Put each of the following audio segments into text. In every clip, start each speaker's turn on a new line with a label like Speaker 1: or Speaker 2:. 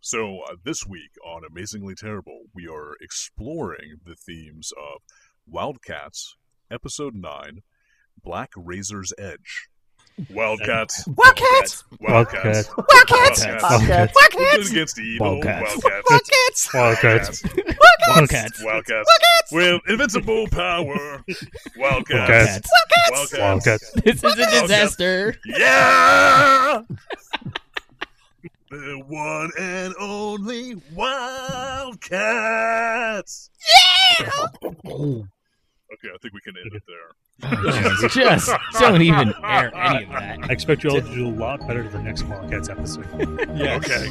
Speaker 1: So, uh, this week on Amazingly Terrible, we are exploring the themes of Wildcats, Episode 9, Black Razor's Edge. Wildcats,
Speaker 2: Wildcats!
Speaker 1: Wildcats,
Speaker 2: Wildcats!
Speaker 1: Wildcats.
Speaker 2: Wildcats!
Speaker 1: Wildcats
Speaker 2: Wildcats!
Speaker 1: against evil,
Speaker 3: Wildcats.
Speaker 1: Wildcats,
Speaker 2: Wildcats!
Speaker 3: Wildcats.
Speaker 2: Wildcats!
Speaker 1: Wildcats, with invincible power, Wildcats,
Speaker 3: Wildcats.
Speaker 1: Wildcats,
Speaker 3: Wildcats.
Speaker 2: This is a
Speaker 1: disaster. yeah! The one and only Wildcats!
Speaker 4: Oh,
Speaker 1: Okay, I think we can end it there.
Speaker 2: Just
Speaker 4: oh,
Speaker 2: don't even air any of
Speaker 3: I
Speaker 2: that.
Speaker 3: expect you all to do a lot better to the next Wildcats episode.
Speaker 1: Okay.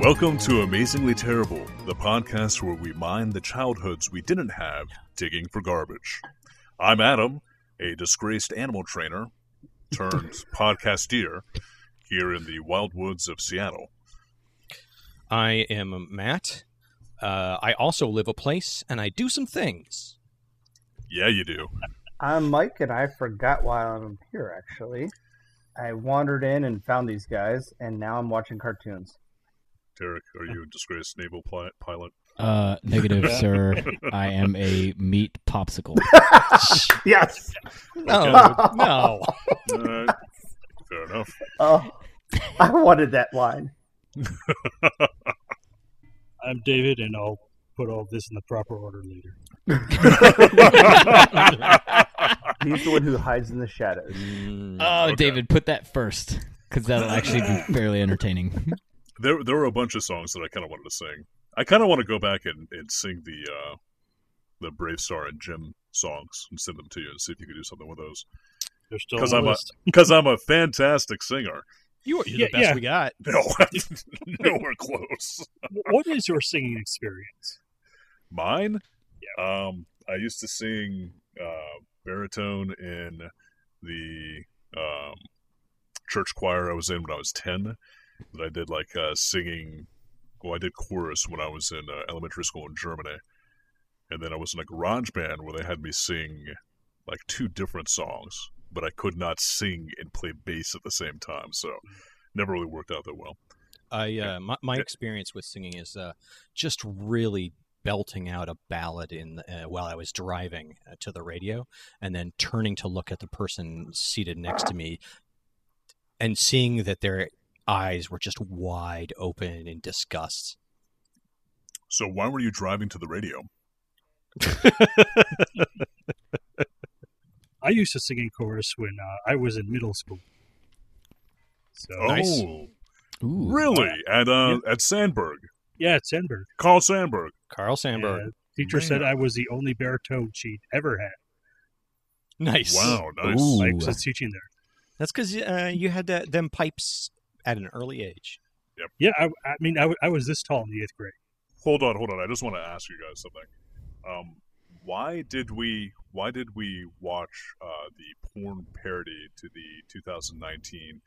Speaker 1: Welcome to Amazingly Terrible, the podcast where we mine the childhoods we didn't have digging for garbage. I'm Adam, a disgraced animal trainer turned podcasteer here in the wild woods of Seattle.
Speaker 4: I am Matt. Uh, I also live a place and I do some things.
Speaker 1: Yeah, you do.
Speaker 5: I'm Mike, and I forgot why I'm here, actually. I wandered in and found these guys, and now I'm watching cartoons.
Speaker 1: Derek, are you a disgraced naval pli- pilot?
Speaker 6: Uh, negative, sir. I am a meat popsicle.
Speaker 5: Yes!
Speaker 4: No, no.
Speaker 1: Uh, fair enough.
Speaker 5: Oh, I wanted that line.
Speaker 3: I'm David, and I'll put all this in the proper order later.
Speaker 5: He's the one who hides in the shadows.
Speaker 2: Uh,
Speaker 6: Oh,
Speaker 1: Okay.
Speaker 6: David, put that first, because that'll actually be fairly entertaining.
Speaker 1: There, there were a bunch of songs that I kind of wanted to sing. I kind of want to go back and, and sing the uh, the Brave Star and Jim songs and send them to you and see if you can do something with those.
Speaker 3: They're still on
Speaker 1: 'Cause
Speaker 3: the
Speaker 1: I'm a-
Speaker 3: list.
Speaker 1: Because I'm a fantastic singer.
Speaker 4: you are you're
Speaker 3: Yeah,
Speaker 4: the best
Speaker 3: yeah.
Speaker 4: we got.
Speaker 1: No, nowhere close.
Speaker 3: What is your singing experience?
Speaker 1: Mine? Um, I used to sing uh, baritone in the um, church choir I was in when I was 10. That I did like uh, singing, well, I did chorus when I was in uh, elementary school in Germany. And then I was in a garage band where they had me sing like two different songs, but I could not sing and play bass at the same time. So never really worked out that well.
Speaker 4: I uh, my, my experience with singing is uh, just really belting out a ballad in uh, while I was driving uh, to the radio, and then turning to look at the person seated next to me, and seeing that their eyes were just wide open in disgust.
Speaker 1: So why were you driving to the radio?
Speaker 3: I used to sing in chorus when uh, I was in middle school. So
Speaker 4: Nice.
Speaker 1: Oh.
Speaker 6: Ooh.
Speaker 1: Really? At uh, at Sandberg,
Speaker 3: yeah, it's Enberg.
Speaker 1: Carl Sandberg.
Speaker 4: Carl Sandburg,
Speaker 3: And teacher
Speaker 1: Man.
Speaker 3: said I was the only baritone she'd ever had.
Speaker 4: nice.
Speaker 1: Wow, nice.
Speaker 6: Ooh.
Speaker 3: I was teaching there.
Speaker 4: That's because uh, you had that, them pipes at an early age.
Speaker 3: Yeah, I, I mean, I, w- I was this tall in the eighth grade.
Speaker 1: Hold on, hold on. I just want to ask you guys something. Um, why did we why did we watch uh, the porn parody to the 2019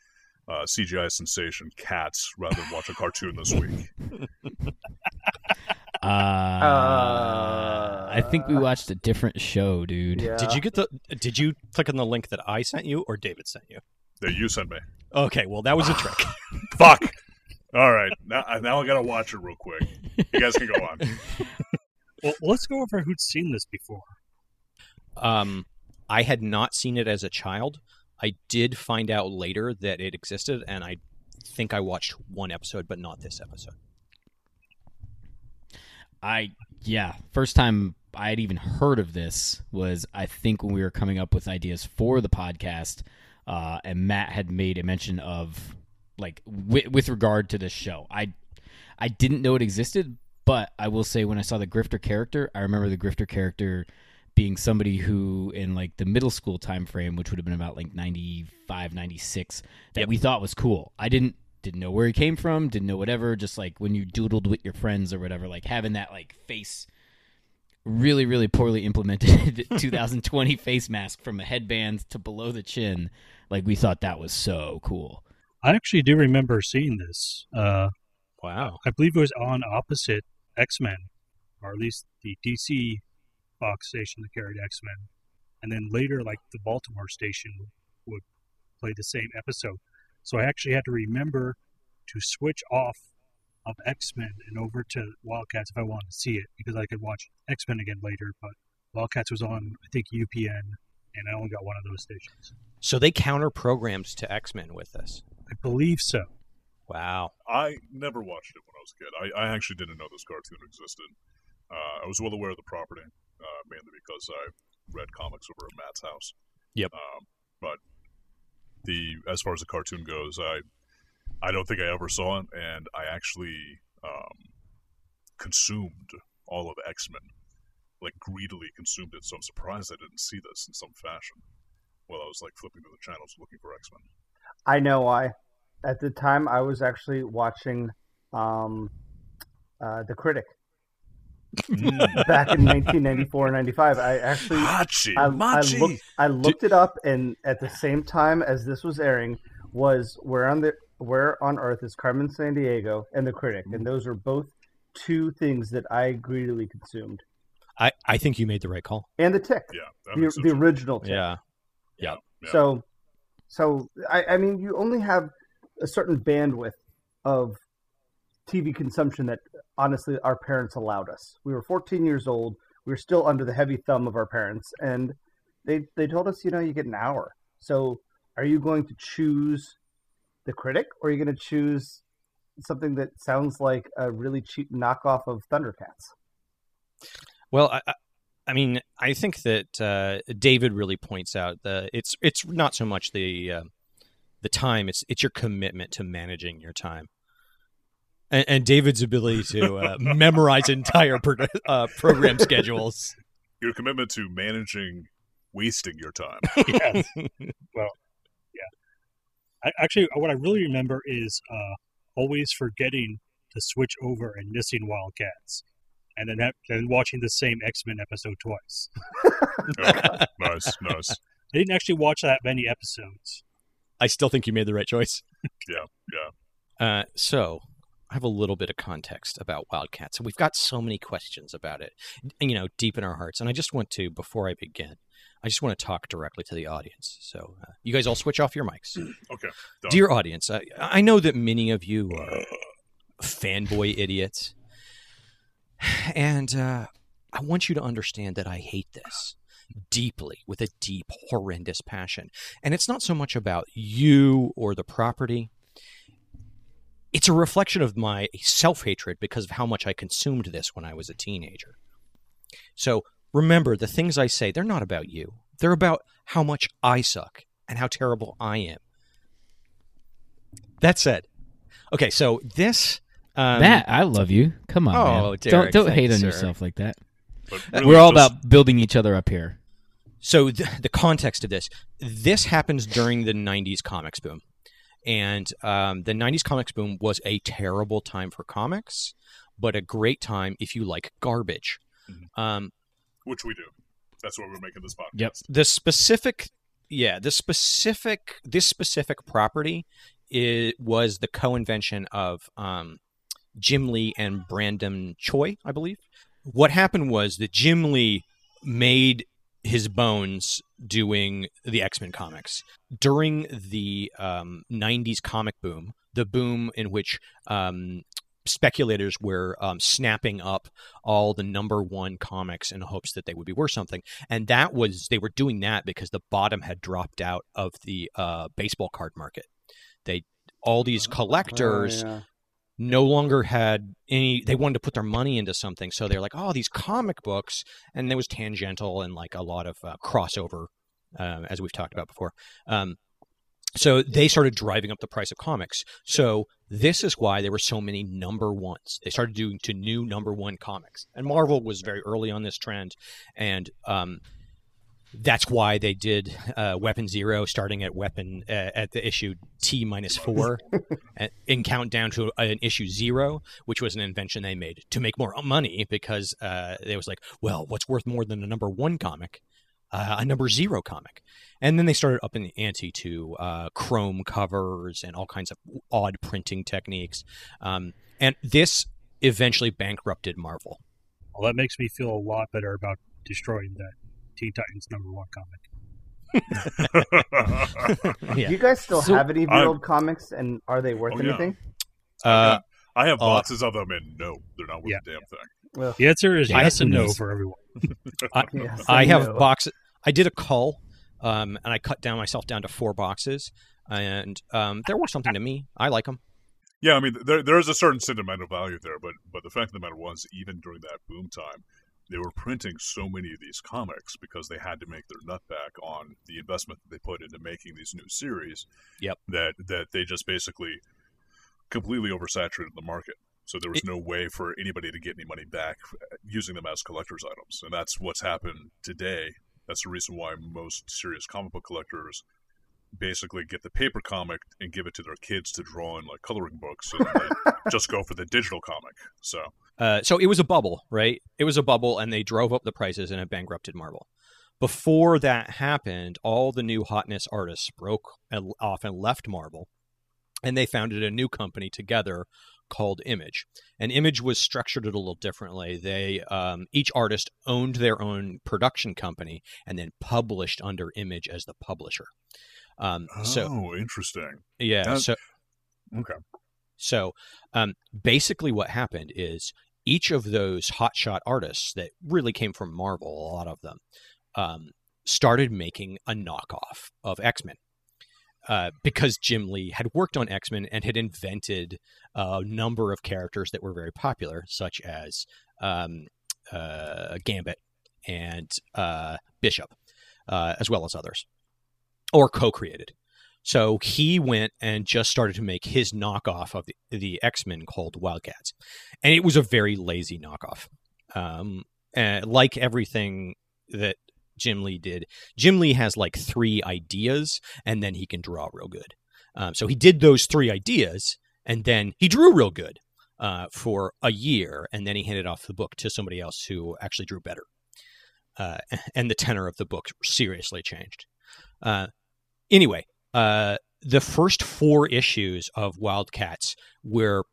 Speaker 1: uh, CGI sensation Cats rather than watch a cartoon this week?
Speaker 6: Uh,
Speaker 1: Uh,
Speaker 6: I think we watched a different show, dude.
Speaker 5: Yeah.
Speaker 4: Did you get the? Did you click on the link that I sent you or David sent you?
Speaker 1: That you sent me.
Speaker 4: Okay, well that was a trick.
Speaker 1: Fuck. All right, now, now I gotta watch it real quick. You guys can go on.
Speaker 3: Well, let's go over who'd seen this before.
Speaker 4: Um, I had not seen it as a child. I did find out later that it existed, and I think I watched one episode, but not this episode.
Speaker 6: I yeah, first time I had even heard of this was I think when we were coming up with ideas for the podcast, uh, and Matt had made a mention of like with, with regard to this show. I I didn't know it existed, but I will say when I saw the grifter character, I remember the grifter character being somebody who in like the middle school time frame which would have been about like 95 96 that
Speaker 4: Yep.
Speaker 6: we thought was cool i didn't didn't know where he came from didn't know whatever just like when you doodled with your friends or whatever like having that like face really really poorly implemented 2020 face mask from a headband to below the chin like we thought that was so cool
Speaker 3: I actually do remember seeing this. Uh,
Speaker 4: Wow.
Speaker 3: I believe it was on opposite X Men, or at least the DC Fox station that carried X Men, and then later, like the Baltimore station would play the same episode. So I actually had to remember to switch off of X Men and over to Wildcats if I wanted to see it, because I could watch X Men again later. But Wildcats was on, I think, UPN, and I only got one of those stations.
Speaker 4: So they counter programmed to X Men with this.
Speaker 3: I believe so.
Speaker 4: Wow.
Speaker 1: I never watched it when I was a kid. I, I actually didn't know this cartoon existed. Uh, I was well aware of the property, uh, mainly because I read comics over at Matt's house.
Speaker 4: Yep.
Speaker 1: Um, but the as far as the cartoon goes, I I don't think I ever saw it, and I actually um, consumed all of X Men, like greedily consumed it. So I'm surprised I didn't see this in some fashion while I was like flipping through the channels looking for X Men.
Speaker 5: I know why. At the time, I was actually watching um, uh, The Critic back in 1994 95. I actually
Speaker 1: Hachi,
Speaker 5: I, I looked I looked it up, and at the same time as this was airing, was where on the where on earth is Carmen San Diego and The Critic,
Speaker 1: Mm-hmm.
Speaker 5: and those are both two things that I greedily consumed,
Speaker 4: I, I think you made the right call.
Speaker 5: and The Tick,
Speaker 1: Yeah, that
Speaker 5: the,
Speaker 1: makes sense.
Speaker 5: the original Tick.
Speaker 4: Yeah.
Speaker 1: Yeah.
Speaker 5: So, so I, I mean, you only have a certain bandwidth of TV consumption that honestly our parents allowed us. We were 14 years old. We were still under the heavy thumb of our parents, and they they told us, you know, you get an hour. So, are you going to choose the critic, or are you going to choose something that sounds like a really cheap knockoff of Thundercats?
Speaker 4: Well, I, I- I mean, I think that uh, David really points out that it's it's not so much the uh, the time; it's it's your commitment to managing your time, and, and David's ability to uh, memorize entire pro- uh, program schedules.
Speaker 1: Your commitment to managing wasting your time.
Speaker 3: Yes. well, yeah. I, actually, what I really remember is uh, always forgetting to switch over and missing Wildcats, and then that, then watching the same X Men episode twice.
Speaker 1: Oh, nice, nice.
Speaker 3: I didn't actually watch that many episodes.
Speaker 4: I still think you made the right choice.
Speaker 1: Yeah,
Speaker 4: yeah. Uh, so I have a little bit of context about Wildcats, and we've got so many questions about it, you know, deep in our hearts. And I just want to, before I begin, I just want to talk directly to the audience. So uh, you guys all switch off your mics.
Speaker 1: Okay, done.
Speaker 4: Dear audience, I, I know that many of you are fanboy idiots, and uh, I want you to understand that I hate this deeply with a deep, horrendous passion. And it's not so much about you or the property. It's a reflection of my self hatred because of how much I consumed this when I was a teenager. So remember, the things I say, they're not about you. They're about how much I suck and how terrible I am. That said, okay, so this. Um,
Speaker 6: Matt, I love you. Come on,
Speaker 4: Oh,
Speaker 6: man.
Speaker 4: Derek,
Speaker 6: don't don't hate
Speaker 4: thanks,
Speaker 6: on
Speaker 4: sir.
Speaker 6: yourself like that.
Speaker 1: But really,
Speaker 6: We're all
Speaker 1: just-
Speaker 6: about building each other up here.
Speaker 4: So th- the context of this, this happens during the '90s comics boom, and um, the '90s comics boom was a terrible time for comics, but a great time if you like garbage. Um,
Speaker 1: which we do. That's why we're making this podcast.
Speaker 6: Yep.
Speaker 4: the specific, yeah, the specific, this specific property i was the co-invention of um, Jim Lee and Brandon Choi, I believe. What happened was that Jim Lee made his bones doing the X Men comics during the um, '90s comic boom, the boom in which um, speculators were um, snapping up all the number one comics in hopes that they would be worth something, and that was they were doing that because the bottom had dropped out of the uh, baseball card market. They all these collectors no longer had any they wanted to put their money into something so they're like oh these comic books and there was tangential and like a lot of uh, crossover um, as we've talked about before um, so they started driving up the price of comics so this is why there were so many number ones they started doing to new number one comics and marvel was very early on this trend and um, that's why they did uh, Weapon Zero, starting at Weapon uh, at the issue T minus four, and- and count down to an issue zero, which was an invention they made to make more money because uh, it was like, well, what's worth more than a number one comic? Uh, a number zero comic, and then they started up in the ante to uh, chrome covers and all kinds of odd printing techniques. Um, And this eventually bankrupted Marvel.
Speaker 3: Well, that makes me feel a lot better about destroying that Teen Titans number one comic.
Speaker 4: Yeah.
Speaker 5: You guys still
Speaker 6: So-
Speaker 5: have any of your
Speaker 1: I'm-
Speaker 5: old comics, and are they worth
Speaker 1: Oh, yeah.
Speaker 5: anything?
Speaker 4: Uh,
Speaker 1: I have
Speaker 4: Oh.
Speaker 1: boxes of them, and no, they're not worth
Speaker 3: Yeah.
Speaker 1: a damn thing.
Speaker 5: Well,
Speaker 3: The answer is
Speaker 6: Yeah,
Speaker 3: yes and
Speaker 6: who
Speaker 3: no
Speaker 6: knows?
Speaker 3: for everyone.
Speaker 5: yes,
Speaker 4: I
Speaker 5: and
Speaker 4: have
Speaker 5: no.
Speaker 4: boxes. I did a cull, um, and I cut down myself down to four boxes, and um, they're worth something to me. I like them.
Speaker 1: Yeah, I mean, there there is a certain sentimental value there, but but the fact of the matter was, even during that boom time, they were printing so many of these comics because they had to make their nut back on the investment that they put into making these new series.
Speaker 4: Yep.
Speaker 1: That that they just basically completely oversaturated the market. So there was
Speaker 4: It-
Speaker 1: no way for anybody to get any money back f- using them as collectors' items, and that's what's happened today. That's the reason why most serious comic book collectors basically get the paper comic and give it to their kids to draw in like coloring books and they just go for the digital comic. So
Speaker 4: Uh, so it was a bubble, right? It was a bubble, and they drove up the prices, and it bankrupted Marvel. Before that happened, all the new hotness artists broke and- off and left Marvel, and they founded a new company together called Image. And Image was structured a little differently. They um, each artist owned their own production company and then published under Image as the publisher. Um, So
Speaker 1: oh, interesting.
Speaker 4: yeah,
Speaker 1: That-
Speaker 4: so
Speaker 1: Okay.
Speaker 4: so um, basically, what happened is each of those hotshot artists that really came from Marvel, a lot of them, um, started making a knockoff of X Men. Uh, because Jim Lee had worked on X Men and had invented a number of characters that were very popular, such as um, uh, Gambit and uh, Bishop, uh, as well as others, or co created. So he went and just started to make his knockoff of the, the X Men called Wildcats, and it was a very lazy knockoff. Um, and like everything that Jim Lee did, Jim Lee has like three ideas, and then he can draw real good. Um, so he did those three ideas, and then he drew real good uh, for a year, and then he handed off the book to somebody else who actually drew better. Uh, and the tenor of the book seriously changed. Uh, anyway, uh, the first four issues of Wildcats were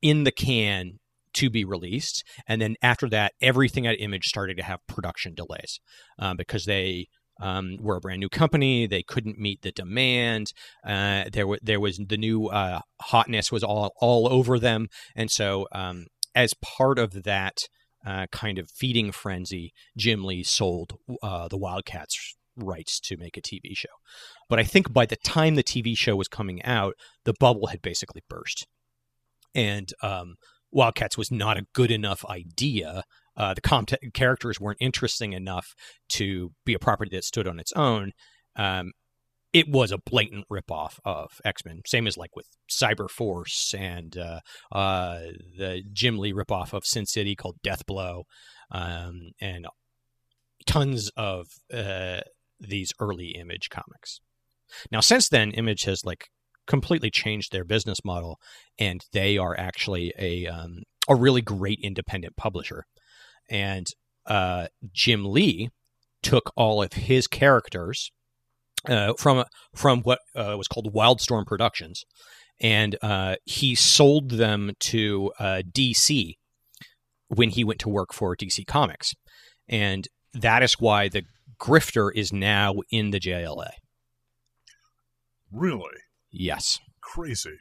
Speaker 4: in the can to be released, and then after that, everything at Image started to have production delays um, because they um, were a brand new company. They couldn't meet the demand. Uh, there, were, there was the new uh, hotness was all all over them, and so um, as part of that. Uh, kind of feeding frenzy. Jim Lee sold uh, the Wildcats rights to make a TV show. But I think by the time the TV show was coming out, the bubble had basically burst. And um, Wildcats was not a good enough idea. Uh, the com- characters weren't interesting enough to be a property that stood on its own. Um, it was a blatant ripoff of X Men, same as like with Cyber Force and uh, uh, the Jim Lee ripoff of Sin City called Death Blow, um, and tons of uh, these early image comics. Now, since then, Image has like completely changed their business model, and they are actually a um, a really great independent publisher. And uh, Jim Lee took all of his characters uh, from from what uh, was called Wildstorm Productions, and uh, he sold them to uh, DC when he went to work for DC Comics, and that is why the Grifter is now in the JLA.
Speaker 1: Really?
Speaker 4: Yes.
Speaker 1: Crazy.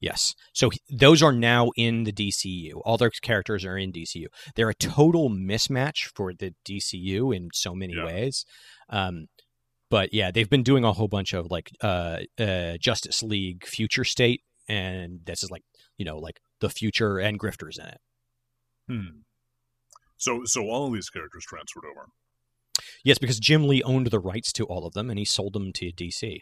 Speaker 4: Yes. So he- those are now in the DCU. All their characters are in DCU. They're a total mismatch for the DCU in so many
Speaker 1: Yeah.
Speaker 4: ways. Um, but yeah, they've been doing a whole bunch of like uh, uh, Justice League Future State, and this is like you know like the future and grifters in it.
Speaker 1: Hmm. So so all of these characters transferred over.
Speaker 4: Yes, because Jim Lee owned the rights to all of them, and he sold them to DC.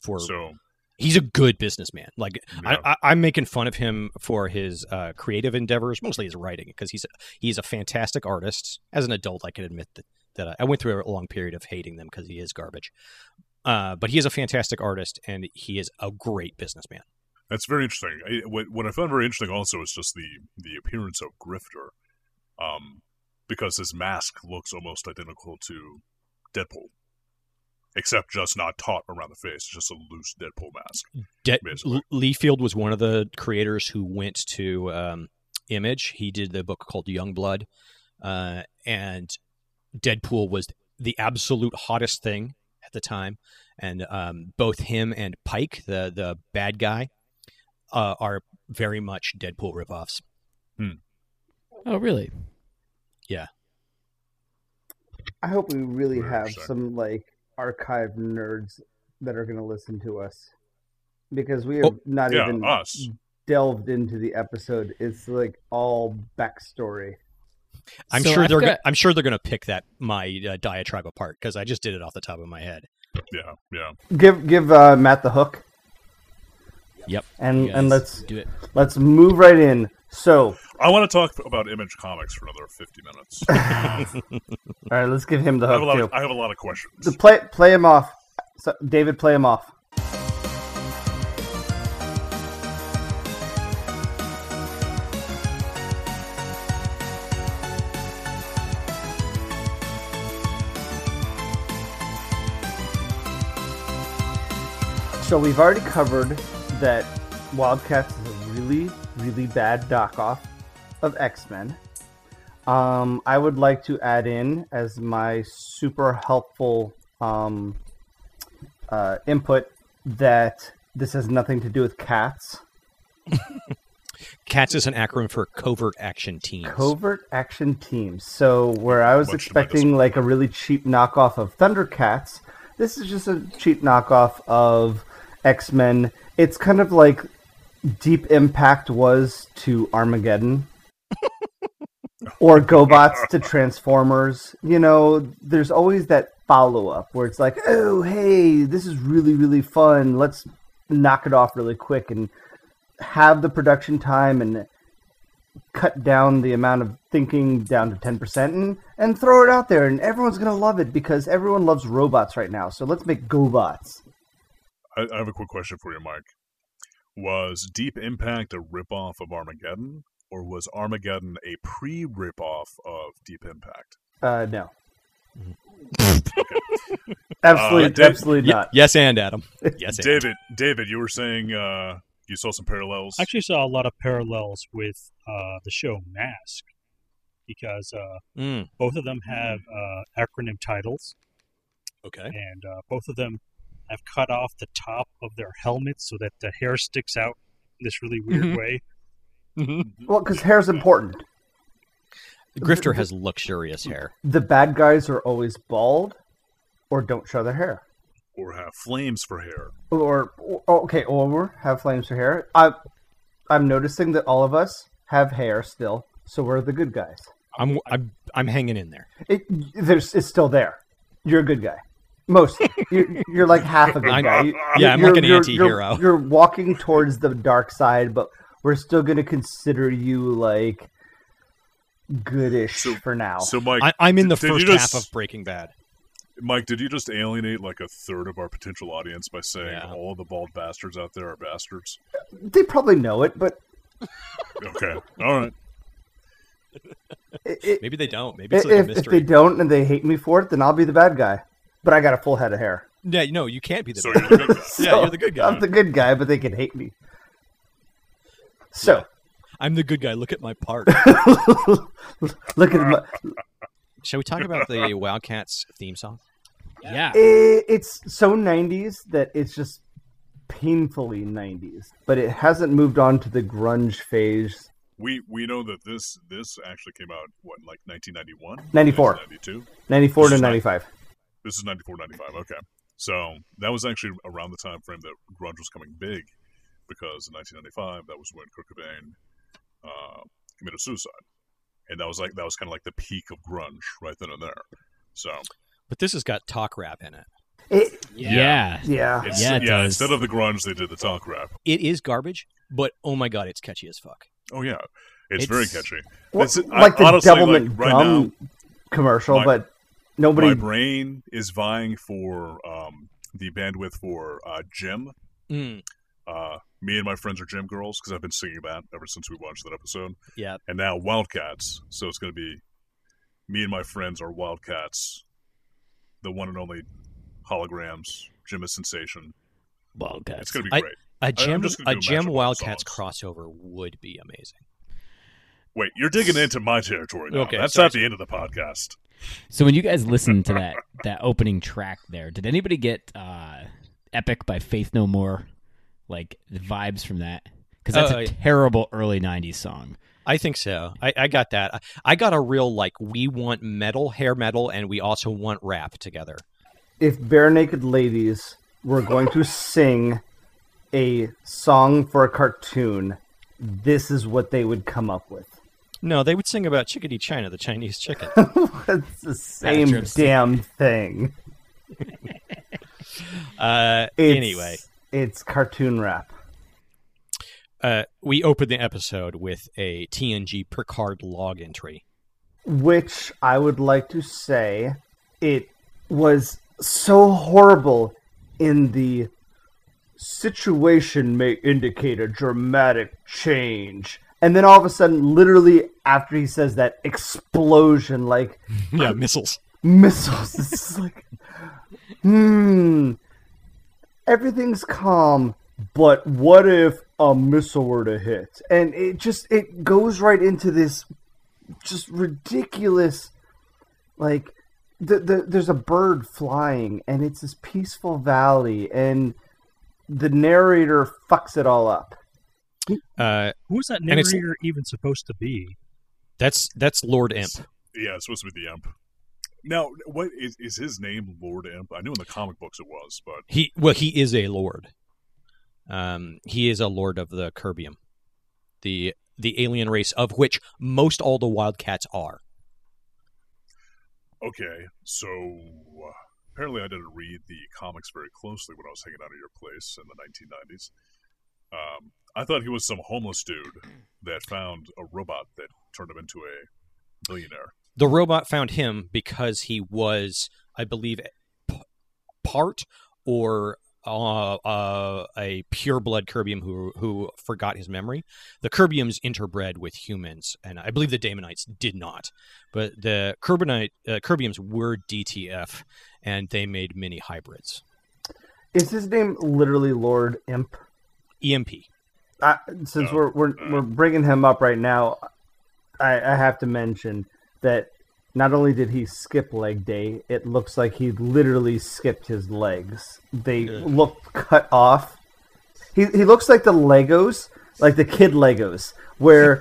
Speaker 4: For
Speaker 1: So
Speaker 4: he's a good businessman. Like I,
Speaker 1: yeah.
Speaker 4: I, I'm making fun of him for his uh, creative endeavors, mostly his writing, because he's he's a fantastic artist. As an adult, I can admit that, that I, I went through a long period of hating them because he is garbage. Uh, but he is a fantastic artist, and he is a great businessman.
Speaker 1: That's very interesting. I, what, what I found very interesting also is just the the appearance of Grifter, um, because his mask looks almost identical to Deadpool. except just not taut around the face. It's just a loose Deadpool mask.
Speaker 4: De-
Speaker 1: Basically.
Speaker 4: L- Lee Field was one of the creators who went to um, Image. He did the book called Young Blood, uh, and Deadpool was the absolute hottest thing at the time. And um, both him and Pike, the the bad guy, uh, are very much Deadpool ripoffs.
Speaker 6: Oh, really?
Speaker 5: I hope we really
Speaker 1: Very
Speaker 5: have
Speaker 1: exciting.
Speaker 5: some like archive nerds that are going to listen to us because we have
Speaker 4: Oh,
Speaker 5: not
Speaker 1: yeah,
Speaker 5: even
Speaker 1: us.
Speaker 4: Mm.
Speaker 5: delved into the episode. It's like all backstory.
Speaker 4: I'm
Speaker 6: So
Speaker 4: sure
Speaker 6: I've
Speaker 4: they're
Speaker 6: got-
Speaker 4: go- I'm sure they're going to pick that my uh, diatribe apart because I just did it off the top of my head.
Speaker 1: Yeah, yeah.
Speaker 5: Give give uh, Matt the hook.
Speaker 6: Yep.
Speaker 5: And
Speaker 6: You
Speaker 5: and
Speaker 6: guys
Speaker 5: let's
Speaker 6: do it.
Speaker 5: let's move right in. So
Speaker 1: I want to talk about Image Comics for another 50 minutes. I
Speaker 5: all right, let's give him the
Speaker 1: have a
Speaker 5: hook
Speaker 1: lot
Speaker 5: too.
Speaker 1: of, I have a lot of
Speaker 5: The
Speaker 1: questions.
Speaker 5: play play him off, so, David. Play him off. So we've already covered that Wildcats is a really, really bad knockoff of X Men. Um, I would like to add in as my super helpful um, uh, input that this has nothing to do with cats.
Speaker 4: CATS is an acronym for Covert Action Teams.
Speaker 5: Covert action teams. So where I was
Speaker 1: Much to my
Speaker 5: expecting like a really cheap knockoff of Thundercats, this is just a cheap knockoff of X Men. It's kind of like Deep Impact was to Armageddon. or GoBots to Transformers. You know, there's always that follow up where it's like, oh, hey, this is really, really fun. Let's knock it off really quick and have the production time and cut down the amount of thinking down to 10% and, and throw it out there. And everyone's going to love it because everyone loves robots right now. So let's make GoBots.
Speaker 1: I, I have a quick question for you, Mike. Was Deep Impact a ripoff of Armageddon, or was Armageddon a pre ripoff of Deep Impact?
Speaker 5: Uh, no. absolutely,
Speaker 1: Uh, Dave-
Speaker 5: absolutely
Speaker 4: Ye-
Speaker 5: not.
Speaker 4: yes, and Adam. Yes, and.
Speaker 1: David, David, you were saying uh, you saw some parallels.
Speaker 3: I actually saw a lot of parallels with uh, the show Mask because uh,
Speaker 4: Mm,
Speaker 3: both of them have uh, acronym titles,
Speaker 4: okay.
Speaker 3: and uh, both of them have cut off the top of their helmets so that the hair sticks out in this really weird
Speaker 6: Mhm.
Speaker 3: way.
Speaker 5: Well, because hair's important.
Speaker 4: Grifter has luxurious hair.
Speaker 5: The bad guys are always bald or don't show their hair.
Speaker 1: or have flames for hair.
Speaker 5: Or, or okay, or have flames for hair. I, I'm noticing that all of us have hair still, so we're the good guys.
Speaker 4: I'm I'm I'm hanging in there.
Speaker 5: It, there's, it's still there. You're a good guy. Mostly, you're, you're like half a good
Speaker 4: I'm-
Speaker 5: guy. You-
Speaker 4: yeah, I'm
Speaker 5: you're-
Speaker 4: like an
Speaker 5: you're-
Speaker 4: anti-hero.
Speaker 5: You're, you're walking towards the dark side, but we're still going to consider you like goodish
Speaker 1: So-
Speaker 5: for now.
Speaker 1: So, Mike,
Speaker 4: I, I'm in the
Speaker 1: Did you
Speaker 4: first
Speaker 1: just-
Speaker 4: half of Breaking Bad.
Speaker 1: Mike, did you just alienate like a third of our potential audience by saying
Speaker 4: Yeah.
Speaker 1: all the bald bastards out there are bastards?
Speaker 5: they probably know it, but
Speaker 1: Okay, all right.
Speaker 5: it, it,
Speaker 4: Maybe they don't. Maybe it's
Speaker 5: I-
Speaker 4: like
Speaker 5: if,
Speaker 4: a
Speaker 5: if they
Speaker 4: mystery.
Speaker 5: don't and they hate me for it, then I'll be the bad guy. But I got a full head of hair.
Speaker 4: Yeah, no, you can't be the.
Speaker 1: So
Speaker 4: bad
Speaker 1: you're the good guy.
Speaker 4: Yeah,
Speaker 5: So,
Speaker 4: you're the good guy.
Speaker 5: I'm the good guy, but they can hate me. So
Speaker 4: I'm the good guy. Look at my part.
Speaker 5: look at my,
Speaker 4: Shall we talk about the Wildcats theme song?
Speaker 6: Yeah.
Speaker 5: it, it's so 90s that it's just painfully 90s, but it hasn't moved on to the grunge phase.
Speaker 1: We we know that this this actually came out what like 1991,
Speaker 5: 94.
Speaker 1: 92.
Speaker 5: 94 to
Speaker 1: It's not-
Speaker 5: 95.
Speaker 1: This is 94, 95. Okay, so that was actually around the time frame that grunge was coming big, because in 1995 that was when Kurt Cobain uh, committed suicide, and that was like that was kind of like the peak of grunge right then and there. So
Speaker 4: But this has got talk rap in it.
Speaker 5: It,
Speaker 6: Yeah.
Speaker 5: yeah.
Speaker 1: it's,
Speaker 6: Ah, Yeah,
Speaker 1: yeah,
Speaker 6: it does.
Speaker 1: instead of the grunge, they did the talk rap.
Speaker 4: It is garbage, but oh my god, it's catchy as fuck.
Speaker 1: Oh yeah, it's,
Speaker 6: It's-
Speaker 1: very catchy.
Speaker 5: Well,
Speaker 1: It's- I-
Speaker 5: like the
Speaker 1: honestly,
Speaker 5: Devilman
Speaker 1: like, right
Speaker 5: Gum commercial,
Speaker 1: my-
Speaker 5: but
Speaker 1: My
Speaker 5: nobody.
Speaker 1: brain is vying for um, the bandwidth for uh, Jim.
Speaker 4: Mm,
Speaker 1: Uh, me and my friends are Jim girls because I've been singing that ever since we watched that episode,
Speaker 4: yeah,
Speaker 1: and now Wildcats. So it's going to be me and my friends are Wildcats, the one and only holograms. Jim is sensation.
Speaker 6: Wildcats.
Speaker 1: It's going to be
Speaker 4: I-
Speaker 1: great.
Speaker 4: A gem,
Speaker 1: just gonna
Speaker 4: a
Speaker 1: do a
Speaker 4: gem
Speaker 1: matchup on
Speaker 4: Wildcats
Speaker 1: songs.
Speaker 4: crossover would be amazing.
Speaker 1: Wait, you're digging into my territory now.
Speaker 4: Okay,
Speaker 1: That's
Speaker 4: sorry,
Speaker 1: not the end of the podcast.
Speaker 6: So when you guys listened to that that opening track there, did anybody get uh, "Epic" by Faith No More, like the vibes from that? Because that's
Speaker 1: Uh,
Speaker 4: Oh,
Speaker 6: a
Speaker 4: yeah.
Speaker 6: terrible early '90s song.
Speaker 4: I think so. I, I got that. I, I got a real like we want metal, hair metal, and we also want rap together.
Speaker 5: if bare naked ladies were going to sing a song for a cartoon, this is what they would come up with.
Speaker 4: No, they would sing about Chickadee China, the Chinese chicken.
Speaker 5: That's the same
Speaker 6: Patrick's-
Speaker 5: damn thing.
Speaker 4: Uh,
Speaker 5: It's,
Speaker 4: anyway,
Speaker 5: it's cartoon rap.
Speaker 4: uh, we opened the episode with a TNG Picard log entry.
Speaker 5: which I would like to say it was so horrible in the situation may indicate a dramatic change. And then all of a sudden, literally after he says that explosion, like
Speaker 4: Yeah, missiles.
Speaker 5: missiles, it's just like, hmm, everything's calm, but what if a missile were to hit? And it just, it goes right into this just ridiculous like the, the, there's a bird flying and it's this peaceful valley and the narrator fucks it all up
Speaker 4: Uh,
Speaker 3: Who was that
Speaker 4: it's-
Speaker 3: narrator even supposed to be?
Speaker 4: that's that's Lord Imp.
Speaker 1: Yeah, it's supposed to be the imp. Now, what is, is his name? Lord Imp. I knew in the comic books it was, but
Speaker 4: He well, he is a lord. Um, he is a lord of the Kerbium, the the alien race of which most all the Wildcats are.
Speaker 1: okay. So uh, apparently, I didn't read the comics very closely when I was hanging out at your place in the 1990s. Um, I thought he was some homeless dude that found a robot that turned him into a billionaire.
Speaker 4: The robot found him because he was, I believe, p- part or uh, uh, a pureblood Kerbium who who forgot his memory. The Kerbiums interbred with humans, and I believe the Daemonites did not. But the Kerbinite, uh, Kerbiums were DTF, and they made many hybrids.
Speaker 5: is his name literally lord imp
Speaker 4: EMP.
Speaker 5: I, since
Speaker 1: No.
Speaker 5: we're, we're
Speaker 4: uh,
Speaker 5: we're bringing him up right now I, I have to mention that not only did he skip leg day it looks like he literally skipped his legs they
Speaker 4: Yeah.
Speaker 5: looked cut off he, he looks like the legos like the kid legos where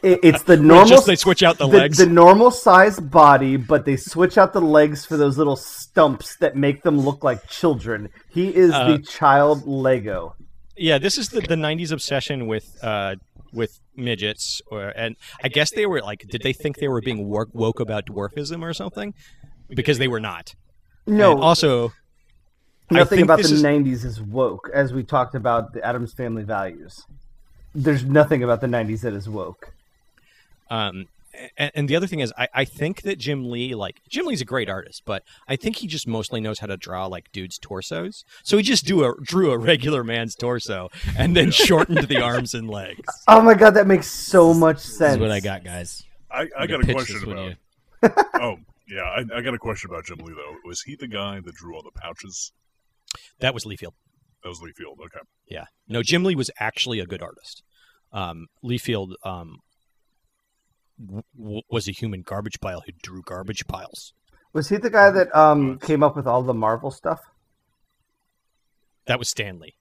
Speaker 5: it, it's the normal
Speaker 4: just they switch out the legs.
Speaker 5: the normal sized body, but they switch out the legs for those little stumps that make them look like children. He is
Speaker 4: Uh,
Speaker 5: the child Lego.
Speaker 4: Yeah, this is the, the '90s obsession with uh, with midgets, or and I guess they were like, did they think they were being woke, woke about dwarfism or something? Because they were not.
Speaker 5: No,
Speaker 4: And also, I
Speaker 5: nothing
Speaker 4: think
Speaker 5: about the
Speaker 4: this is-
Speaker 5: '90s is woke, as we talked about the Adams Family values. There's nothing about the '90s that is woke.
Speaker 4: um, and, and the other thing is, I, I think that Jim Lee, like Jim Lee's a great artist, but I think he just mostly knows how to draw like dudes' torsos. So he just do a drew a regular man's torso and then shortened the arms and legs.
Speaker 5: Oh my god, that makes so much sense.
Speaker 6: That's what I got, guys.
Speaker 1: I, I
Speaker 6: I'm gonna
Speaker 1: got a
Speaker 6: pitch
Speaker 1: question
Speaker 6: this one to
Speaker 1: about.
Speaker 6: you.
Speaker 1: Oh, yeah, I, I got a question about Jim Lee though. Was he the guy that drew all the pouches?
Speaker 4: That was Leafield.
Speaker 1: That was Lee Field. Okay.
Speaker 4: Yeah. No, Jim Lee was actually a good artist. Um, Lee Field um, w- w- was a human garbage pile who drew garbage piles.
Speaker 5: Was he the guy that um, came up with all the Marvel stuff?
Speaker 4: That was Stanley.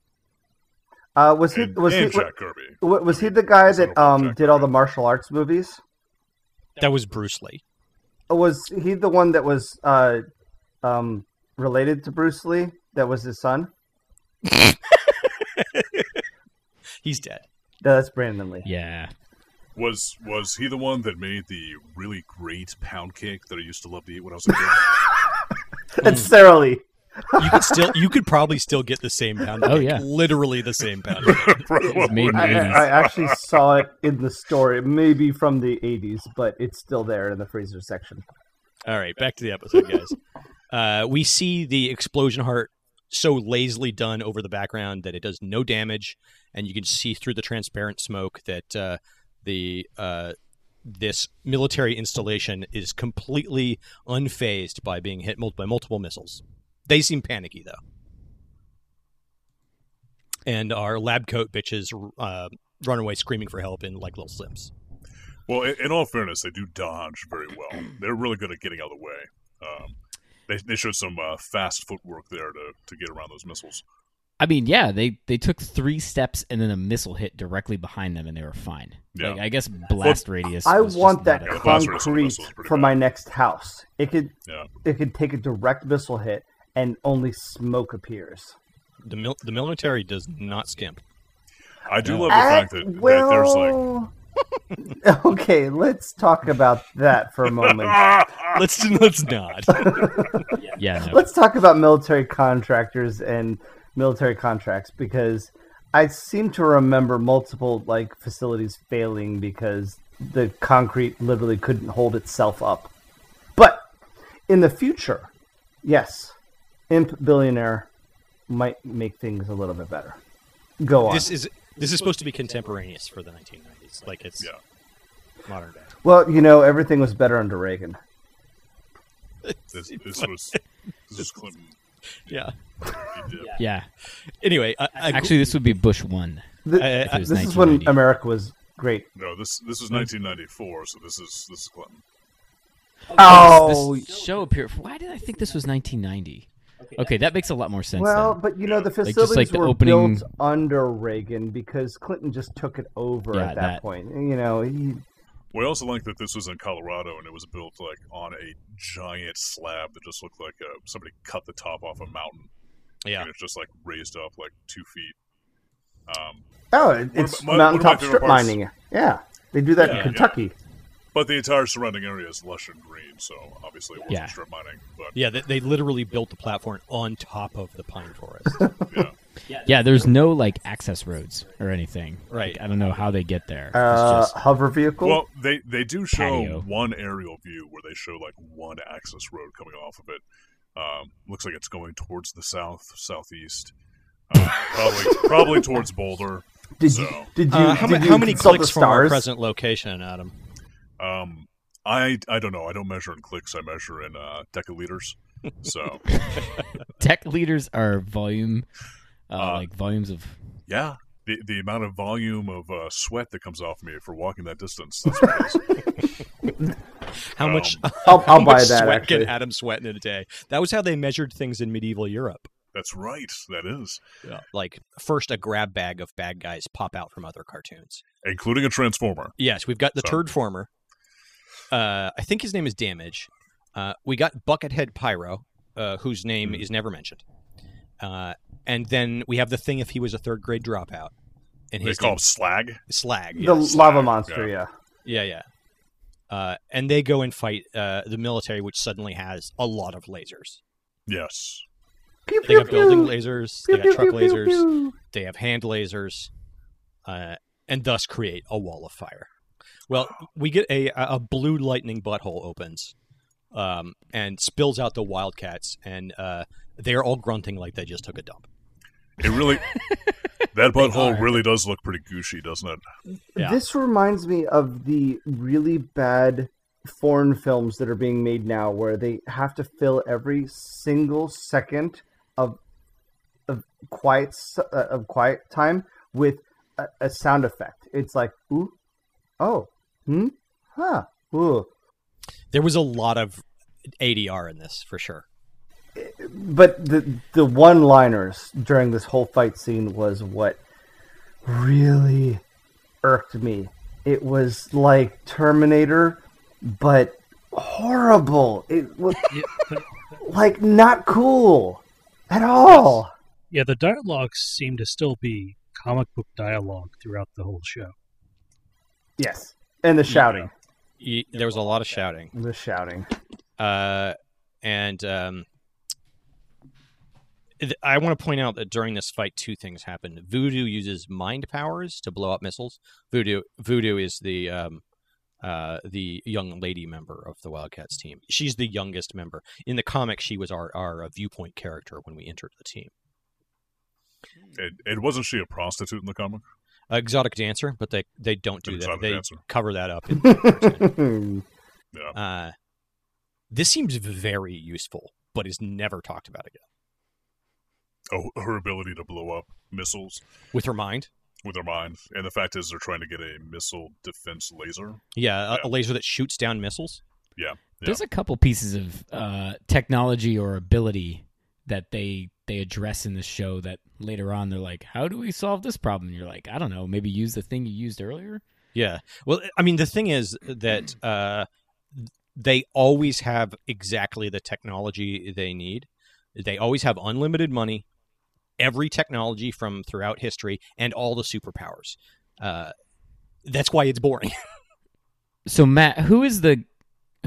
Speaker 5: Uh, was he
Speaker 1: And,
Speaker 5: was he
Speaker 1: and Jack Kirby.
Speaker 5: wa- was he the guy
Speaker 1: He's
Speaker 5: that
Speaker 1: not a
Speaker 5: um,
Speaker 1: Jack
Speaker 5: did all the
Speaker 1: Kirby.
Speaker 5: martial arts movies?
Speaker 4: That was Bruce Lee.
Speaker 5: was he the one that was uh um related to Bruce Lee that was his son?
Speaker 4: He's dead.
Speaker 5: No, that's Brandon Lee.
Speaker 6: Yeah,
Speaker 1: Was was he the one that made the really great pound cake that I used to love to eat when I was a kid?
Speaker 5: That's Sarah Lee.
Speaker 4: You could still, you could probably still get the same pound.
Speaker 6: Oh,
Speaker 4: cake.
Speaker 6: yeah.
Speaker 4: literally the same pound. cake.
Speaker 1: Probably.
Speaker 6: made in the
Speaker 5: I,
Speaker 6: 80s.
Speaker 5: I actually saw it in the store. It may be from the eighties, but it's still there in the freezer section.
Speaker 4: All right, back to the episode, guys. Uh, we see the explosion heart so lazily done over the background that it does no damage, and you can see through the transparent smoke that uh, the uh, this military installation is completely unfazed by being hit mul- by multiple missiles. They seem panicky though. And our lab coat bitches uh, run away screaming for help in like little slips.
Speaker 1: Well, in, in all fairness, they do dodge very well. They're really good at getting out of the way. Um, they, they showed some uh, fast footwork there to, to get around those missiles.
Speaker 6: I mean, yeah, they they took three steps and then a missile hit directly behind them, and they were fine.
Speaker 1: Yeah.
Speaker 6: Like, I guess blast radius.
Speaker 5: I
Speaker 6: was just
Speaker 5: want that
Speaker 6: not
Speaker 1: Yeah,
Speaker 6: a-
Speaker 1: the blast radius on the
Speaker 5: concrete
Speaker 1: missile is pretty
Speaker 5: for
Speaker 1: bad.
Speaker 5: my next house. It could
Speaker 1: Yeah.
Speaker 5: it could take a direct missile hit and only smoke appears.
Speaker 4: The mil- the military does not skimp.
Speaker 1: I do
Speaker 6: Yeah.
Speaker 1: love the fact that, that there's like.
Speaker 5: well- okay, let's talk about that for a moment.
Speaker 4: Let's let's not.
Speaker 6: Yeah, no.
Speaker 5: Let's talk about military contractors and military contracts because I seem to remember multiple like facilities failing because the concrete literally couldn't hold itself up. But in the future, yes, imp billionaire might make things a little bit better. Go on.
Speaker 4: This is this is supposed to be contemporaneous for the 1990s. Like it's
Speaker 1: Yeah.
Speaker 4: modern day.
Speaker 5: well, you know, everything was better under Reagan.
Speaker 1: This, this was this was Clinton.
Speaker 4: Yeah.
Speaker 1: He did.
Speaker 6: yeah.
Speaker 4: Anyway, I, I,
Speaker 6: Actually, this would be Bush one.
Speaker 5: Th-
Speaker 4: I- I-
Speaker 6: it was
Speaker 5: this is when
Speaker 6: 1990.
Speaker 5: America was great.
Speaker 1: No, this this was 1994, so this is this is Clinton.
Speaker 5: Oh,
Speaker 6: This show appeared. Why did I think this was 1990? Okay, that makes a lot more sense.
Speaker 5: Well,
Speaker 6: then.
Speaker 5: but you know the
Speaker 6: just like
Speaker 5: facilities
Speaker 6: the
Speaker 5: were
Speaker 6: opening-
Speaker 5: built under Reagan because Clinton just took it over
Speaker 6: Yeah,
Speaker 5: at that,
Speaker 6: that-
Speaker 5: point. You know, he,
Speaker 1: We also like that this was in Colorado and it was built like on a giant slab that just looked like uh, somebody cut the top off a mountain.
Speaker 4: Yeah.
Speaker 1: and it's just like raised up like two feet. Um,
Speaker 5: oh, it-
Speaker 1: One of
Speaker 5: it's
Speaker 1: my- one of my
Speaker 5: mountaintop
Speaker 1: favorite
Speaker 5: strip
Speaker 1: parts-
Speaker 5: mining. Yeah, they do that
Speaker 1: Yeah,
Speaker 5: in
Speaker 1: yeah.
Speaker 5: Kentucky.
Speaker 1: but the entire surrounding area is lush and green, so obviously it wasn't
Speaker 6: Yeah.
Speaker 1: strip mining. But
Speaker 4: yeah, they, they literally built the platform on top of the pine forest.
Speaker 6: yeah, there's no like access roads or anything.
Speaker 4: Right.
Speaker 6: Like, I don't know how they get there. It's
Speaker 5: Uh,
Speaker 6: just-
Speaker 5: hover vehicle.
Speaker 1: well, they they do show
Speaker 6: Patio.
Speaker 1: one aerial view where they show like one access road coming off of it. Um, looks like it's going towards the south southeast, uh, probably probably towards Boulder.
Speaker 5: did you
Speaker 1: So
Speaker 5: did you,
Speaker 4: Uh, how,
Speaker 5: did
Speaker 4: ma-
Speaker 5: you
Speaker 4: how many
Speaker 5: consult
Speaker 4: clicks
Speaker 5: the
Speaker 4: from our
Speaker 5: stars?
Speaker 4: present location, Adam?
Speaker 1: um, I I don't know. I don't measure in clicks. I measure in uh, decaliters. So
Speaker 6: tech leaders are volume, uh,
Speaker 1: Uh,
Speaker 6: like volumes of.
Speaker 1: yeah, the the amount of volume of uh, sweat that comes off me for walking that distance. That's what it is.
Speaker 4: How
Speaker 1: Um,
Speaker 4: much?
Speaker 5: I'll,
Speaker 4: how
Speaker 5: I'll buy
Speaker 4: much
Speaker 5: that.
Speaker 4: Sweat
Speaker 5: Actually,
Speaker 4: can Adam sweat in a day? That was how they measured things in medieval Europe.
Speaker 1: That's right. That is.
Speaker 4: Like first, a grab bag of bad guys pop out from other cartoons.
Speaker 1: including a transformer.
Speaker 4: Yes, we've got the
Speaker 1: So-
Speaker 4: Turd Former. Uh, I think his name is Damage. Uh, we got Buckethead Pyro, uh, whose name
Speaker 1: Hmm.
Speaker 4: is never mentioned. Uh, and then we have the thing if he was a third grade dropout. And
Speaker 1: They
Speaker 4: his
Speaker 1: call
Speaker 4: name
Speaker 1: him Slag.
Speaker 4: is Slag.
Speaker 5: the
Speaker 1: yes,
Speaker 5: lava
Speaker 1: yeah.
Speaker 5: monster. Yeah.
Speaker 4: Yeah, yeah. Uh, and they go and fight uh, the military, which suddenly has a lot of lasers.
Speaker 1: Yes.
Speaker 5: Pew,
Speaker 4: They
Speaker 5: pew,
Speaker 4: got building
Speaker 5: pew.
Speaker 4: lasers,
Speaker 5: Pew,
Speaker 4: they
Speaker 5: pew,
Speaker 4: got truck
Speaker 5: pew, pew,
Speaker 4: lasers,
Speaker 5: pew.
Speaker 4: they have hand lasers, uh, and thus create a wall of fire. Well, we get a a blue lightning butthole opens, um, and spills out the wildcats, and uh, they are all grunting like they just took a dump.
Speaker 1: It really. that butthole
Speaker 6: are.
Speaker 1: really does look pretty gushy, doesn't it?
Speaker 4: Yeah.
Speaker 5: This reminds me of the really bad foreign films that are being made now where they have to fill every single second of of quiet s- uh, of quiet time with a, a sound effect. It's like ooh oh hmm huh ooh
Speaker 4: There was a lot of ADR in this for sure.
Speaker 5: but the the one liners during this whole fight scene was what really irked me. It was like Terminator, but horrible. It was
Speaker 3: Yeah, but-
Speaker 5: like not cool at all.
Speaker 3: yeah, the dialogue seemed to still be comic book dialogue throughout the whole show.
Speaker 5: Yes, and the shouting,
Speaker 4: Y- There was a lot of shouting.
Speaker 5: the shouting.
Speaker 4: Uh, and um, th- I want to point out that during this fight, two things happened. Voodoo uses mind powers to blow up missiles. Voodoo, Voodoo is the um, uh, the young lady member of the Wildcats team. She's the youngest member in the comic. She was our our uh, viewpoint character when we entered the team.
Speaker 1: it? It wasn't she a prostitute in the comic?
Speaker 4: exotic dancer, but they they don't do that.
Speaker 1: Exotic
Speaker 4: They
Speaker 1: dancer.
Speaker 4: cover that up. In,
Speaker 1: Yeah.
Speaker 4: uh, this seems very useful, but is never talked about again.
Speaker 1: oh, her ability to blow up missiles
Speaker 4: with her mind.
Speaker 1: with her mind. And the fact is, they're trying to get a missile defense laser.
Speaker 4: Yeah, a,
Speaker 1: Yeah.
Speaker 4: a laser that shoots down missiles.
Speaker 1: Yeah.
Speaker 6: There's a couple pieces of uh, technology or ability that they they address in the show that later on they're like, how do we solve this problem? And you're like, I don't know, maybe use the thing you used earlier.
Speaker 4: Yeah. Well, I mean, the thing is that uh, they always have exactly the technology they need. They always have unlimited money, every technology from throughout history, and all the superpowers. Uh, that's why it's boring.
Speaker 6: So Matt, who is the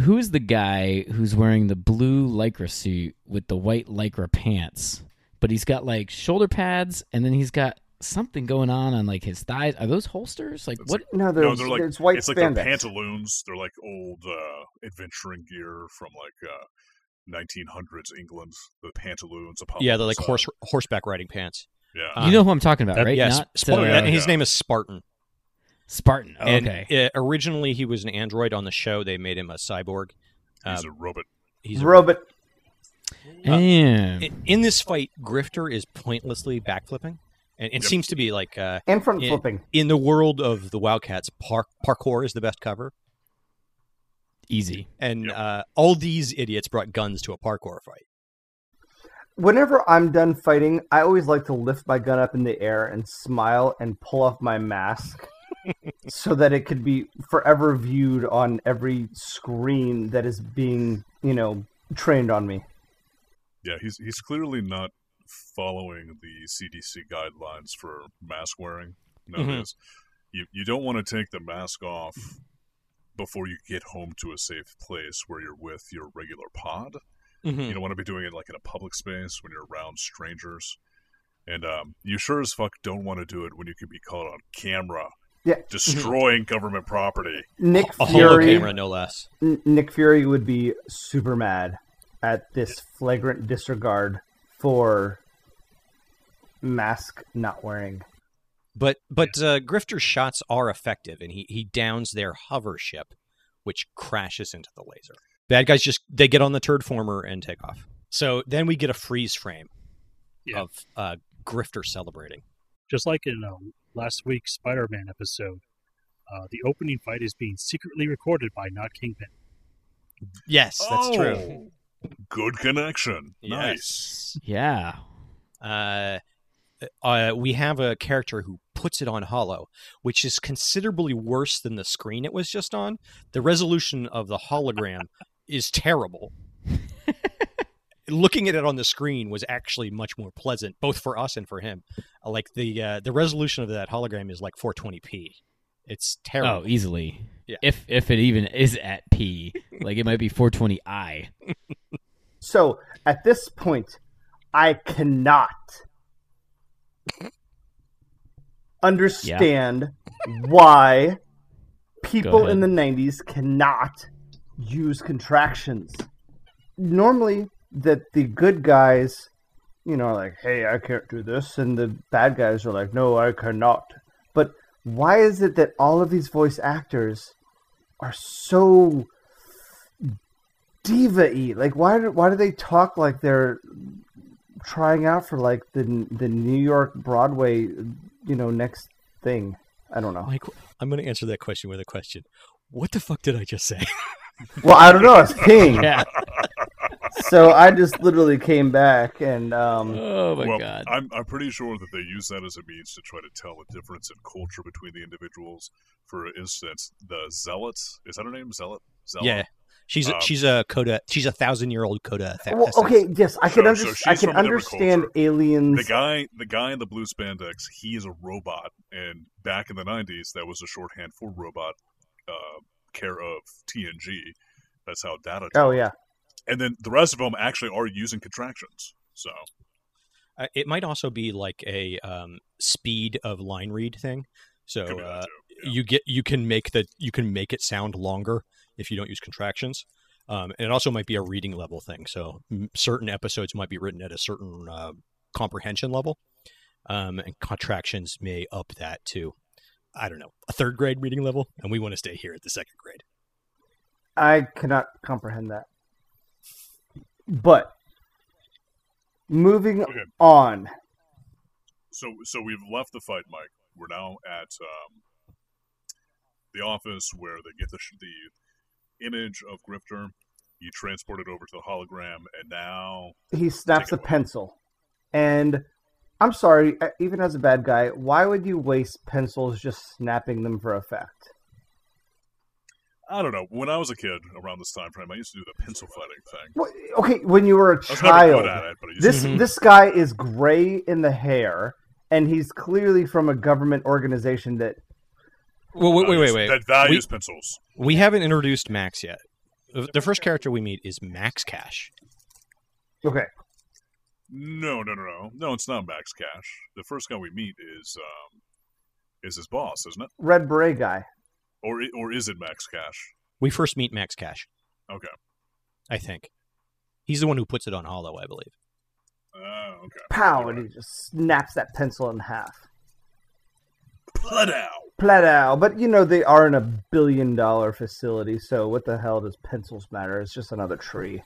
Speaker 6: who is the guy who's wearing the blue lycra suit with the white lycra pants, but he's got like shoulder pads and then he's got something going on on like his thighs. Are those holsters? Like
Speaker 1: That's
Speaker 6: what?
Speaker 5: No, there's,
Speaker 1: they're like-
Speaker 5: it's white
Speaker 1: it's like
Speaker 5: spandex.
Speaker 1: their pantaloons. They're like old uh, adventuring gear from like uh, 1900s England. The pantaloons. the
Speaker 4: yeah, they're like
Speaker 1: pompous, uh,
Speaker 4: horse horseback riding pants.
Speaker 1: Yeah.
Speaker 4: Uh,
Speaker 6: you know who I'm talking about,
Speaker 3: that-
Speaker 6: right?
Speaker 4: yes,
Speaker 6: Not
Speaker 4: Spartan.
Speaker 1: uh,
Speaker 4: his
Speaker 1: yeah.
Speaker 4: name is Spartan.
Speaker 6: Spartan. Oh,
Speaker 4: And,
Speaker 6: okay.
Speaker 4: uh, originally, he was an android on the show. They made him a cyborg.
Speaker 1: He's
Speaker 4: uh,
Speaker 1: a robot.
Speaker 4: He's a
Speaker 5: Robot.
Speaker 4: uh,
Speaker 6: Damn.
Speaker 4: in, in this fight, Grifter is pointlessly backflipping, and it
Speaker 1: Yep.
Speaker 4: seems to be like uh,
Speaker 5: And front
Speaker 4: Yeah.
Speaker 5: flipping.
Speaker 4: in the world of the Wildcats, park, parkour is the best cover,
Speaker 6: Easy.
Speaker 4: and
Speaker 1: Yep.
Speaker 4: uh, all these idiots brought guns to a parkour fight.
Speaker 5: Whenever I'm done fighting, I always like to lift my gun up in the air and smile and pull off my mask so that it could be forever viewed on every screen that is being, you know, trained on me.
Speaker 1: Yeah, he's he's clearly not following the CDC guidelines for mask wearing
Speaker 4: Mm-hmm.
Speaker 1: nowadays. You you don't want to take the mask off before you get home to a safe place where you're with your regular pod.
Speaker 4: Mm.
Speaker 1: You don't want to be doing it like in a public space when you're around strangers. And um, you sure as fuck don't want to do it when you could be caught on camera
Speaker 5: Yeah.
Speaker 1: destroying government property.
Speaker 5: Nick
Speaker 4: A holo
Speaker 5: Fury
Speaker 4: camera, no less.
Speaker 5: N- Nick Fury would be super mad at this flagrant disregard for mask not wearing.
Speaker 4: But but uh, Grifter's shots are effective, and he he downs their hover ship, which crashes into the laser. Bad guys just they get on the turd former and take off. So then we get a freeze frame
Speaker 3: Yeah.
Speaker 4: of uh, Grifter celebrating.
Speaker 3: just like in uh, last week's Spider-Man episode, uh, the opening fight is being secretly recorded by not Kingpin.
Speaker 4: Yes, that's true.
Speaker 1: Oh, Good connection. Nice.
Speaker 4: Yes.
Speaker 6: Yeah.
Speaker 4: uh, uh, we have a character who puts it on hollow, which is considerably worse than the screen it was just on. The resolution of the hologram is terrible. Looking at it on the screen was actually much more pleasant, both for us and for him. Uh, Like the uh, the resolution of that hologram is like 420p. It's
Speaker 6: Oh,
Speaker 4: terrible.
Speaker 6: easily.
Speaker 4: Yeah.
Speaker 6: If if it even is at P, like it might be 420i.
Speaker 5: So at this point, I cannot understand why people
Speaker 6: ahead.
Speaker 5: in the 90s cannot use contractions. Normally, that the good guys, you know, are like, hey, I can't do this. And the bad guys are like, no, I cannot. But why is it that all of these voice actors are so diva y? Like, why do, why do they talk like they're trying out for like the the New York Broadway, you know, next thing? I don't know.
Speaker 4: Mike, I'm going to answer that question with a question. What the fuck did I just say?
Speaker 5: Well, I don't know. It's King.
Speaker 6: Yeah.
Speaker 5: So I just literally came back and um,
Speaker 6: Oh my
Speaker 1: well,
Speaker 6: god.
Speaker 4: uh,
Speaker 1: I'm, I'm pretty sure that they use that as a means to try to tell the difference in culture between the individuals. For instance, the zealots is that her name? Zealot? Zealot?
Speaker 4: Yeah, she's a
Speaker 1: Um,
Speaker 4: she's a coda. She's a thousand year old coda. tha-
Speaker 5: well,
Speaker 4: assassin.
Speaker 5: okay, yes, I can
Speaker 1: So-
Speaker 5: under-
Speaker 1: so
Speaker 5: I
Speaker 1: she's
Speaker 5: can
Speaker 1: from a different
Speaker 5: understand
Speaker 1: culture.
Speaker 5: aliens.
Speaker 1: The guy, the guy in the blue spandex, he is a robot, and back in the '90s, that was a shorthand for robot, uh, care of TNG. That's how data.
Speaker 5: oh yeah,
Speaker 1: And then the rest of them actually are using contractions. So
Speaker 4: Uh, it might also be like a um, speed of line read thing. So
Speaker 1: could be that
Speaker 4: uh,
Speaker 1: too, yeah.
Speaker 4: you get you can make the you can make it sound longer if you don't use contractions. Um, and it also might be a reading level thing. So m- certain episodes might be written at a certain uh, comprehension level, um, and contractions may up that to I don't know a third grade reading level, and we want to stay here at the second grade.
Speaker 5: I cannot comprehend that. But Moving
Speaker 1: Okay.
Speaker 5: on.
Speaker 1: so so we've left the fight, Mike. We're now at um, the office where they get the, sh- the image of Grifter. You transport it over to the hologram, and now
Speaker 5: He snaps a
Speaker 1: Take it away.
Speaker 5: pencil, and I'm sorry, e- even as a bad guy, why would you waste pencils just snapping them for effect?
Speaker 1: I don't know. When I was a kid, around this time frame, I used to do the pencil fighting thing.
Speaker 5: What, okay, when you were a
Speaker 1: I was never
Speaker 5: child,
Speaker 1: good at it, but I used
Speaker 5: this
Speaker 1: to.
Speaker 2: Mhm.
Speaker 5: this guy is gray in the hair, and he's clearly from a government organization that
Speaker 4: Well, wait, wait, wait,
Speaker 1: values-
Speaker 4: wait.
Speaker 1: That values pencils.
Speaker 4: We haven't introduced Max yet. The the first character we meet is Max Cash.
Speaker 5: okay,
Speaker 1: No, no, no, no, no. It's not Max Cash. The first guy we meet is um, is his boss, isn't it?
Speaker 5: red beret guy.
Speaker 1: Or i- or is it Max Cash?
Speaker 4: We first meet Max Cash.
Speaker 1: Okay.
Speaker 4: I think. He's the one who puts it on Hollow, I believe.
Speaker 1: Oh, okay.
Speaker 5: Pow, and he just snaps that pencil in half.
Speaker 1: Pladow.
Speaker 5: Platow, but you know they are in a billion dollar facility, so what the hell does pencils matter? It's just another tree.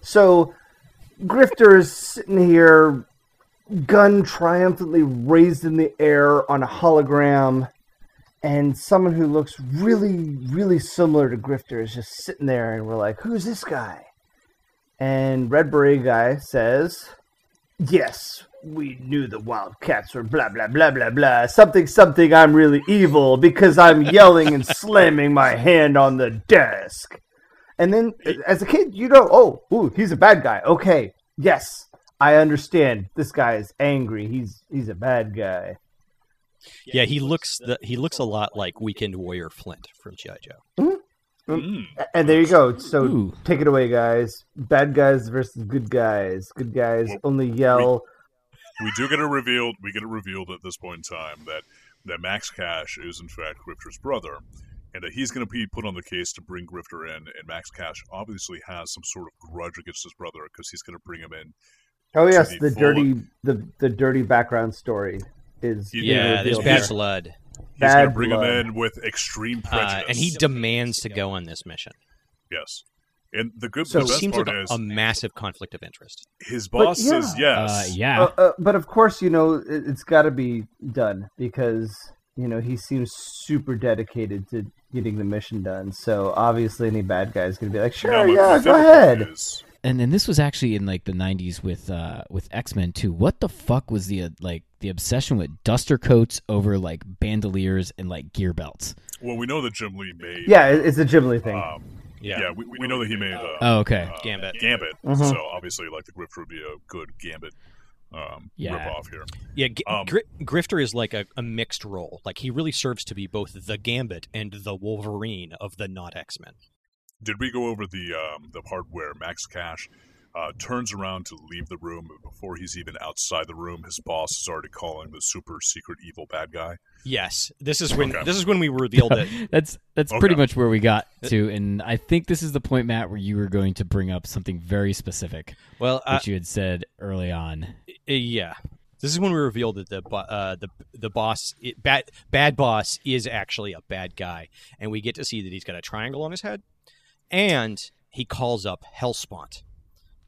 Speaker 5: So Grifter is sitting here, gun triumphantly raised in the air on a hologram, and someone who looks really, really similar to Grifter is just sitting there, and we're like, who's this guy? And Red Beret guy says, Yes, we knew the wildcats were blah blah blah blah blah. Something something I'm really evil because I'm yelling and slamming my hand on the desk. And then a- as a kid, you know, oh, ooh, he's a bad guy. Okay. Yes. I understand. This guy is angry. He's he's a bad guy.
Speaker 4: Yeah, he looks the, he looks a lot like Weekend Warrior Flint from G.I. Joe.
Speaker 5: Um,
Speaker 1: Mm.
Speaker 5: A- And there you go. So
Speaker 6: Ooh.
Speaker 5: take it away, guys. Bad guys versus good guys. Good guys
Speaker 1: Well,
Speaker 5: only yell.
Speaker 1: we do get it revealed. We get it revealed at this point in time that that Max Cash is in fact Grifter's brother, and that he's going to be put on the case to bring Grifter in. And Max Cash obviously has some sort of grudge against his brother because he's going to bring him in.
Speaker 5: Oh yes,
Speaker 1: the
Speaker 5: the
Speaker 1: full-
Speaker 5: dirty the the dirty background story is
Speaker 1: Yeah,
Speaker 5: being
Speaker 4: Yeah, there's
Speaker 5: revealed
Speaker 4: bad
Speaker 5: here.
Speaker 4: blood.
Speaker 1: He's going
Speaker 5: Bad
Speaker 1: to bring
Speaker 5: blood.
Speaker 1: him in with extreme
Speaker 4: Uh,
Speaker 1: prejudice.
Speaker 4: and he demands to go on this mission.
Speaker 1: yes. And the good,
Speaker 5: So-
Speaker 1: the
Speaker 4: it
Speaker 1: best
Speaker 4: seems
Speaker 1: part
Speaker 4: like a,
Speaker 1: is
Speaker 4: a massive conflict of interest.
Speaker 1: his
Speaker 5: But
Speaker 1: boss
Speaker 5: yeah.
Speaker 1: says yes.
Speaker 6: Uh, yeah.
Speaker 5: Uh, uh, but of course, you know, it, it's got to be done because, you know, he seems super dedicated to getting the mission done. So obviously, any bad guy is going to be like,
Speaker 1: Now
Speaker 5: sure,
Speaker 1: my
Speaker 5: yeah, go
Speaker 1: hypothetical
Speaker 5: ahead.
Speaker 1: is-
Speaker 6: and then this was actually in like the 90s with uh with x-men too what the fuck was the uh, like the obsession with duster coats over like bandoliers and like gear belts
Speaker 1: well, we know that Jim Lee made.
Speaker 5: Yeah, it, it's a Ghibli thing.
Speaker 1: Um, yeah, we, we know that he made. Uh,
Speaker 6: oh okay
Speaker 1: uh,
Speaker 4: Gambit.
Speaker 1: Gambit.
Speaker 5: Mhm.
Speaker 1: So obviously, like the Grifter would be a good Gambit um,
Speaker 6: Yeah.
Speaker 1: ripoff here.
Speaker 4: Yeah, G-
Speaker 1: Um,
Speaker 4: Gri- Grifter is like a, a mixed role. Like he really serves to be both the Gambit and the Wolverine of the not X Men.
Speaker 1: Did we go over the um, the part where Max Cash uh, turns around to leave the room, but before he's even outside the room, his boss is already calling the super secret evil bad guy?
Speaker 4: Yes, this is when
Speaker 1: Okay.
Speaker 4: this is when we revealed that
Speaker 6: that's that's
Speaker 1: Okay.
Speaker 6: pretty much where we got to and i think this is the point matt where you were going to bring up something very specific
Speaker 4: Well, uh,
Speaker 6: which you had said early on
Speaker 4: uh, yeah, this is when we revealed that the bo- uh, the the boss it, bad bad boss is actually a bad guy, and we get to see that he's got a triangle on his head, and he calls up Hellspont,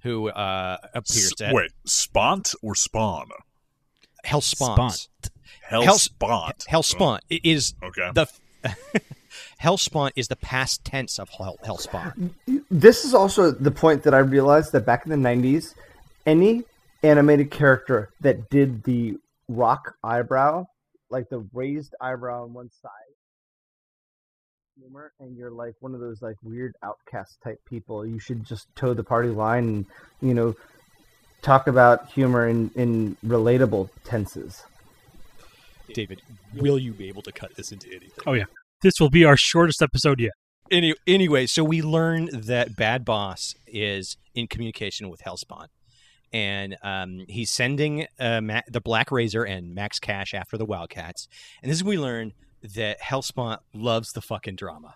Speaker 4: who uh, appears
Speaker 1: S-
Speaker 4: to
Speaker 1: wait, Spont or Spawn?
Speaker 4: Hellspont.
Speaker 6: Spont.
Speaker 1: Hell,
Speaker 4: Hell-
Speaker 1: Spont. Uh,
Speaker 4: Hellspont i- is
Speaker 1: Okay.
Speaker 4: the Hellspont is the past tense of hell, Hellspont.
Speaker 5: This is also the point that I realized that back in the 90s, any animated character that did the rock eyebrow, like the raised eyebrow on one side, humor, and you're like one of those like weird outcast type people, you should just toe the party line and, you know, talk about humor in, in relatable tenses.
Speaker 4: David, will you be able to cut this into anything?
Speaker 3: Oh, This will be our shortest episode yet.
Speaker 4: Any, anyway, so we learn that Bad Boss is in communication with Hellspawn, and um, he's sending uh, Ma- the Black Razor and Max Cash after the Wildcats. And this is when we learn that Hellspawn loves the fucking drama.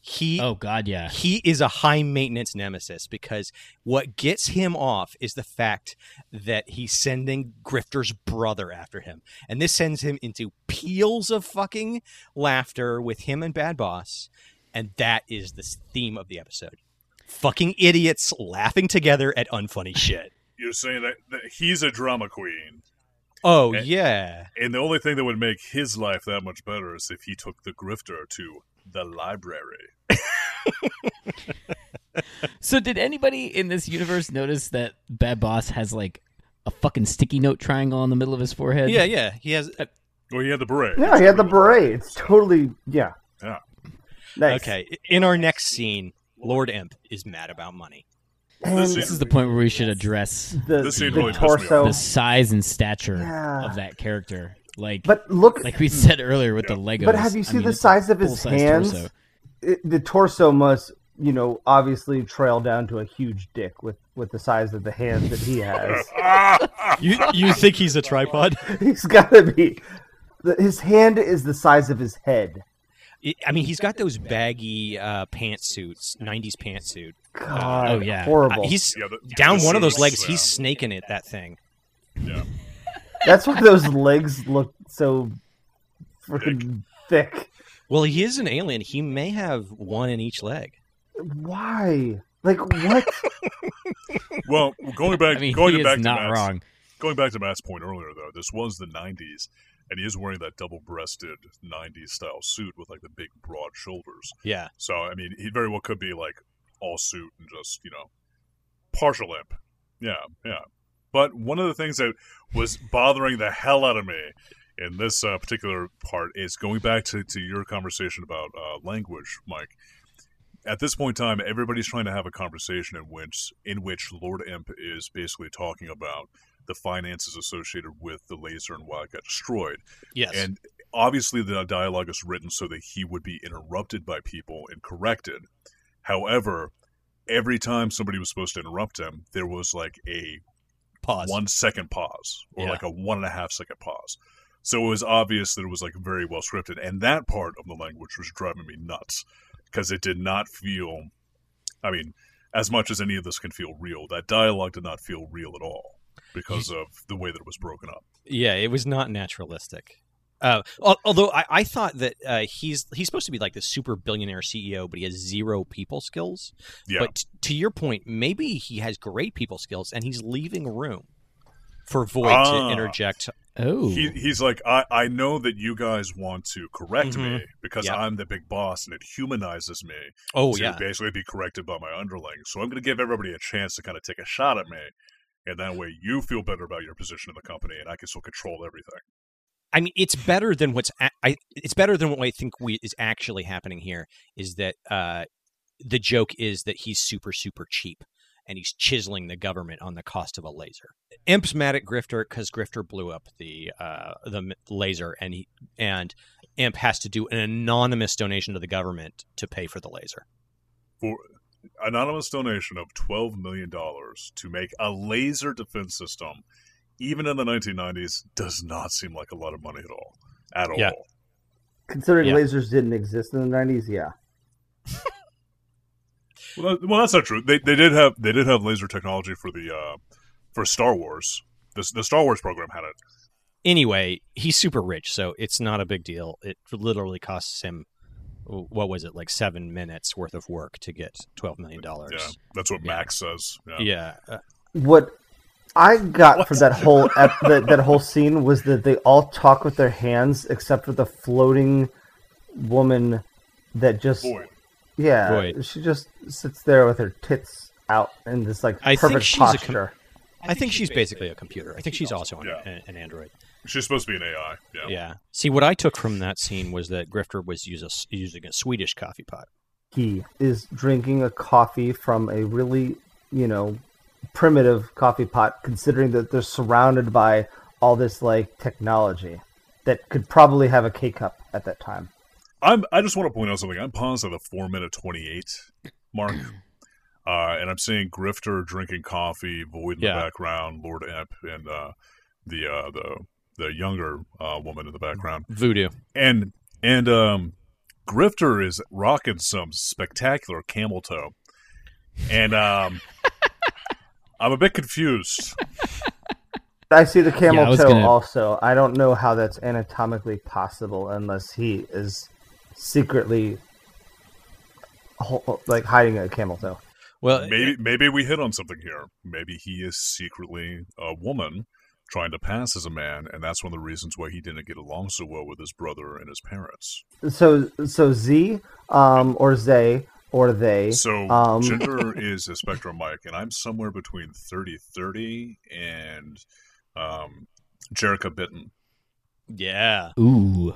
Speaker 4: He
Speaker 6: oh god yeah
Speaker 4: he is a high maintenance nemesis because what gets him off is the fact that he's sending Grifter's brother after him. And this sends him into peals of fucking laughter with him and Bad Boss. And that is the theme of the episode. Fucking idiots laughing together at unfunny shit.
Speaker 1: you're saying that, that he's a drama queen,
Speaker 4: Oh
Speaker 1: Okay.
Speaker 4: yeah,
Speaker 1: and the only thing that would make his life that much better is if he took the grifter to the library.
Speaker 6: So did anybody in this universe notice that Bad Boss has like a fucking sticky note triangle on the middle of his forehead?
Speaker 4: yeah, yeah. He has.
Speaker 1: Well, he had the beret.
Speaker 5: Yeah, he had the beret. It's totally yeah.
Speaker 1: Yeah.
Speaker 5: Nice.
Speaker 4: Okay, in our next scene, Lord Imp is mad about money.
Speaker 5: And
Speaker 1: This
Speaker 6: This is the point where we should address
Speaker 5: the,
Speaker 1: This
Speaker 5: the
Speaker 1: scene really pissed me off.
Speaker 5: torso.
Speaker 6: the size and stature
Speaker 5: Yeah.
Speaker 6: of that character. Like
Speaker 5: But look,
Speaker 6: like we said earlier with the Legos.
Speaker 5: but have you
Speaker 6: I
Speaker 5: seen
Speaker 6: mean,
Speaker 5: the
Speaker 6: it's a
Speaker 5: size of his
Speaker 6: full-size
Speaker 5: hands?
Speaker 6: torso.
Speaker 5: It- the torso must, you know, obviously trail down to a huge dick with with the size of the hands that he has.
Speaker 4: You you think he's a tripod?
Speaker 5: He's got to be. The, his hand is the size of his head.
Speaker 4: I mean, he's got those baggy uh, pantsuits, '90s pantsuit.
Speaker 5: God,
Speaker 6: Oh, yeah.
Speaker 5: horrible.
Speaker 4: Uh, he's
Speaker 1: Yeah, the-
Speaker 4: down
Speaker 1: the
Speaker 4: one of those
Speaker 1: suit
Speaker 4: legs.
Speaker 1: was
Speaker 4: He's
Speaker 1: slim.
Speaker 4: snaking it that thing.
Speaker 5: That's why those legs look so freaking thick.
Speaker 4: Well, he is an alien. He may have one in each leg.
Speaker 5: Why? Like what?
Speaker 1: Well, going back,
Speaker 6: I mean,
Speaker 1: going
Speaker 6: he
Speaker 1: back
Speaker 6: is not
Speaker 1: to Matt's,
Speaker 6: wrong.
Speaker 1: Going back to Matt's point earlier, though, this was the '90s, and he is wearing that double-breasted '90s style suit with like the big, broad shoulders.
Speaker 4: Yeah.
Speaker 1: So, I mean, he very well could be like all suit and just, you know, partial imp. Yeah, yeah. But one of the things that was bothering the hell out of me in this uh, particular part is going back to, to your conversation about uh, language, Mike. At this point in time, everybody's trying to have a conversation in which in which Lord Imp is basically talking about the finances associated with the laser and why it got destroyed.
Speaker 4: Yes.
Speaker 1: And obviously, the dialogue is written so that he would be interrupted by people and corrected. However, every time somebody was supposed to interrupt him, there was like a
Speaker 4: pause.
Speaker 1: one second pause or
Speaker 4: Yeah.
Speaker 1: like a one and a half second pause. So it was obvious that it was like very well scripted. And that part of the language was driving me nuts because it did not feel, I mean, as much as any of this can feel real, that dialogue did not feel real at all because of the way that it was broken up.
Speaker 4: Yeah, it was not naturalistic. Uh, al- although I, I thought that uh, he's he's supposed to be like this super billionaire CEO, but he has zero people skills.
Speaker 1: Yeah.
Speaker 4: But t- to your point, maybe he has great people skills, and he's leaving room for Void
Speaker 1: Ah.
Speaker 4: to interject.
Speaker 6: Oh,
Speaker 1: He, he's like, I, I know that you guys want to correct me because
Speaker 4: Mm-hmm. Yep.
Speaker 1: I'm the big boss and it humanizes me
Speaker 4: Oh
Speaker 1: to
Speaker 4: yeah,
Speaker 1: basically be corrected by my underling. So I'm going to give everybody a chance to kind of take a shot at me. And that way you feel better about your position in the company and I can still control everything.
Speaker 4: I mean it's better than what's a- I, it's better than what I think we is actually happening here. Is that uh, the joke is that he's super super cheap. And he's chiseling the government on the cost of a laser. Imp's mad at Grifter because Grifter blew up the uh, the m- laser, and he and Imp has to do an anonymous donation to the government to pay for the laser.
Speaker 1: For anonymous donation of $12 million to make a laser defense system, even in the 1990s, does not seem like a lot of money at all. At
Speaker 4: Yeah.
Speaker 1: all.
Speaker 5: Considering
Speaker 4: Yeah.
Speaker 5: lasers didn't exist in the nineties, yeah.
Speaker 1: Well, that, well, that's not true. They, they did have they did have laser technology for the uh, for Star Wars. The, the Star Wars program had it.
Speaker 4: anyway, he's super rich, so it's not a big deal. It literally costs him what was it like seven minutes worth of work to get twelve million dollars.
Speaker 1: Yeah, that's what
Speaker 4: Yeah.
Speaker 1: Max says. Yeah.
Speaker 4: Yeah, uh,
Speaker 5: What I got from that whole ep- that, that whole scene was that they all talk with their hands except for the floating woman that just
Speaker 1: Void.
Speaker 5: yeah
Speaker 4: Void.
Speaker 5: she just sits there with her tits out in this like
Speaker 4: I think
Speaker 5: perfect
Speaker 4: she's a com-
Speaker 5: posture.
Speaker 4: I think she's basically a computer. I think she's also an,
Speaker 1: Yeah.
Speaker 4: an- an android.
Speaker 1: She's supposed to be an AI. Yeah.
Speaker 4: Yeah. See, what I took from that scene was that Grifter was use a s using a Swedish coffee pot.
Speaker 5: he is drinking a coffee from a really, you know, primitive coffee pot, considering that they're surrounded by all this like technology that could probably have a K cup at that time.
Speaker 1: I'm. I just want to point out something. I'm paused at the four minute twenty eight mark, uh, and I'm seeing Grifter drinking coffee, Void in
Speaker 4: Yeah.
Speaker 1: the background, Lord Imp, and uh, the uh, the the younger uh, woman in
Speaker 4: Mm-hmm.
Speaker 1: the background,
Speaker 4: Voodoo.
Speaker 1: and and um, Grifter is rocking some spectacular camel toe, and um, I'm a bit confused.
Speaker 5: I see the camel
Speaker 6: Yeah, I was
Speaker 5: toe
Speaker 6: gonna-
Speaker 5: also. I don't know how that's anatomically possible unless he is secretly ho- like hiding a camel toe.
Speaker 4: Well,
Speaker 1: maybe maybe we hit on something here. Maybe he is secretly a woman trying to pass as a man, and that's one of the reasons why he didn't get along so well with his brother and his parents.
Speaker 5: So so Z um or Zay or they.
Speaker 1: So
Speaker 5: um,
Speaker 1: gender is a spectrum, Mike, and I'm somewhere between 30-30 and um, Jerica Bitten.
Speaker 4: yeah,
Speaker 6: Ooh.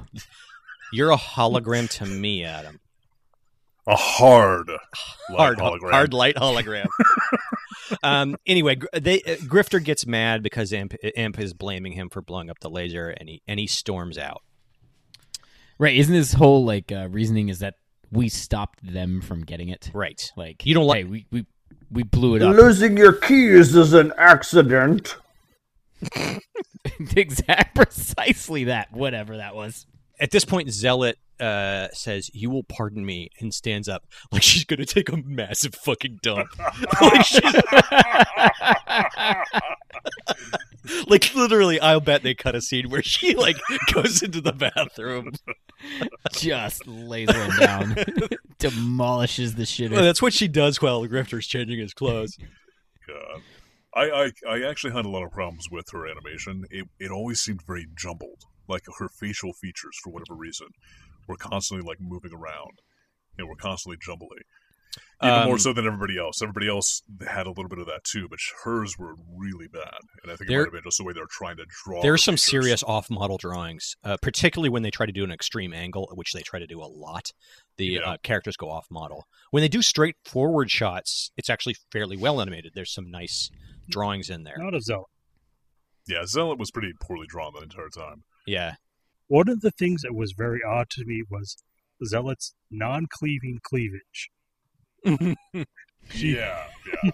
Speaker 4: you're a hologram to me, Adam.
Speaker 1: A hard, light
Speaker 4: hard
Speaker 1: hologram.
Speaker 4: hard light hologram. um, anyway, Gr- they uh, Grifter gets mad because Imp, Imp is blaming him for blowing up the laser, and he and he storms out.
Speaker 6: Right, isn't his whole like uh, reasoning is that we stopped them from getting it?
Speaker 4: Right.
Speaker 6: Like
Speaker 4: You don't
Speaker 6: hey, we we we blew it up.
Speaker 5: Losing your keys is an accident.
Speaker 6: exact precisely that whatever that was.
Speaker 4: At this point, Zealot uh, says, "You will pardon me," and stands up like she's going to take a massive fucking dump. like, she's, like literally, I'll bet they cut a scene where she like goes into the bathroom.
Speaker 6: Just lays one down. Demolishes the shit.
Speaker 4: Well,
Speaker 6: out-
Speaker 4: Oh, that's what she does while Grifter's changing his clothes.
Speaker 1: God. uh, I, I, I actually had a lot of problems with her animation. It, it always seemed very jumbled. Like her facial features, for whatever reason, were constantly like moving around and were constantly jumbly. Even more
Speaker 4: Um,
Speaker 1: so than everybody else. Everybody else had a little bit of that too, but sh- hers were really bad. And I think it
Speaker 4: There-
Speaker 1: might have been just the way they're trying to draw.
Speaker 4: There
Speaker 1: her
Speaker 4: are some
Speaker 1: features.
Speaker 4: serious off-model drawings, uh, particularly when they try to do an extreme angle, which they try to do a lot. The
Speaker 1: Yeah.
Speaker 4: uh, characters go off-model. When they do straightforward shots, it's actually fairly well animated. There's some nice drawings in there.
Speaker 1: Mm-hmm.
Speaker 3: Not a zealot.
Speaker 1: Yeah, Zealot was pretty poorly drawn the entire time.
Speaker 4: Yeah,
Speaker 3: One of the things that was very odd to me was zealot's non-cleaving cleavage.
Speaker 1: Yeah, yeah.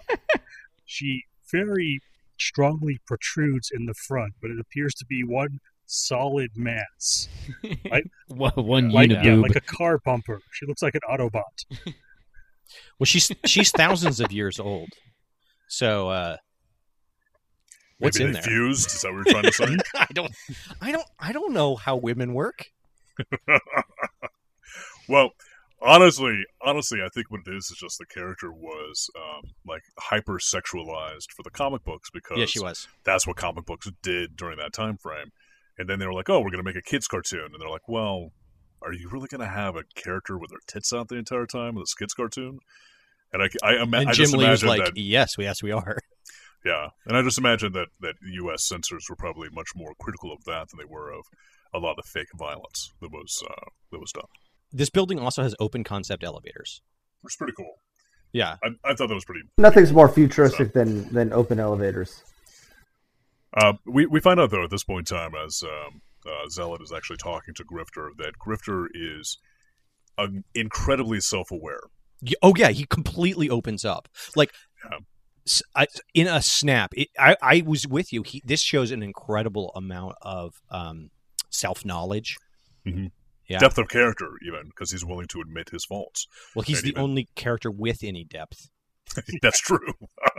Speaker 3: She very strongly protrudes in the front, but it appears to be one solid mass,
Speaker 6: Wha- one
Speaker 3: like yeah,
Speaker 6: uniboob.
Speaker 3: like a car bumper. She looks like an Autobot.
Speaker 4: well, she's she's thousands of years old, so uh, what's
Speaker 1: Maybe
Speaker 4: in
Speaker 1: they
Speaker 4: there?
Speaker 1: Fused? Is that what you're trying to say?
Speaker 4: I don't, I don't, I don't know how women work.
Speaker 1: well, honestly, honestly, I think what it is is just the character was um, like hypersexualized for the comic books because
Speaker 4: Yeah, she was.
Speaker 1: that's what comic books did during that time frame. And then they were like, "Oh, we're going to make a kids cartoon," and they're like, "Well, are you really going to have a character with her tits out the entire time with this kids cartoon?" And I, I, ima-
Speaker 4: And
Speaker 1: I
Speaker 4: Jim
Speaker 1: just
Speaker 4: Lee was
Speaker 1: imagine
Speaker 4: like,
Speaker 1: that,
Speaker 4: "Yes, we, yes, we are."
Speaker 1: yeah, and I just imagine that that U.S. censors were probably much more critical of that than they were of a lot of the fake violence that was uh, that was done.
Speaker 4: This building also has open concept elevators.
Speaker 1: It's pretty cool.
Speaker 4: Yeah,
Speaker 1: I, I thought that was pretty.
Speaker 5: Nothing's more futuristic than than open elevators.
Speaker 1: Uh, we we find out though at this point in time, as um, uh, Zealot is actually talking to Grifter, that Grifter is um, incredibly self-aware.
Speaker 4: Y- Oh yeah, he completely opens up. Like
Speaker 1: Yeah.
Speaker 4: s I in a snap. It, I I was with you. He, this shows an incredible amount of um, self knowledge. Yeah.
Speaker 1: Depth of character, even because he's willing to admit his faults.
Speaker 4: Well, he's
Speaker 1: Right,
Speaker 4: the
Speaker 1: even.
Speaker 4: only character with any depth.
Speaker 1: That's true.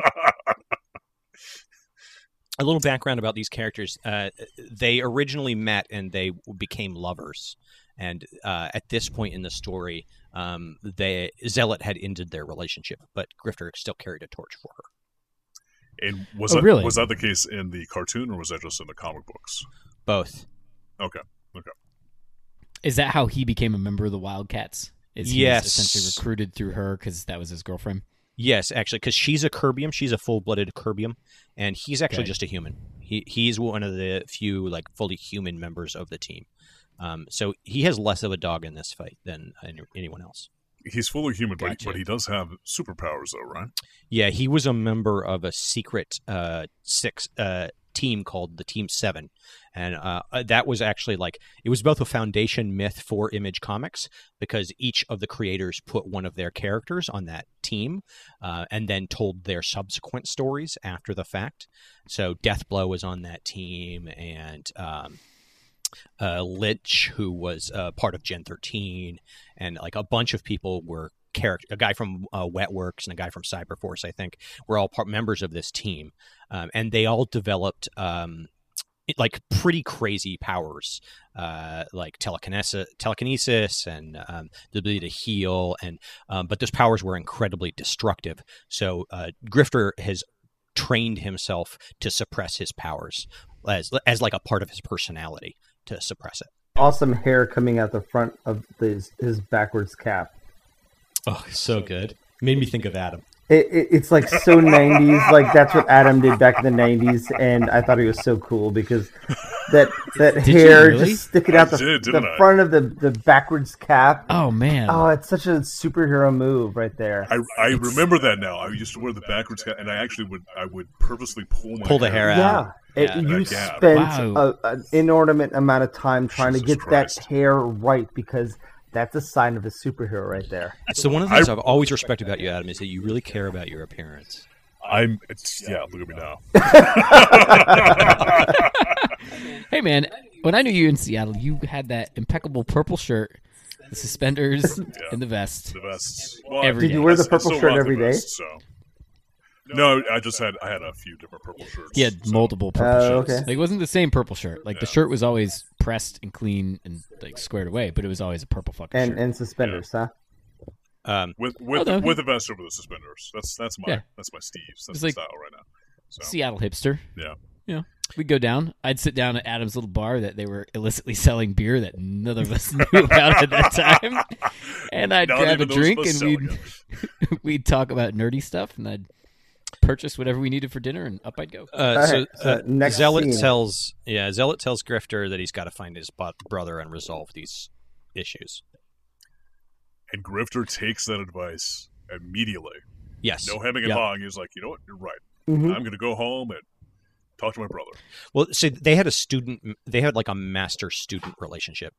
Speaker 4: A little background about these characters: uh, they originally met and they became lovers. And uh, at this point in the story, um, they Zealot had ended their relationship, but Grifter still carried a torch for her.
Speaker 1: and was
Speaker 6: Oh,
Speaker 1: that
Speaker 6: really?
Speaker 1: was that the case in the cartoon, or was that just in the comic books?
Speaker 4: Both.
Speaker 6: Is that how he became a member of the Wildcats? Is he
Speaker 4: Yes.
Speaker 6: was essentially recruited through her because that was his girlfriend?
Speaker 4: Yes, actually, because she's a Kerbium. She's a full-blooded Kerbium, and he's actually
Speaker 6: Okay.
Speaker 4: just a human. He he's one of the few like fully human members of the team. Um, so he has less of a dog in this fight than uh, any- anyone else.
Speaker 1: He's fully human, but,
Speaker 6: Gotcha.
Speaker 1: but he does have superpowers, though, right?
Speaker 4: Yeah, he was a member of a secret uh, six uh, team called the Team Seven, and uh, uh, that was actually like it was both a foundation myth for Image Comics because each of the creators put one of their characters on that team, uh, and then told their subsequent stories after the fact. So Deathblow was on that team, and um, uh, Lynch, who was uh, part of Gen 13, and like a bunch of people were character. A guy from uh, Wetworks and a guy from Cyberforce, I think, were all part members of this team, um, and they all developed um, it- like pretty crazy powers, uh, like telekinesis, telekinesis, and um, the ability to heal. And um, but those powers were incredibly destructive. So uh, Grifter has trained himself to suppress his powers as as like a part of his personality to suppress it.
Speaker 5: Awesome hair coming out the front of his his backwards cap.
Speaker 4: Oh, so good. Made me think of Adam.
Speaker 5: It, it, it's like so 90s. Like that's what Adam did back in the 90s, and I thought he was so cool because that that
Speaker 6: you
Speaker 5: hair
Speaker 6: really?
Speaker 5: just sticking
Speaker 1: I
Speaker 5: out the,
Speaker 1: did,
Speaker 5: the
Speaker 1: didn't I?
Speaker 5: front of the, the backwards cap.
Speaker 6: Oh man.
Speaker 5: Oh, it's such a superhero move right there.
Speaker 1: I, I remember that now. I used to wear the backwards hat, and I actually would I would purposely pull my
Speaker 4: Pull the hair out.
Speaker 5: yeah. It,
Speaker 4: Yeah.
Speaker 5: you
Speaker 1: That gap.
Speaker 5: spent
Speaker 6: Wow.
Speaker 5: a, an inordinate amount of time trying to
Speaker 1: Jesus
Speaker 5: get
Speaker 1: Christ.
Speaker 5: that hair right because that's a sign of a superhero right there.
Speaker 4: So one of the things I, have always respected about you, Adam, is that you really care about your appearance.
Speaker 1: I'm it's, yeah. Look at me now.
Speaker 6: Hey man, when I knew you in Seattle, you had that impeccable purple shirt, the suspenders, and the vest.
Speaker 1: The vests. Well,
Speaker 6: Every
Speaker 1: I-
Speaker 6: day. Did you
Speaker 5: wear the
Speaker 1: I still
Speaker 5: purple shirt
Speaker 1: rock the
Speaker 5: every day?
Speaker 1: vest, so. No, I just had I had a few different purple shirts.
Speaker 6: He had
Speaker 1: so-
Speaker 6: multiple purple
Speaker 5: Oh,
Speaker 6: shirts.
Speaker 5: okay.
Speaker 6: Like it wasn't the same purple shirt. Like the shirt was always pressed and clean and like squared away, but it was always a purple fucking
Speaker 5: And
Speaker 6: shirt.
Speaker 5: and suspenders, huh?
Speaker 4: Um,
Speaker 1: with with
Speaker 6: Although-
Speaker 1: with a vest over the suspenders. That's that's my
Speaker 6: Yeah.
Speaker 1: that's my Steve's.
Speaker 6: It's
Speaker 1: That's my
Speaker 6: like-
Speaker 1: style right now. So
Speaker 6: Seattle hipster.
Speaker 1: Yeah.
Speaker 6: Yeah. We'd go down. I'd sit down at Adam's little bar that they were illicitly selling beer that none of us knew about at that time. And I'd
Speaker 1: Not
Speaker 6: grab a
Speaker 1: even those
Speaker 6: drink
Speaker 1: of us
Speaker 6: and we'd
Speaker 1: selling
Speaker 6: we'd talk about nerdy stuff and I'd purchase whatever we needed for dinner and up I'd go.
Speaker 4: uh, so,
Speaker 5: Alright, so
Speaker 4: uh,
Speaker 5: next
Speaker 4: Zealot
Speaker 5: scene.
Speaker 4: tells yeah, Zealot tells Grifter that he's got to find his bu- brother and resolve these issues.
Speaker 1: and Grifter takes that advice immediately.
Speaker 4: Yes.
Speaker 1: No hemming and
Speaker 4: Yeah.
Speaker 1: hawing. He's like, you know what? You're right.
Speaker 5: Mhm.
Speaker 1: I'm going to go home and talk to my brother.
Speaker 4: Well, so they had a student. They had like a master student relationship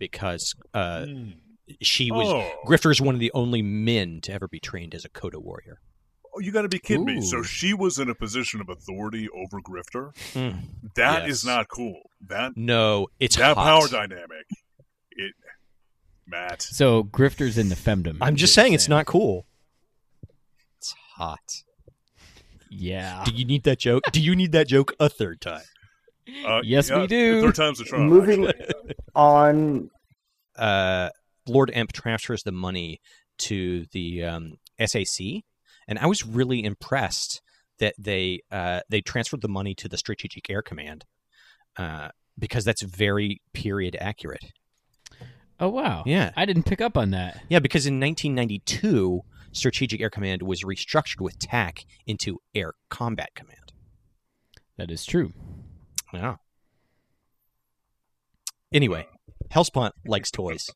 Speaker 4: because uh,
Speaker 6: Hmm.
Speaker 4: she was
Speaker 1: oh.
Speaker 4: Grifter is one of the only men to ever be trained as a Coda warrior.
Speaker 1: Oh, you got to be kidding me. So
Speaker 6: Ooh.
Speaker 1: she was in a position of authority over Grifter. That is
Speaker 4: Yes.
Speaker 1: not cool. That
Speaker 4: No, it's
Speaker 1: Hmm. that
Speaker 4: hot.
Speaker 1: power dynamic. It Matt.
Speaker 6: So grifters in the femdom.
Speaker 4: I'm just
Speaker 6: is
Speaker 4: saying it's
Speaker 6: what
Speaker 4: not cool. It's hot.
Speaker 6: you're saying. Yeah.
Speaker 4: Do you need that joke? Do you need that joke a third time?
Speaker 1: Uh,
Speaker 6: Yes, we do.
Speaker 1: Third time's a charm.
Speaker 5: Moving
Speaker 1: actually.
Speaker 5: on
Speaker 4: uh, Lord Imp transfers the money to the um, SAC, and I was really impressed that they uh, they transferred the money to the Strategic Air Command uh, because that's very period accurate.
Speaker 6: Oh wow.
Speaker 4: Yeah.
Speaker 6: I didn't pick up on that.
Speaker 4: Yeah, because in 1992, Strategic Air Command was restructured with TAC into Air Combat Command.
Speaker 6: That is true.
Speaker 4: Yeah. Anyway, Hellspont likes toys.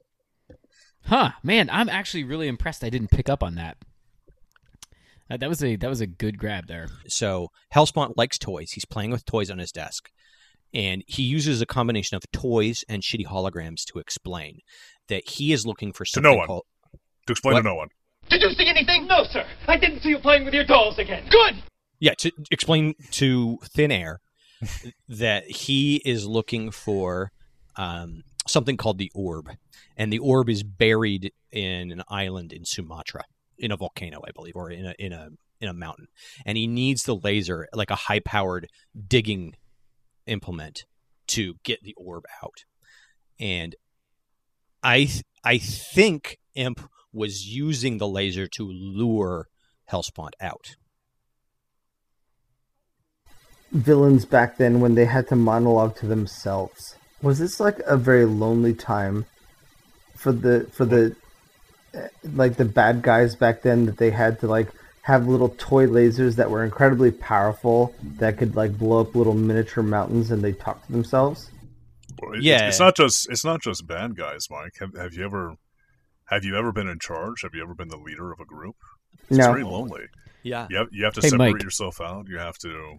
Speaker 6: Huh, man, I'm actually really impressed I didn't pick up on that. Uh, that was a that was a good grab there.
Speaker 4: So Hellspont likes toys. He's playing with toys on his desk. And he uses a combination of toys and shitty holograms to explain that he is looking for
Speaker 1: no
Speaker 4: something
Speaker 1: one.
Speaker 4: called
Speaker 1: to explain
Speaker 4: What?
Speaker 1: to no one.
Speaker 7: Did you see anything? No, sir. I didn't see you playing with your dolls again. Good!
Speaker 4: Yeah, to explain to thin air that he is looking for um, something called the orb. And the orb is buried in an island in Sumatra, in a volcano, I believe, or in a in a in a mountain. And he needs the laser, like a high powered digging implement to get the orb out. And I th- I think Imp was using the laser to lure Hellspont out.
Speaker 5: villains back then when they had to monologue to themselves was this like a very lonely time for the for the eh, like the bad guys back then that they had to like have little toy lasers that were incredibly powerful that could like blow up little miniature mountains and they talk to themselves
Speaker 1: Well, it- it's-
Speaker 4: Yeah.
Speaker 1: it's not just it's not just bad guys, Mike. Have, have you ever have you ever been in charge? Have you ever been the leader of a group? It's
Speaker 5: no
Speaker 1: very lonely.
Speaker 4: Yeah.
Speaker 1: You have, you have to
Speaker 6: Hey,
Speaker 1: separate
Speaker 6: Mike.
Speaker 1: yourself out. You have to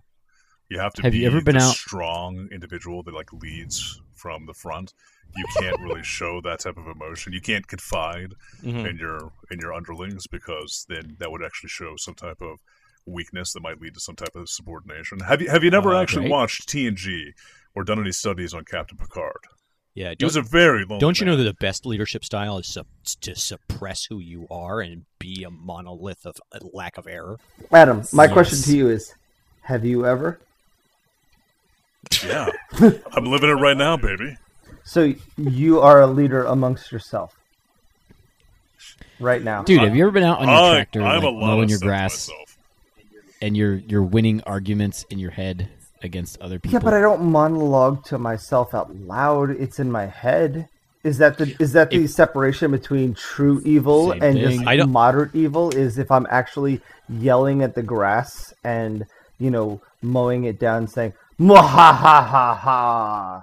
Speaker 1: you have to
Speaker 6: Have
Speaker 1: be
Speaker 6: you ever been
Speaker 1: the
Speaker 6: out-
Speaker 1: strong individual that like leads from the front. You can't really show that type of emotion. You can't confide
Speaker 6: Hmm.
Speaker 4: Mhm.
Speaker 1: in your in your underlings because then that would actually show some type of weakness that might lead to some type of subordination. Have you have you never
Speaker 6: Uh,
Speaker 1: actually
Speaker 6: right.
Speaker 1: watched TNG or done any studies on Captain Picard?
Speaker 4: Yeah.
Speaker 1: He was
Speaker 4: Don't,
Speaker 1: a very lonely
Speaker 4: don't you
Speaker 1: man.
Speaker 4: know that the best leadership style is sup- to suppress who you are and be a monolith of uh, lack of error?
Speaker 5: adam my
Speaker 6: Yes.
Speaker 5: question to you is have you ever
Speaker 1: Yeah. I'm living it right now, baby.
Speaker 5: So you are a leader amongst yourself right now.
Speaker 6: Dude, have you ever been out on your
Speaker 1: I,
Speaker 6: tractor
Speaker 1: I'm
Speaker 6: like,
Speaker 1: a lot
Speaker 6: mowing
Speaker 1: of
Speaker 6: your
Speaker 1: stuff to
Speaker 6: grass
Speaker 1: myself.
Speaker 6: and you're you're winning arguments in your head against other people?
Speaker 5: Yeah, but I don't monologue to myself out loud. It's in my head. Is that the is that the separation between true evil
Speaker 6: Same
Speaker 5: and
Speaker 6: thing.
Speaker 5: just
Speaker 4: I don't-
Speaker 5: moderate evil? Is if I'm actually yelling at the grass and you know mowing it down, and saying "Mwa ha ha ha ha."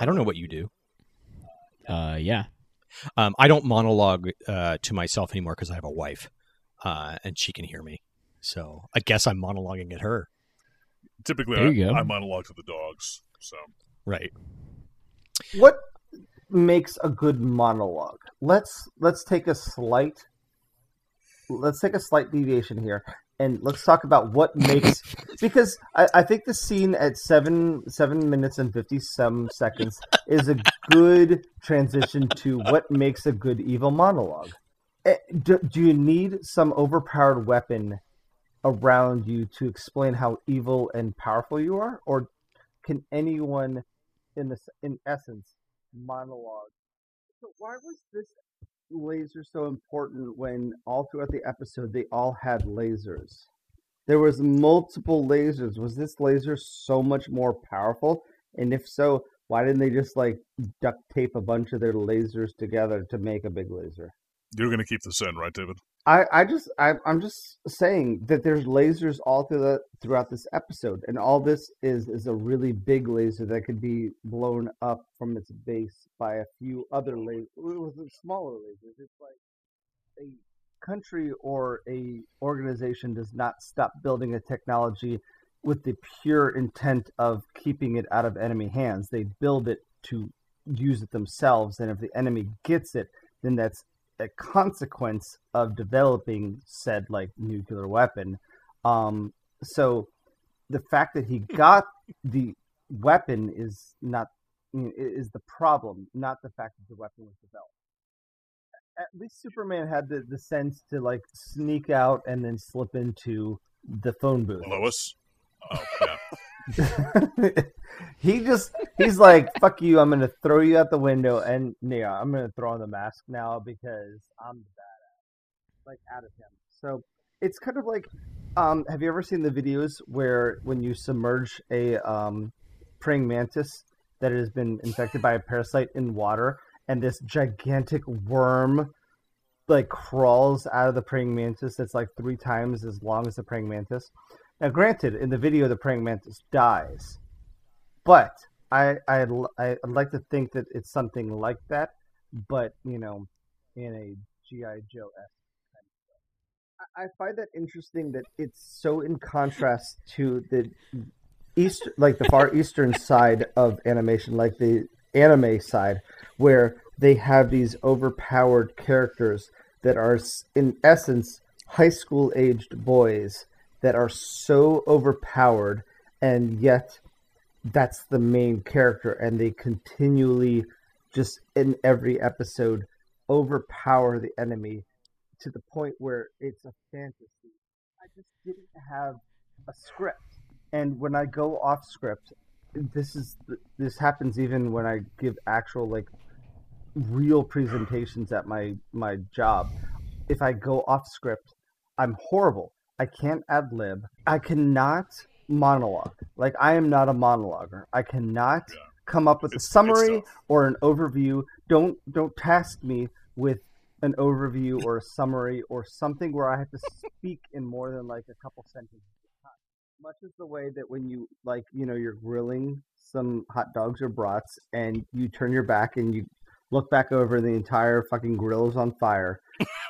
Speaker 4: I don't know what you do.
Speaker 6: Uh, yeah.
Speaker 4: Um, I don't monologue uh, to myself anymore because I have a wife, uh, and she can hear me. So I guess I'm monologuing at her.
Speaker 1: Typically,
Speaker 6: There you
Speaker 1: I,
Speaker 6: go.
Speaker 1: I monologue to the dogs. So
Speaker 4: Right.
Speaker 5: What makes a good monologue? Let's let's take a slight let's take a slight deviation here and let's talk about what makes because I, I think the scene at seven seven minutes and fifty some seconds is a good transition to what makes a good evil monologue. Eh, Do, do you need some overpowered weapon around you to explain how evil and powerful you are, or can anyone, in this in essence, monologue? So why was this laser so important when all throughout the episode they all had lasers? There was multiple lasers. Was this laser so much more powerful? And if so, why didn't they just like duct tape a bunch of their lasers together to make a big laser?
Speaker 1: you're going to keep this in, right, David?
Speaker 5: I, I just I, I'm just saying that there's lasers all through the, throughout this episode, and all this is is a really big laser that could be blown up from its base by a few other lasers. It was a smaller lasers. It's like a country or a organization does not stop building a technology with the pure intent of keeping it out of enemy hands. They build it to use it themselves, and if the enemy gets it, then that's a consequence of developing said like nuclear weapon. Um, so the fact that he got the weapon is not you know, i- is the problem, not the fact that the weapon was developed. At least Superman had the, the sense to like sneak out and then slip into the phone booth.
Speaker 1: Lois? Oh, yeah.
Speaker 5: he just he's like fuck you i'm gonna throw you out the window and yeah i'm gonna throw on the mask now because i'm the badass like out of him so it's kind of like um have you ever seen the videos where when you submerge a um praying mantis that has been infected by a parasite in water and this gigantic worm like crawls out of the praying mantis that's like three times as long as the praying mantis now granted in the video the praying mantis dies but I I I'd like to think that it's something like that, but you know, in a GI Joe esque I I find that interesting that it's so in contrast to the east, like the far eastern side of animation, like the anime side, where they have these overpowered characters that are, s- in essence, high school aged boys that are so overpowered, and yet that's the main character, and they continually, just in every episode, overpower the enemy to the point where it's a fantasy. I just didn't have a script, and when I go off script, this is this happens even when I give actual like real presentations at my my job. If I go off script, I'm horrible. I can't ad lib. I cannot monologue. Like I am not a monologuer. I cannot
Speaker 1: Yeah.
Speaker 5: come up with a
Speaker 1: It's- it's
Speaker 5: summary
Speaker 1: tough.
Speaker 5: or an overview. Don't don't task me with an overview or a summary or something where I have to speak in more than like a couple sentences much is the way that when you like you know you're grilling some hot dogs or brats and you turn your back and you look back over and the entire fucking grill is on fire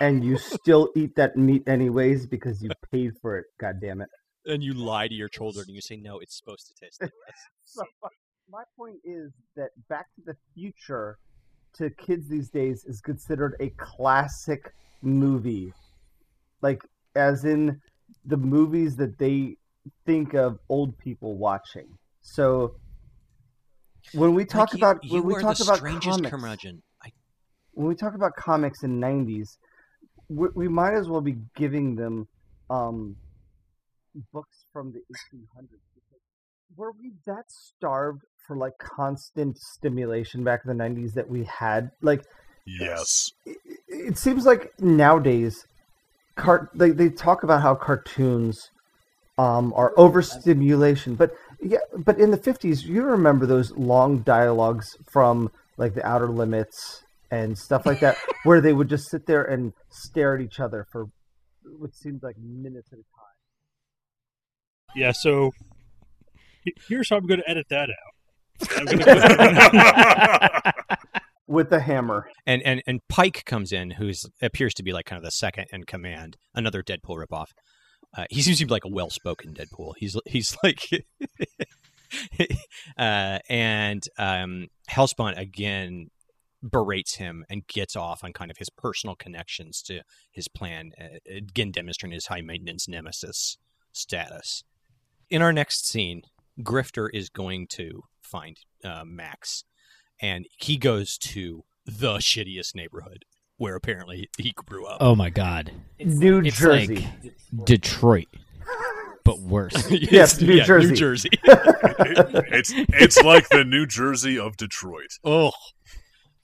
Speaker 5: and you still eat that meat anyways because you paid for it god damn it
Speaker 4: And you lie to your children and you say, no, it's supposed to taste like this.
Speaker 5: so uh, my point is that back to the future to kids these days is considered a classic movie like as in the movies that they think of old people watching so when we talk
Speaker 4: Like, you-
Speaker 5: about
Speaker 4: you,
Speaker 5: when we
Speaker 4: are
Speaker 5: talk
Speaker 4: the
Speaker 5: about
Speaker 4: strangest
Speaker 5: comics,
Speaker 4: curmudgeon. I,
Speaker 5: when we talk about comics in 90s we, we might as well be giving them um, books from the 1800s because were we that starved for like constant stimulation back in the 90s that we had like
Speaker 1: Yes.
Speaker 5: it, it seems like nowadays cart they, they talk about how cartoons um, are overstimulation but yeah but in the 50s you remember those long dialogues from like the outer limits and stuff like that where they would just sit there and stare at each other for what seemed like minutes at a time
Speaker 3: Yeah, so he- here's how I'm going to edit that out. I'm gonna
Speaker 5: with a hammer
Speaker 4: and and and Pike comes in, who's appears to be like kind of the second in command, another Deadpool ripoff. Uh, he seems to be like a well-spoken Deadpool. He's he's like, uh, and um, Hellspawn again berates him and gets off on kind of his personal connections to his plan, uh, again demonstrating his high maintenance nemesis status. In our next scene, Grifter is going to find uh, Max, and he goes to the shittiest neighborhood where apparently he grew up.
Speaker 6: Oh my god,
Speaker 5: new
Speaker 6: it's
Speaker 5: jersey
Speaker 6: like Detroit, but worse.
Speaker 5: Yes, New Jersey.
Speaker 4: New Jersey.
Speaker 1: It- it's it's like the New Jersey of Detroit.
Speaker 4: oh,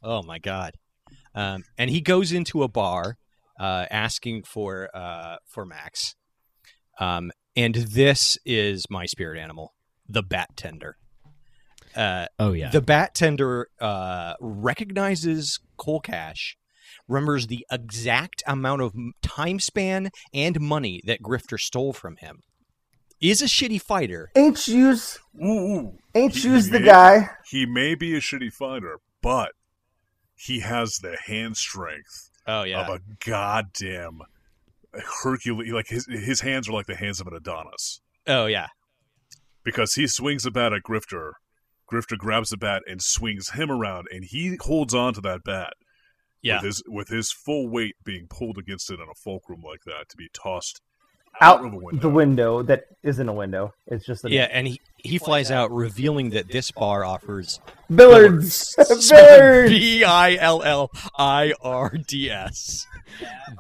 Speaker 4: oh my God! Um, and he goes into a bar, uh, asking for uh, for Max. Um, and this is my spirit animal, the bat tender. Uh,
Speaker 6: Oh yeah,
Speaker 4: The bat tender uh, recognizes Cole Cash, remembers the exact amount of m- time span and money that Grifter stole from him. Is a shitty fighter.
Speaker 5: ain't use
Speaker 1: Ooh, ooh.
Speaker 5: ain't
Speaker 1: He-
Speaker 5: use the
Speaker 1: he-
Speaker 5: guy
Speaker 1: He may be a shitty fighter, but he has the hand strength
Speaker 4: Oh
Speaker 1: of a goddamn Hercules. Like his his hands are like the hands of an Adonis
Speaker 4: Oh yeah.
Speaker 1: because he swings a bat at Grifter. Grifter grabs the bat and swings him around, and he holds on to that bat.
Speaker 4: Yeah.
Speaker 1: With his, with his full weight being pulled against it in a fulcrum like that to be tossed out,
Speaker 5: out
Speaker 1: of a window.
Speaker 5: the window that isn't a window it's just a
Speaker 4: Yeah, and he, he flies out revealing that this bar offers
Speaker 5: Billards. Billards.
Speaker 4: B I L L I R D S.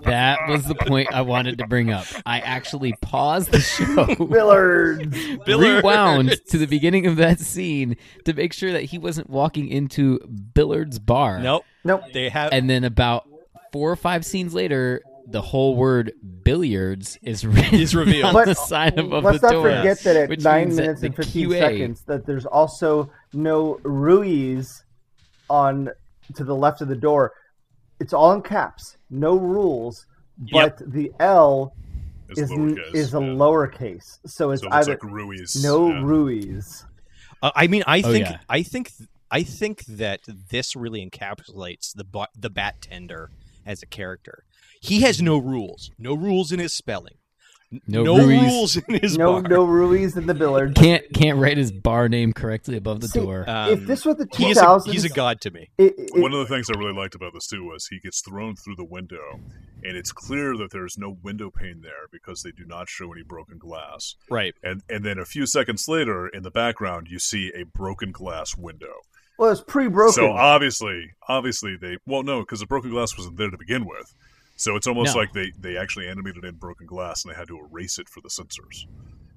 Speaker 6: that was the point I wanted to bring up. I actually paused the show.
Speaker 5: Billards.
Speaker 4: Billards.
Speaker 6: Rewound to the beginning of that scene to make sure that he wasn't walking into Billard's bar.
Speaker 4: Nope.
Speaker 5: Nope.
Speaker 4: They have
Speaker 6: And then about four or five scenes later, the whole word billiards is written
Speaker 4: Is revealed.
Speaker 6: on
Speaker 5: But
Speaker 6: the sign above
Speaker 5: Let's
Speaker 6: the
Speaker 5: not
Speaker 6: door.
Speaker 5: forget that at
Speaker 6: which
Speaker 5: nine
Speaker 6: means that
Speaker 5: minutes
Speaker 6: the
Speaker 5: and fifteen
Speaker 6: QA
Speaker 5: seconds, that there's also no Ruiz on to the left of the door. It's all in caps, no rules, but the L
Speaker 1: It's
Speaker 5: is n-
Speaker 1: lowercase,
Speaker 5: is a
Speaker 1: yeah.
Speaker 5: lowercase, so it's
Speaker 1: so it's
Speaker 5: either
Speaker 1: like Ruiz.
Speaker 5: no
Speaker 1: yeah.
Speaker 5: Ruiz.
Speaker 4: Uh, I mean, I
Speaker 6: Oh,
Speaker 4: think
Speaker 6: yeah.
Speaker 4: I think I think that this really encapsulates the bu- the bat tender as a character. He has no rules, no rules in his spelling,
Speaker 6: No Ruiz.
Speaker 4: rules in his
Speaker 5: No
Speaker 4: bar.
Speaker 5: no Ruiz in the billiard.
Speaker 6: can't can't write his bar name correctly above the
Speaker 5: See, uh,
Speaker 6: door.
Speaker 4: Um,
Speaker 5: if this were the
Speaker 4: he
Speaker 5: two
Speaker 4: is a,
Speaker 5: thousands,
Speaker 4: he's a god to me.
Speaker 1: One of the things I really liked about this too was he gets thrown through the window, and it's clear that there's no window pane there because they do not show any broken glass.
Speaker 4: Right.
Speaker 1: And and then a few seconds later, in the background, you see a broken glass window.
Speaker 5: well, it's pre-broken.
Speaker 1: So uh, obviously, obviously they well no because the broken glass wasn't there to begin with. So it's almost
Speaker 6: No.
Speaker 1: like they they actually animated in broken glass and they had to erase it for the sensors,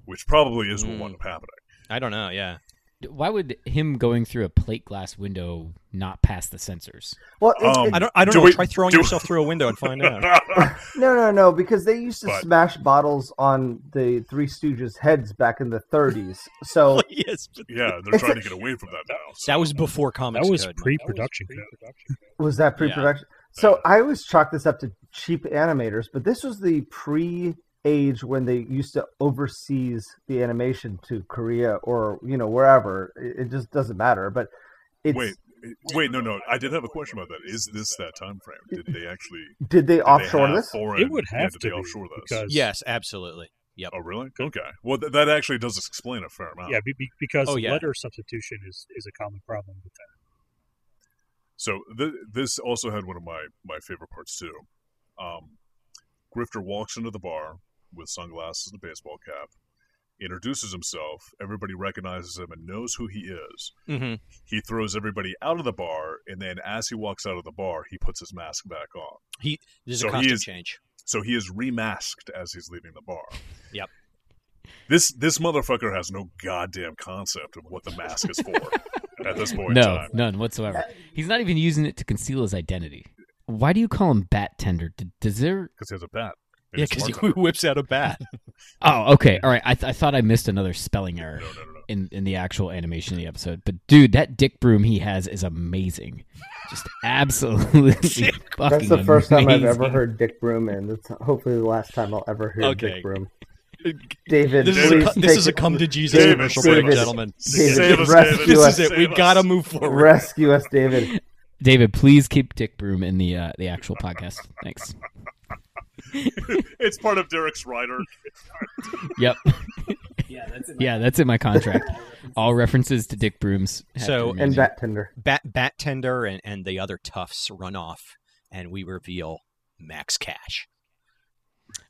Speaker 1: which probably is what
Speaker 4: Mm.
Speaker 1: wound up happening.
Speaker 4: I don't know. Yeah.
Speaker 6: Why would him going through a plate glass window not pass the sensors?
Speaker 5: well, it's,
Speaker 1: um,
Speaker 5: it-
Speaker 4: I don't. I don't
Speaker 1: Do
Speaker 4: know.
Speaker 1: we-
Speaker 4: Try throwing
Speaker 1: do-
Speaker 4: yourself through a window and find out.
Speaker 5: No, no, no, because they used to
Speaker 1: But-
Speaker 5: smash bottles on the Three Stooges' heads back in the 30s. So,
Speaker 4: yes, but
Speaker 1: yeah, they're trying to get away from that now. So.
Speaker 4: that was before comics.
Speaker 3: That was
Speaker 4: code, man.
Speaker 3: pre-production. code.
Speaker 5: was that pre production? So, I always chalk this up to cheap animators, but this was the pre age when they used to overseas the animation to Korea or, you know, wherever. It, it just doesn't matter. But it's,
Speaker 1: Wait, wait, no, no. I did have a question about that. Is this that time frame? Did they actually did
Speaker 5: did they
Speaker 1: they
Speaker 5: offshore
Speaker 1: have
Speaker 5: this?
Speaker 1: Foreign,
Speaker 3: It would
Speaker 1: yeah,
Speaker 3: have
Speaker 1: did
Speaker 3: to
Speaker 1: they
Speaker 3: be
Speaker 1: offshore this.
Speaker 3: because
Speaker 4: Yes, absolutely. Yep.
Speaker 1: Oh, really? Okay. Well, th- that actually does explain a fair amount.
Speaker 3: yeah, be, be- because
Speaker 4: Oh, yeah.
Speaker 3: letter substitution is, is a common problem with that.
Speaker 1: So th- this also had one of my my favorite parts too. Um, Grifter walks into the bar with sunglasses and a baseball cap, introduces himself. Everybody recognizes him and knows who he is.
Speaker 4: Mm-hmm.
Speaker 1: He throws everybody out of the bar, and then as he walks out of the bar, he puts his mask back on.
Speaker 4: He. There's
Speaker 1: So he
Speaker 4: a costume
Speaker 1: is-
Speaker 4: change.
Speaker 1: So he is remasked as he's leaving the bar.
Speaker 4: Yep.
Speaker 1: This this motherfucker has no goddamn concept of what the mask is for at this point. in
Speaker 6: No,
Speaker 1: time.
Speaker 6: none whatsoever. He's not even using it to conceal his identity. Why do you call him Bat Tender? D- Does there?
Speaker 1: because he has a bat. And
Speaker 4: Yeah,
Speaker 1: he's
Speaker 4: because he
Speaker 1: smart enough.
Speaker 4: whips out a bat.
Speaker 6: Oh, okay, all right. I, th- I thought I missed another spelling error
Speaker 1: no, no, no.
Speaker 6: in in the actual animation of the episode. But dude, that dick broom he has is amazing. Just absolutely fucking.
Speaker 5: That's the first time I've ever
Speaker 6: amazing.
Speaker 5: heard Dick Broom, and that's hopefully the last time I'll ever hear
Speaker 4: Okay.
Speaker 5: Dick Broom. David,
Speaker 4: this is
Speaker 5: please
Speaker 4: a, co- this
Speaker 5: take
Speaker 4: is a
Speaker 5: it-
Speaker 4: come to Jesus
Speaker 1: David,
Speaker 4: commercial
Speaker 1: save
Speaker 4: break,
Speaker 5: us.
Speaker 4: gentlemen.
Speaker 5: David,
Speaker 1: Save us,
Speaker 5: rescue
Speaker 1: David.
Speaker 4: This
Speaker 5: us,
Speaker 4: is it. We
Speaker 1: Save us.
Speaker 4: gotta move forward.
Speaker 5: rescue us, David.
Speaker 6: David, please keep Dick Broom in the uh, the actual podcast. Thanks.
Speaker 1: It's part of Derek's rider.
Speaker 6: Yep. yeah, that's in my contract. All references to Dick Brooms. have to
Speaker 4: So-
Speaker 6: remain
Speaker 5: and
Speaker 6: there.
Speaker 5: Bat Tender.
Speaker 4: Bat Bat Tender and, and the other toughs run off, and we reveal Max Cash,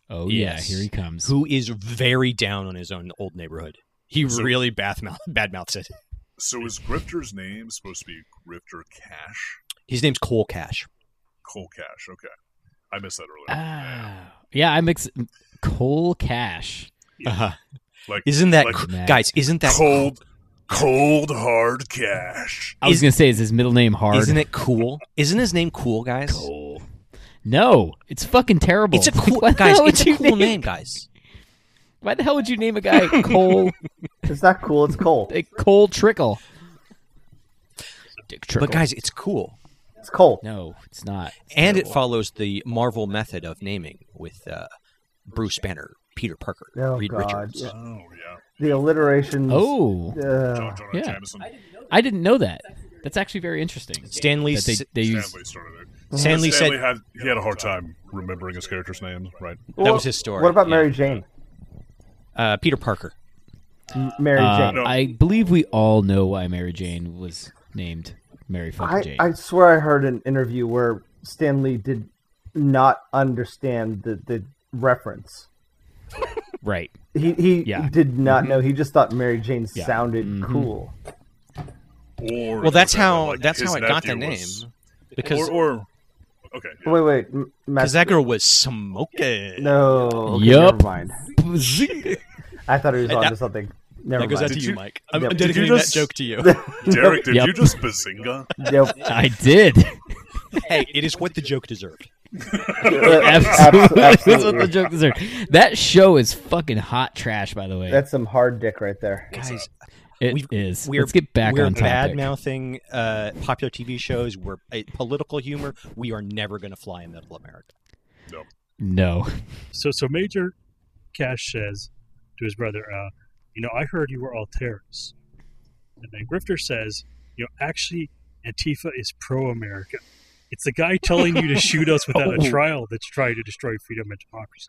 Speaker 6: Oh
Speaker 4: Yes.
Speaker 6: yeah, here he comes.
Speaker 4: who is very down on his own old neighborhood. He
Speaker 1: So-
Speaker 4: really badmouth, badmouths it.
Speaker 1: So is Grifter's name supposed to be Grifter Cash?
Speaker 4: His name's Cole Cash.
Speaker 1: Cole Cash. Okay, I missed that earlier.
Speaker 6: Ah, yeah, I mix Cole Cash.
Speaker 4: Uh-huh.
Speaker 1: Like-
Speaker 4: isn't that
Speaker 1: like-
Speaker 4: cr-
Speaker 6: Max.
Speaker 4: guys? Isn't that
Speaker 1: cold, cold hard cash.
Speaker 6: I was
Speaker 4: Is-
Speaker 6: gonna say, is his middle name hard?
Speaker 4: Isn't it cool? Isn't his name cool, guys?
Speaker 6: Cole? No, it's fucking terrible.
Speaker 4: It's a
Speaker 6: Like,
Speaker 4: cool
Speaker 6: why the
Speaker 4: guys.
Speaker 6: hell would
Speaker 4: It's a
Speaker 6: you
Speaker 4: cool
Speaker 6: name-
Speaker 4: name, guys.
Speaker 6: Why the hell would you name a guy Cole?
Speaker 5: It's not cool. It's Cole.
Speaker 6: like Cole Trickle. Dick Trickle.
Speaker 4: But guys, it's cool.
Speaker 5: It's Cole.
Speaker 6: no, it's not.
Speaker 4: and it follows the Marvel method of naming with uh, Bruce Banner, Peter Parker,
Speaker 5: Oh,
Speaker 4: Reed
Speaker 5: God,
Speaker 4: Richards.
Speaker 5: yeah.
Speaker 1: Oh yeah,
Speaker 5: The alliterations.
Speaker 6: Oh,
Speaker 5: Uh,
Speaker 1: John Jonah
Speaker 6: yeah.
Speaker 1: Jameson.
Speaker 6: I didn't know that. That's actually very interesting.
Speaker 4: Stanley,
Speaker 6: That they,
Speaker 4: S-
Speaker 6: they use
Speaker 1: Stanley started it.
Speaker 4: Stanley said
Speaker 1: had he had a hard time remembering his character's name, right?
Speaker 4: that was his story.
Speaker 5: What about
Speaker 4: yeah.
Speaker 5: Mary Jane?
Speaker 4: Uh, Peter Parker.
Speaker 5: M- Mary
Speaker 6: Uh,
Speaker 5: Jane.
Speaker 1: No.
Speaker 6: I believe we all know why Mary Jane was named Mary fucking
Speaker 5: I,
Speaker 6: Jane.
Speaker 5: I swear I heard an interview where Stanley did not understand the, the reference.
Speaker 6: right.
Speaker 5: He he
Speaker 6: Yeah. Mm-hmm.
Speaker 5: did not know. He just thought Mary Jane
Speaker 6: Yeah.
Speaker 5: sounded
Speaker 6: Mhm.
Speaker 5: cool.
Speaker 1: Or
Speaker 4: Well, that's
Speaker 1: it was
Speaker 4: how
Speaker 1: like
Speaker 4: that's
Speaker 1: his
Speaker 4: how it got the
Speaker 1: nephew
Speaker 4: name
Speaker 1: was-
Speaker 4: because
Speaker 1: or, or okay, yeah.
Speaker 5: Wait, wait, M-
Speaker 4: because
Speaker 5: Max.
Speaker 4: that girl was smoking.
Speaker 5: No. Okay,
Speaker 6: Yup.
Speaker 5: Never mind. I thought he was
Speaker 4: Hey,
Speaker 5: onto
Speaker 4: that-
Speaker 5: something. Never
Speaker 4: that goes out
Speaker 5: mind.
Speaker 4: to
Speaker 1: Did
Speaker 4: you,
Speaker 1: you-
Speaker 4: Mike. I'm,
Speaker 5: Yep.
Speaker 4: I'm
Speaker 5: Did you
Speaker 4: dedicating that
Speaker 1: just-
Speaker 4: joke to you.
Speaker 1: Derek, did
Speaker 6: Yep.
Speaker 1: you just bazinga?
Speaker 5: Nope.
Speaker 6: I did.
Speaker 4: hey, it is what the joke deserved.
Speaker 5: Uh, abso-
Speaker 6: Absolutely. That's what the
Speaker 5: absolutely.
Speaker 6: joke deserved. That show is fucking hot trash, by the way.
Speaker 5: That's some hard dick right there.
Speaker 4: Guys,
Speaker 6: It
Speaker 4: we've-
Speaker 6: is.
Speaker 4: we're,
Speaker 6: Let's get back
Speaker 4: we're
Speaker 6: on
Speaker 4: bad
Speaker 6: topic.
Speaker 4: mouthing uh, popular TV shows. We're uh, political humor. We are never going to fly in middle America.
Speaker 6: No.
Speaker 3: So, so Major Cash says to his brother, uh, "You know, I heard you were all terrorists." And then Grifter says, "You know, actually, Antifa is pro-America. It's the guy telling you to shoot us without
Speaker 1: Oh.
Speaker 3: a trial that's trying to destroy freedom and democracy."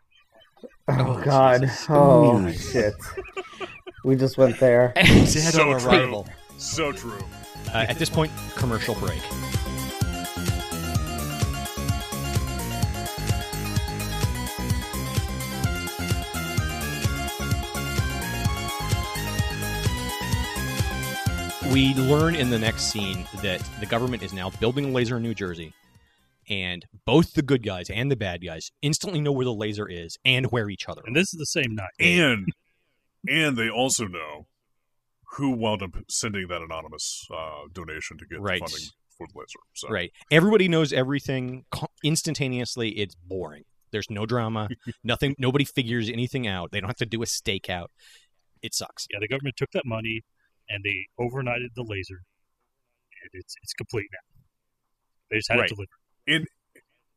Speaker 5: Oh God. Oh
Speaker 6: Ooh.
Speaker 5: shit. We just went there.
Speaker 4: Dead
Speaker 1: So
Speaker 4: on
Speaker 1: true.
Speaker 4: arrival.
Speaker 1: So true.
Speaker 4: Uh, at this point, commercial break. We learn in the next scene that the government is now building a laser in New Jersey, and both the good guys and the bad guys instantly know where the laser is and where each other.
Speaker 3: And this is the same night.
Speaker 1: And and they also know who wound up sending that anonymous uh, donation to get
Speaker 4: Right.
Speaker 1: funding for the laser. So
Speaker 4: Right. Everybody knows everything co- instantaneously. It's boring. There's no drama. nothing. Nobody figures anything out. They don't have to do a stakeout. It sucks.
Speaker 3: yeah, the government took that money and they overnighted the laser, and it's it's complete now. They just had
Speaker 1: Right.
Speaker 3: it delivered.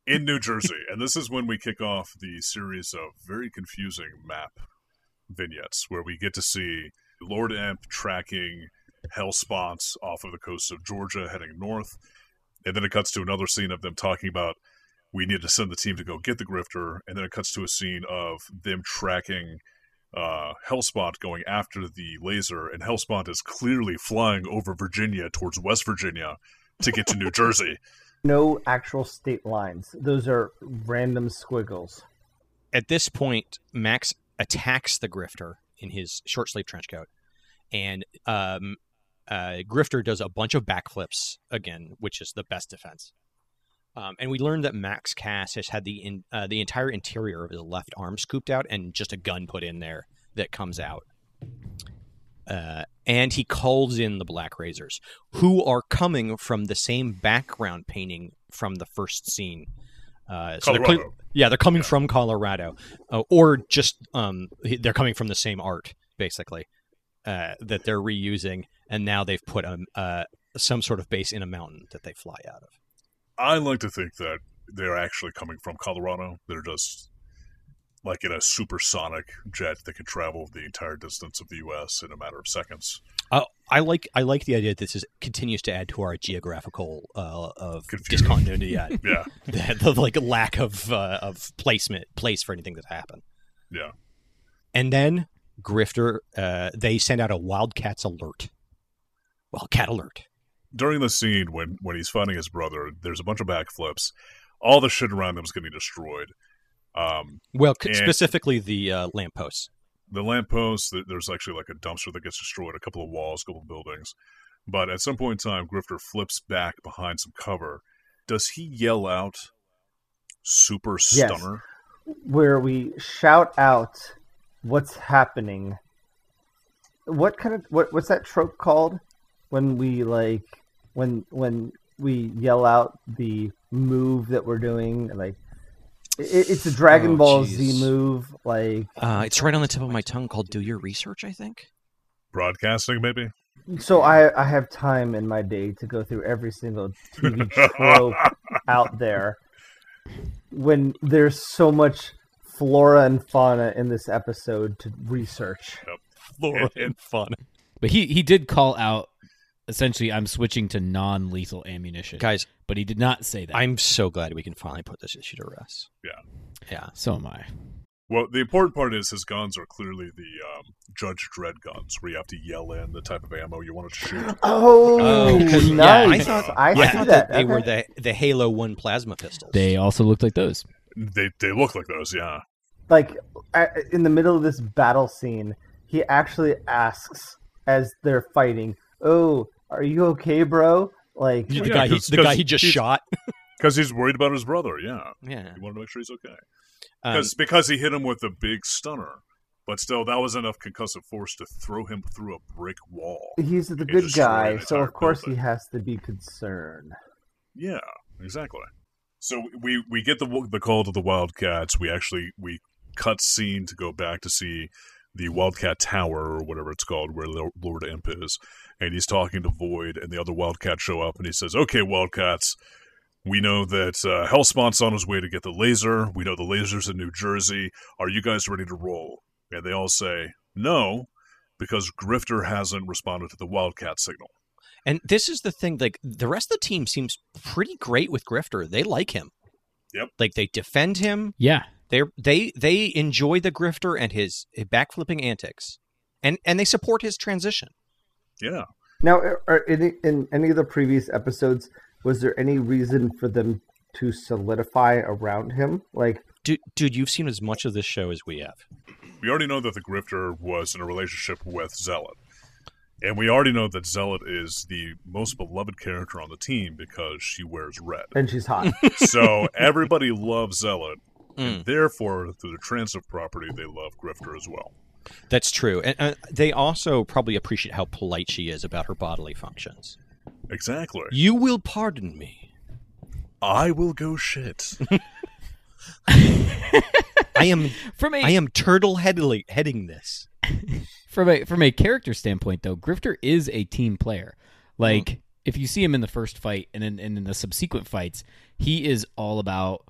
Speaker 1: in New Jersey, and this is when we kick off the series of very confusing map vignettes where we get to see Lord Amp tracking hell spots off of the coast of Georgia heading north. And then it cuts to another scene of them talking about we need to send the team to go get the grifter. And then it cuts to a scene of them tracking uh, Hellspot going after the laser. And Hellspot is clearly flying over Virginia towards West Virginia to get to New Jersey.
Speaker 5: No actual state lines. Those are random squiggles.
Speaker 4: At this point, Max attacks the grifter in his short sleeve trench coat, and um, uh, grifter does a bunch of backflips again, which is the best defense. Um, and we learned that Max Cass has had the in, uh, the entire interior of his left arm scooped out and just a gun put in there that comes out. Uh, and he calls in the Black Razors, who are coming from the same background painting from the first scene. Uh, so they're cle-
Speaker 1: Colorado.
Speaker 4: yeah, they're coming
Speaker 1: Yeah.
Speaker 4: from Colorado, uh, or just um, they're coming from the same art, basically, uh, that they're reusing, and now they've put um, uh, some sort of base in a mountain that they fly out of.
Speaker 1: I like to think that they're actually coming from Colorado. They're just like in a supersonic jet that can travel the entire distance of the U.S. in a matter of seconds.
Speaker 4: I like I like the idea that this is continues to add to our geographical uh, of
Speaker 1: Confusion.
Speaker 4: discontinuity, yeah,
Speaker 1: Yeah,
Speaker 4: the, the like lack of uh, of placement place for anything that's happened.
Speaker 1: Yeah.
Speaker 4: and then Grifter, uh, they send out a Wildcats alert. Wildcat alert.
Speaker 1: during the scene when when he's fighting his brother, there's a bunch of backflips. All the shit around them is getting destroyed. Um,
Speaker 4: Well, c-
Speaker 1: And-
Speaker 4: specifically the uh, lampposts.
Speaker 1: the lampposts, th- there's actually like a dumpster that gets destroyed, a couple of walls, a couple of buildings. But at some point in time, Grifter flips back behind some cover. Does he yell out super
Speaker 5: Yes.
Speaker 1: stunner?
Speaker 5: where we shout out what's happening. What kind of what what's that trope called? When we like when when we yell out the move that we're doing, like it, it's a Dragon
Speaker 4: Oh,
Speaker 5: Ball
Speaker 4: jeez.
Speaker 5: Z move. Like
Speaker 4: Uh, it's right on the tip of my tongue. Called "Do Your Research," I think.
Speaker 1: Broadcasting, maybe?
Speaker 5: so, I I have time in my day to go through every single TV trope out there. When there's so much flora and fauna in this episode to research.
Speaker 4: Laura
Speaker 1: And-
Speaker 4: and fun.
Speaker 6: But he he did call out essentially I'm switching to non-lethal ammunition.
Speaker 4: Guys,
Speaker 6: But he did not say that.
Speaker 4: I'm so glad we can finally put this issue to rest.
Speaker 1: Yeah.
Speaker 4: Yeah.
Speaker 6: so am I.
Speaker 1: Well, the important part is his guns are clearly the um, Judge Dredd guns, where you have to yell in the type of ammo you want to shoot.
Speaker 5: Oh,
Speaker 4: Oh, 'cause- yeah,
Speaker 5: nice.
Speaker 4: I thought-
Speaker 5: I,
Speaker 4: I
Speaker 5: see
Speaker 4: thought
Speaker 5: that.
Speaker 4: that they were
Speaker 5: Okay.
Speaker 4: the the Halo One plasma pistols.
Speaker 6: They also looked like those.
Speaker 1: They they look like those, yeah.
Speaker 5: like I, in the middle of this battle scene. He actually asks as they're fighting, "Oh, are you okay, bro?" Like,
Speaker 4: the
Speaker 1: Yeah,
Speaker 4: guy he,
Speaker 1: 'cause-
Speaker 4: the guy
Speaker 1: 'cause
Speaker 4: he just
Speaker 1: he's-
Speaker 4: shot.
Speaker 1: Because he's worried about his brother, yeah.
Speaker 4: Yeah.
Speaker 1: He wanted to make sure he's okay.
Speaker 4: Um,
Speaker 1: 'Cause- because he hit him with a big stunner. But still, that was enough concussive force to throw him through a brick wall.
Speaker 5: he's the
Speaker 1: He
Speaker 5: good
Speaker 1: destroyed
Speaker 5: guy,
Speaker 1: an
Speaker 5: so
Speaker 1: entire
Speaker 5: of course
Speaker 1: building.
Speaker 5: he has to be concerned.
Speaker 1: Yeah, exactly. So we we get the the call to the Wildcats. We actually we cut scene to go back to see the Wildcat Tower or whatever it's called, where Lo- Lord Imp is, and he's talking to Void, and the other Wildcats show up, and he says, "Okay, Wildcats." We know that uh, Hellspawn's on his way to get the laser. We know the laser's in New Jersey. Are you guys ready to roll? And they all say no, because Grifter hasn't responded to the Wildcat signal.
Speaker 4: and this is the thing. Like the rest of the team seems pretty great with Grifter. They like him.
Speaker 1: Yep.
Speaker 4: Like they defend him.
Speaker 6: Yeah.
Speaker 4: They are they they enjoy the Grifter and his, his backflipping antics, and and they support his transition.
Speaker 1: Yeah,
Speaker 5: Now, are any, in any of the previous episodes, was there any reason for them to solidify around him? Like,
Speaker 4: Dude, dude, you've seen as much of this show as we have.
Speaker 1: we already know that the grifter was in a relationship with zealot and we already know that zealot is the most beloved character on the team because she wears red
Speaker 5: and she's hot.
Speaker 1: so everybody loves zealot
Speaker 6: Hmm.
Speaker 4: Mm.
Speaker 1: therefore through the transitive property they love grifter as well
Speaker 4: That's true, and uh, they also probably appreciate how polite she is about her bodily functions.
Speaker 1: exactly
Speaker 4: You will pardon me.
Speaker 1: i will go shit
Speaker 4: I am
Speaker 6: From a
Speaker 4: I am turtle headly heading this.
Speaker 6: from a from a character standpoint though, Grifter is a team player. Like if you see him in the first fight and then and in the subsequent fights, he is all about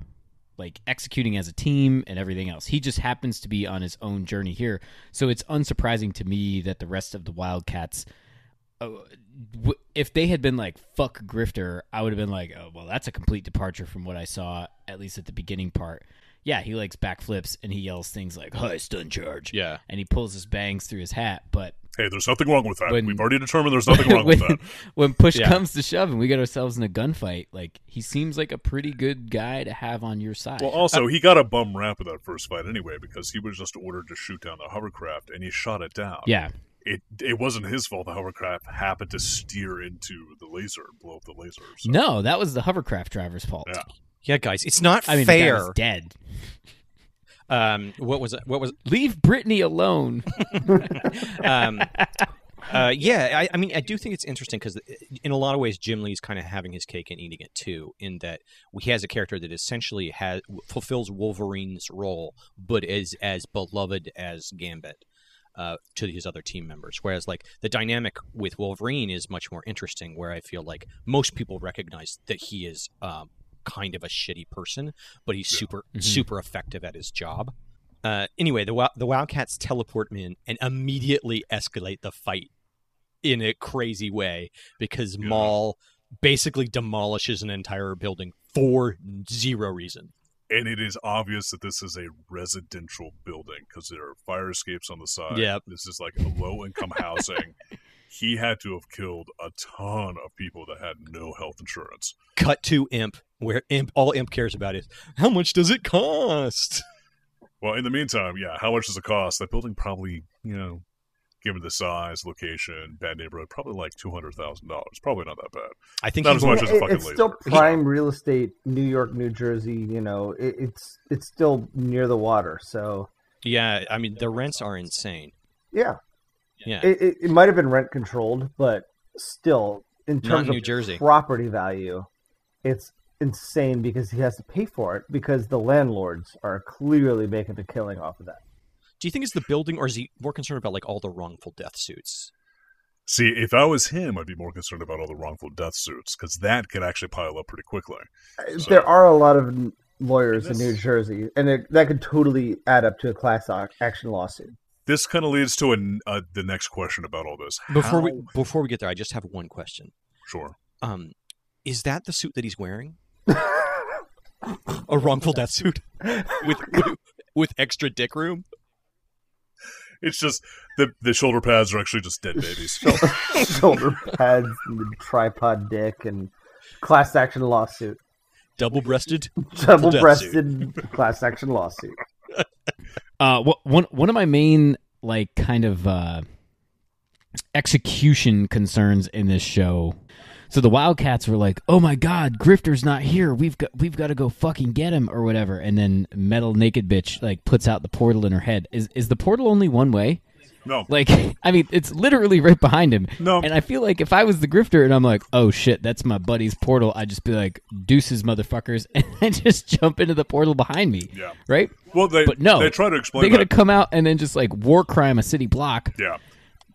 Speaker 6: like executing as a team and everything else. He just happens to be on his own journey here. So it's unsurprising to me that the rest of the Wildcats uh, w- if they had been like fuck Grifter, I would have been like, oh well, that's a complete departure from what I saw at least at the beginning part. Yeah, he likes backflips and he yells things like "high stun charge."
Speaker 4: Yeah.
Speaker 6: and he pulls his bangs through his hat. But
Speaker 1: hey there's nothing wrong with that
Speaker 6: When-
Speaker 1: we've already determined there's nothing wrong
Speaker 6: when,
Speaker 1: with that
Speaker 6: when push
Speaker 4: Yeah.
Speaker 6: comes to shove and we get ourselves in a gunfight, like he seems like a pretty good guy to have on your side.
Speaker 1: well oh, also he got a bum rap in that first fight anyway because he was just ordered to shoot down the hovercraft and he shot it down
Speaker 6: yeah,
Speaker 1: it it wasn't his fault the hovercraft happened to steer into the laser and blow up the laser. So.
Speaker 6: no, that was the hovercraft driver's fault.
Speaker 1: Yeah.
Speaker 4: Yeah, guys, it's not
Speaker 6: I mean, the guy
Speaker 4: fair.
Speaker 6: was dead.
Speaker 4: Um, what was it? What was
Speaker 6: Leave Britney alone.
Speaker 4: um, uh, yeah, I, I mean, I do think it's interesting because in a lot of ways, Jim Lee's kind of having his cake and eating it too. In that he has a character that essentially has fulfills Wolverine's role, but is as beloved as Gambit. Uh, to his other team members, whereas like the dynamic with Wolverine is much more interesting. Where I feel like most people recognize that he is um, kind of a shitty person, but he's super
Speaker 6: Mhm.
Speaker 4: super effective at his job. Uh, anyway, the Wi- the Wildcats teleport him in and immediately escalate the fight in a crazy way because
Speaker 1: Yeah.
Speaker 4: Maul basically demolishes an entire building for zero reason.
Speaker 1: and it is obvious that this is a residential building because there are fire escapes on the side.
Speaker 4: Yep.
Speaker 1: This is like a low income housing. He had to have killed a ton of people that had no health insurance.
Speaker 4: Cut to Imp, where Imp all Imp cares about is how much does it cost.
Speaker 1: Well, in the meantime, yeah, how much does it cost? That building probably, you know, given the size, location, bad neighborhood, probably like two hundred thousand dollars. Probably not that bad.
Speaker 4: I think
Speaker 1: Not
Speaker 4: he
Speaker 1: as
Speaker 4: will-
Speaker 1: much as a
Speaker 5: it-
Speaker 1: fucking
Speaker 5: it's still
Speaker 1: laser.
Speaker 5: prime real estate, New York, New Jersey. You know, it, it's it's still near the water, so
Speaker 4: Yeah, I mean the rents are insane.
Speaker 5: yeah,
Speaker 4: Yeah,
Speaker 5: it, it, it might have been rent controlled, but still, in
Speaker 4: Not
Speaker 5: terms
Speaker 4: New
Speaker 5: of
Speaker 4: Jersey.
Speaker 5: property value, it's insane because he has to pay for it because the landlords are clearly making a killing off of that.
Speaker 4: Do you think it's the building, or is he more concerned about like all the wrongful death suits?
Speaker 1: See, if I was him, I'd be more concerned about all the wrongful death suits because that could actually pile up pretty quickly. So-
Speaker 5: there are a lot of n- lawyers in
Speaker 1: This-
Speaker 5: New Jersey, and it, that could totally add up to a class ac- action lawsuit.
Speaker 1: This kind of leads to an, uh, the next question about all this. How-
Speaker 4: Before we before we get there, I just have one question.
Speaker 1: sure,
Speaker 4: Um, is that the suit that he's wearing? A wrongful death suit with with, with extra dick room.
Speaker 1: it's just the the shoulder pads are actually just dead babies.
Speaker 5: Shou- shoulder pads, and the tripod dick, and class action lawsuit,
Speaker 4: Double breasted.
Speaker 5: double breasted class action lawsuit.
Speaker 6: Uh, wh- one one of my main like kind of uh, execution concerns in this show. So the Wildcats were like, "Oh my God, Grifter's not here. We've got we've got to go fucking get him or whatever." And then Metal Naked Bitch like puts out the portal in her head. Is is the portal only one way?
Speaker 1: No,
Speaker 6: Like, I mean, it's literally right behind him.
Speaker 1: No.
Speaker 6: And I feel like if I was the grifter and I'm like, oh shit, that's my buddy's portal, I'd just be like, deuces, motherfuckers, and I just jump into the portal behind me.
Speaker 1: Yeah.
Speaker 6: Right?
Speaker 1: well they
Speaker 6: But no.
Speaker 1: they try to
Speaker 6: They're
Speaker 1: explain
Speaker 6: going to
Speaker 1: that.
Speaker 6: come out and then just like war crime a city block.
Speaker 1: yeah,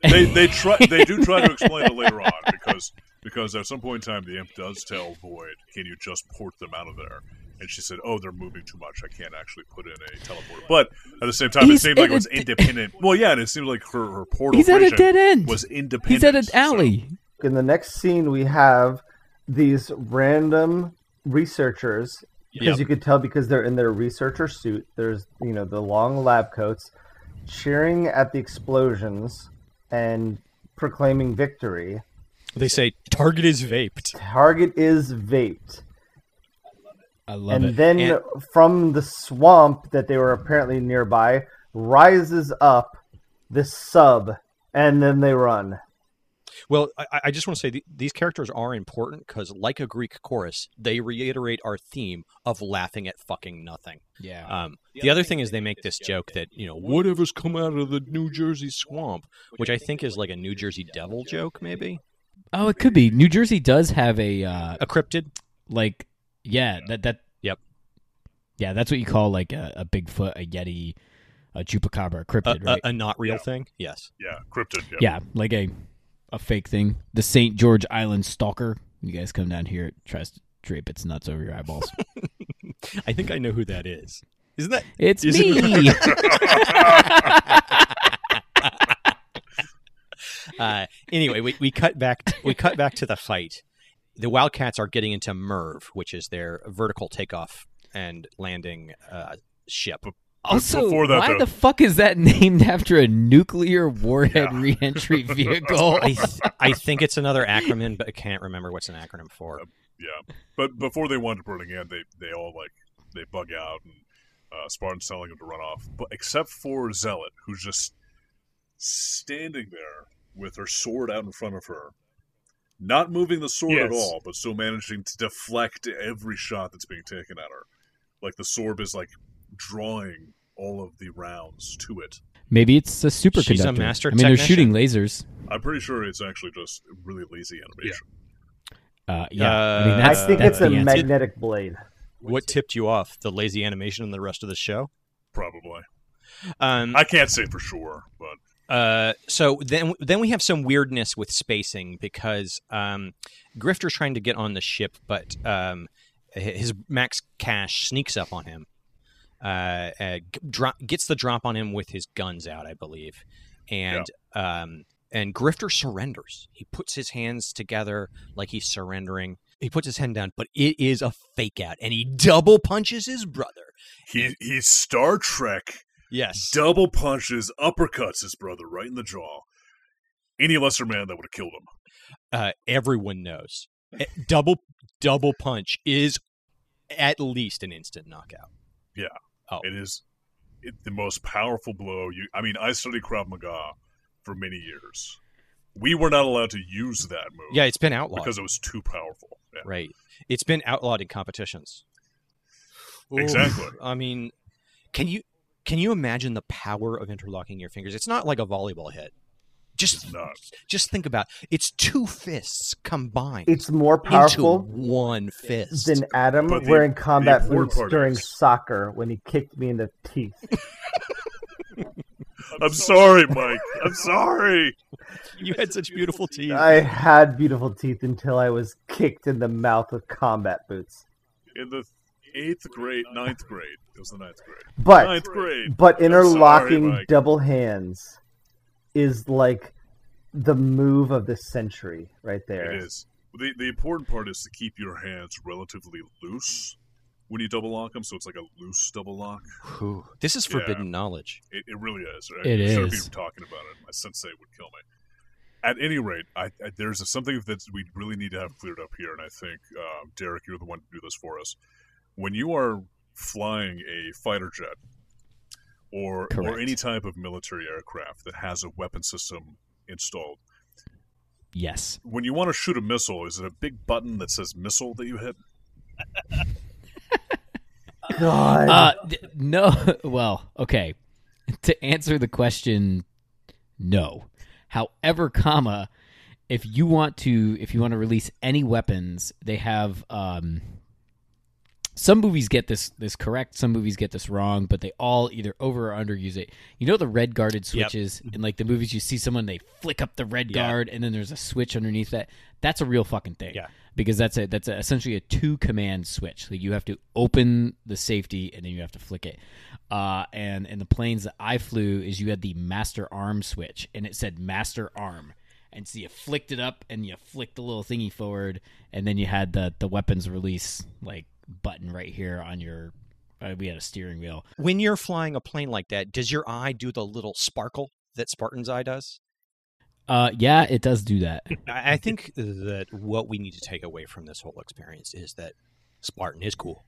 Speaker 1: they they try they do try to explain it later on because because at some point in time the imp does tell Void, "Can you just port them out of there?" And she said, "Oh, they're moving too much. I can't actually put in a teleport." But at the same time,
Speaker 6: He's
Speaker 1: it seemed like
Speaker 6: in
Speaker 1: it was
Speaker 6: a d-
Speaker 1: independent. Well, yeah, and it seemed like her, her portal
Speaker 6: He's at a
Speaker 1: region
Speaker 6: dead end.
Speaker 1: was independent.
Speaker 6: He's at an
Speaker 1: so-
Speaker 6: alley.
Speaker 5: In the next scene, we have these random researchers, because
Speaker 4: Yep.
Speaker 5: you could tell because they're in their researcher suit. There's you know the long lab coats, cheering at the explosions and proclaiming victory.
Speaker 4: They say target is vaped.
Speaker 5: Target is vaped.
Speaker 6: I love
Speaker 5: and
Speaker 6: it.
Speaker 5: then
Speaker 4: And-
Speaker 5: from the swamp that they were apparently nearby rises up this sub and then they run
Speaker 4: Well, I- I, I just want to say th- these characters are important because, like a Greek chorus, they reiterate our theme of laughing at fucking nothing.
Speaker 6: yeah.
Speaker 4: Um, the, other thing is they make this joke that you know whatever's come out of the New Jersey swamp, which I think is like a New Jersey devil joke, maybe
Speaker 6: Oh, it could be. New Jersey does have a, uh,
Speaker 4: a cryptid.
Speaker 6: like, yeah, that, that,
Speaker 4: Yep.
Speaker 6: Yeah, that's what you call like a, a Bigfoot, a Yeti, a Chupacabra, a
Speaker 4: a,
Speaker 6: cryptid,
Speaker 4: a-
Speaker 6: right?
Speaker 4: a not real thing. Yes.
Speaker 1: Yeah, cryptid. Uh, Yeah.
Speaker 6: Yeah, like a a fake thing. The St. George Island Stalker. You guys come down here, it tries to drape its nuts over your eyeballs.
Speaker 4: I think I know who that is. Isn't that?
Speaker 6: It's
Speaker 4: Is
Speaker 6: me.
Speaker 4: it- Uh, anyway, we, we cut back. we cut back to the fight. The Wildcats are getting into Merv, which is their vertical takeoff and landing uh, ship.
Speaker 6: also,
Speaker 1: Before that,
Speaker 6: why
Speaker 1: though-
Speaker 6: the fuck is that named after a nuclear warhead reentry vehicle?
Speaker 4: I, th- I think it's another acronym, but I can't remember what's an acronym for.
Speaker 1: Yeah, but before they wanted burning in, they they all like they bug out and uh, Spartan's telling them to run off, but except for Zealot, who's just standing there with her sword out in front of her, not moving the sword at
Speaker 3: Yes.
Speaker 1: all, but still managing to deflect every shot that's being taken at her. Like the sword is like drawing all of the rounds to it.
Speaker 6: Maybe it's a superconductor.
Speaker 4: She's a master
Speaker 6: I mean, they're
Speaker 4: technician.
Speaker 6: shooting lasers.
Speaker 1: I'm pretty sure it's actually just really lazy animation.
Speaker 6: Uh, yeah, I
Speaker 4: Uh,
Speaker 6: mean that's
Speaker 4: I
Speaker 5: think
Speaker 6: that's
Speaker 5: it's a
Speaker 6: the answer.
Speaker 5: magnetic blade.
Speaker 4: What tipped you off? The lazy animation and the rest of the show.
Speaker 1: Probably.
Speaker 4: Um,
Speaker 1: I can't say for sure, but
Speaker 4: Uh, so then then we have some weirdness with spacing because um, Grifter's trying to get on the ship, but um, hi- his Max Cash sneaks up on him, uh, uh, g- dro- gets the drop on him with his guns out, I believe, and um, and Grifter surrenders. He puts his hands together like he's surrendering. He puts his hand down, but it is a fake out, and he double punches his brother.
Speaker 1: he he's Star Trek.
Speaker 4: Yes,
Speaker 1: Double punches, uppercuts his brother right in the jaw. Any lesser man that would have killed him.
Speaker 4: uh, everyone knows Eh, double double punch is at least an instant knockout.
Speaker 1: It is it, the most powerful blow. You, I mean, I studied Krav Maga for many years. We were not allowed to use that move.
Speaker 4: Yeah, it's been outlawed.
Speaker 1: because it was too powerful. Yeah.
Speaker 4: right, it's been outlawed in competitions. Ooh,
Speaker 1: Exactly.
Speaker 4: I mean, can you can you imagine the power of interlocking your fingers? It's not like a volleyball hit. Just
Speaker 1: It's not.
Speaker 4: just think about it's two fists combined
Speaker 5: It's more
Speaker 4: into
Speaker 5: powerful
Speaker 4: one fist.
Speaker 5: than Adam
Speaker 1: But the-
Speaker 5: wearing combat
Speaker 1: the important
Speaker 5: boots
Speaker 1: part
Speaker 5: during
Speaker 1: is-
Speaker 5: soccer when he kicked me in the teeth.
Speaker 1: I'm, sorry, Mike. I'm sorry.
Speaker 4: you had such beautiful teeth.
Speaker 5: I had beautiful teeth until I was kicked in the mouth with combat boots.
Speaker 1: In the eighth grade, ninth grade. It was the ninth grade.
Speaker 5: But
Speaker 1: Ninth grade.
Speaker 5: but interlocking
Speaker 1: Mike.
Speaker 5: double hands is like the move of the century right there.
Speaker 1: It is. The, the important part is to keep your hands relatively loose when you double lock them, so it's like a loose double lock.
Speaker 4: Whew. This is forbidden knowledge.
Speaker 1: It, it really is. I
Speaker 6: It
Speaker 1: shouldn't
Speaker 6: is.
Speaker 1: be talking about it. My sensei would kill me. At any rate, I, I, there's something that we really need to have cleared up here, and I think um, Derek, you're the one to do this for us. When you are flying a fighter jet or or
Speaker 6: Correct.
Speaker 1: any type of military aircraft that has a weapon system installed,
Speaker 6: Yes,
Speaker 1: when you want to shoot a missile, is it a big button that says missile that you hit?
Speaker 5: God.
Speaker 6: uh, th- no. Well, okay. To answer the question, no. However, comma, if you want to, if you want to release any weapons, they have. Um, some movies get this this correct, some movies get this wrong, but they all either over or underuse it. You know the red guarded switches in like the movies you see someone they flick up the red
Speaker 4: Yeah.
Speaker 6: guard and then there's a switch underneath that. That's a real fucking thing.
Speaker 4: Yeah.
Speaker 6: Because that's a that's a, essentially a two command switch. Like you have to open the safety and then you have to flick it. Uh, and in the planes that I flew is you had the master arm switch and it said master arm. And so you flicked it up and you flicked the little thingy forward and then you had the the weapons release like button right here on your uh, we had a steering wheel
Speaker 4: When you're flying a plane like that, does your eye do the little sparkle that Spartan's eye does?
Speaker 6: uh yeah it does do that
Speaker 4: I I think that what we need to take away from this whole experience is that Spartan is cool.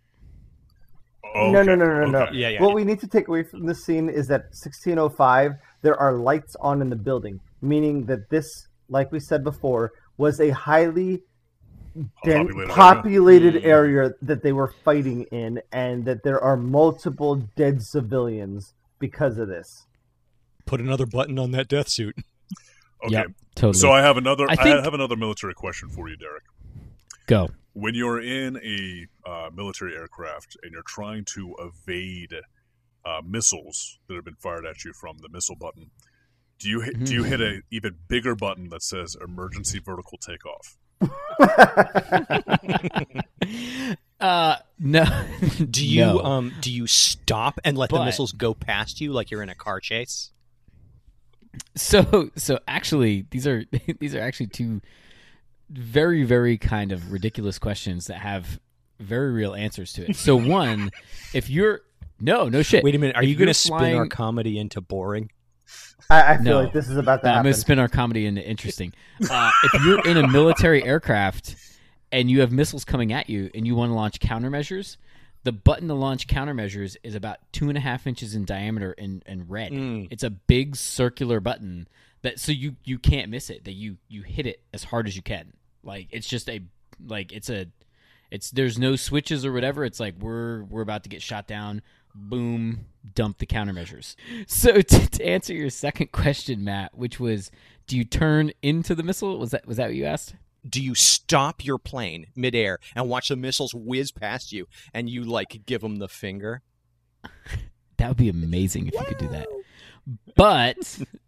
Speaker 1: Oh,
Speaker 5: No, no, no, no, no.
Speaker 1: okay.
Speaker 4: Yeah, yeah.
Speaker 5: What we need to take away from this scene is that 1605, there are lights on in the building, meaning that this, like we said before, was a highly den-
Speaker 1: Populated area. Mm.
Speaker 5: populated area. that they were fighting in, and that there are multiple dead civilians because of this.
Speaker 4: Put another button on that death suit.
Speaker 1: Okay.
Speaker 6: Yep, totally
Speaker 1: So I have another.
Speaker 6: I
Speaker 1: I,
Speaker 6: think-
Speaker 1: have another military question for you, Derek.
Speaker 6: go
Speaker 1: When you're in a uh, military aircraft and you're trying to evade uh, missiles that have been fired at you from the missile button, do you hit, do you hit
Speaker 6: Hmm.
Speaker 1: a even bigger button that says emergency vertical takeoff?
Speaker 6: uh no
Speaker 4: Do you
Speaker 6: No.
Speaker 4: um do you stop and let the
Speaker 6: But-
Speaker 4: missiles go past you like you're in a car chase?
Speaker 6: so so actually these are these are actually two very very kind of ridiculous questions that have very real answers to it so one if you're no no shit
Speaker 4: Wait a minute, are
Speaker 6: If
Speaker 4: you going to
Speaker 6: you're
Speaker 4: spin
Speaker 6: flying-
Speaker 4: our comedy into boring?
Speaker 5: I, I feel
Speaker 6: No.
Speaker 5: like this is about to
Speaker 6: I'm
Speaker 5: happen.
Speaker 6: going to spin our comedy into interesting. Uh, if you're in a military aircraft and you have missiles coming at you and you want to launch countermeasures, the button to launch countermeasures is about two and a half inches in diameter and, and red.
Speaker 4: Mm.
Speaker 6: It's a big circular button that so you you can't miss it. That you you hit it as hard as you can. Like it's just a like it's a it's there's no switches or whatever. It's like we're we're about to get shot down. Boom, dump the countermeasures. So to, to answer your second question, Matt, which was, do you turn into the missile? Was that was that what you asked?
Speaker 4: Do you stop your plane midair and watch the missiles whiz past you, and you like give them the finger?
Speaker 6: That would be amazing if you could do that. But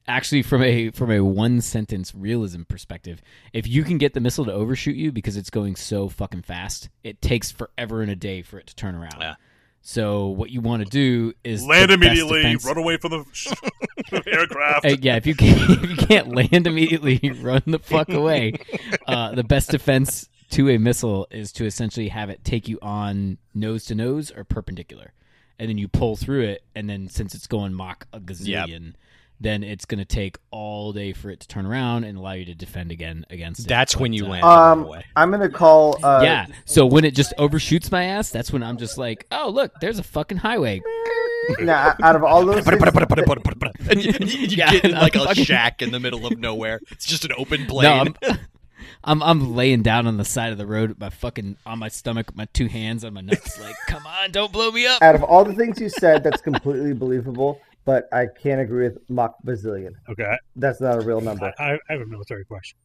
Speaker 6: actually, from a from a one sentence realism perspective, if you can get the missile to overshoot you because it's going so fucking fast, it takes forever and a day for it to turn around.
Speaker 4: Yeah.
Speaker 6: So what you want to do is
Speaker 1: Land
Speaker 6: the best
Speaker 1: immediately,
Speaker 6: defense-
Speaker 1: run away from the aircraft.
Speaker 6: uh, yeah, if you can't, if you can't land immediately, run the fuck away. Uh, the best defense to a missile is to essentially have it take you on nose to nose or perpendicular, and then you pull through it. And then since it's going Mach a gazillion, then it's going to take all day for it to turn around and allow you to defend again against it.
Speaker 4: That's
Speaker 6: But,
Speaker 4: when you
Speaker 6: uh,
Speaker 4: land.
Speaker 5: Um,
Speaker 4: right away.
Speaker 5: I'm gonna call. Uh,
Speaker 6: yeah. So when it just overshoots my ass, that's when I'm just like, oh look, there's a fucking highway.
Speaker 5: Now, out of all those, things,
Speaker 4: and you, you- you
Speaker 6: Yeah,
Speaker 4: get in
Speaker 6: I'm
Speaker 4: like a
Speaker 6: fucking-
Speaker 4: shack in the middle of nowhere. It's just an open plane.
Speaker 6: No, I'm, I'm I'm laying down on the side of the road, with my fucking on my stomach, with my two hands on my nuts, like, come on, don't blow me up.
Speaker 5: out of all the things you said, that's completely believable. But I can't agree with Mach Bazillion.
Speaker 3: Okay, I,
Speaker 5: That's not a real
Speaker 3: I,
Speaker 5: number.
Speaker 3: I have a military question.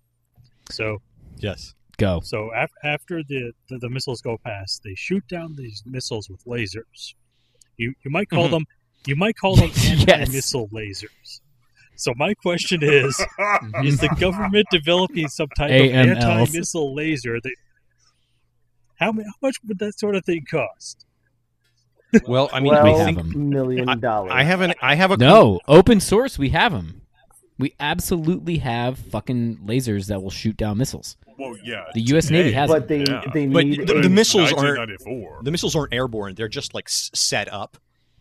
Speaker 3: So,
Speaker 4: yes.
Speaker 6: Go.
Speaker 3: so af- after the, the the missiles go past, they shoot down these missiles with lasers. You you might call
Speaker 5: Mm-hmm.
Speaker 4: Mhm.
Speaker 3: them you might call them
Speaker 6: Yes.
Speaker 3: anti-missile lasers. So my question is:
Speaker 5: Mm-hmm.
Speaker 3: Is the government developing some type
Speaker 6: AMLs.
Speaker 3: of anti-missile laser that? How, mu- how much would that sort of thing cost?
Speaker 4: Well, I mean,
Speaker 5: Twelve
Speaker 6: we
Speaker 5: million
Speaker 4: I
Speaker 6: have
Speaker 4: think
Speaker 6: 'em.
Speaker 5: dollars.
Speaker 4: I have an I have a
Speaker 6: No, open source. We have them. We absolutely have fucking lasers that will shoot down missiles.
Speaker 1: well, yeah.
Speaker 6: The U.S. Navy
Speaker 1: today,
Speaker 6: has. 'em.
Speaker 5: but they
Speaker 1: Yeah.
Speaker 5: they
Speaker 4: But
Speaker 5: need
Speaker 4: the-
Speaker 5: a-
Speaker 4: the missiles aren't-
Speaker 1: 1994.
Speaker 4: The missiles aren't airborne; they're just like s- set up,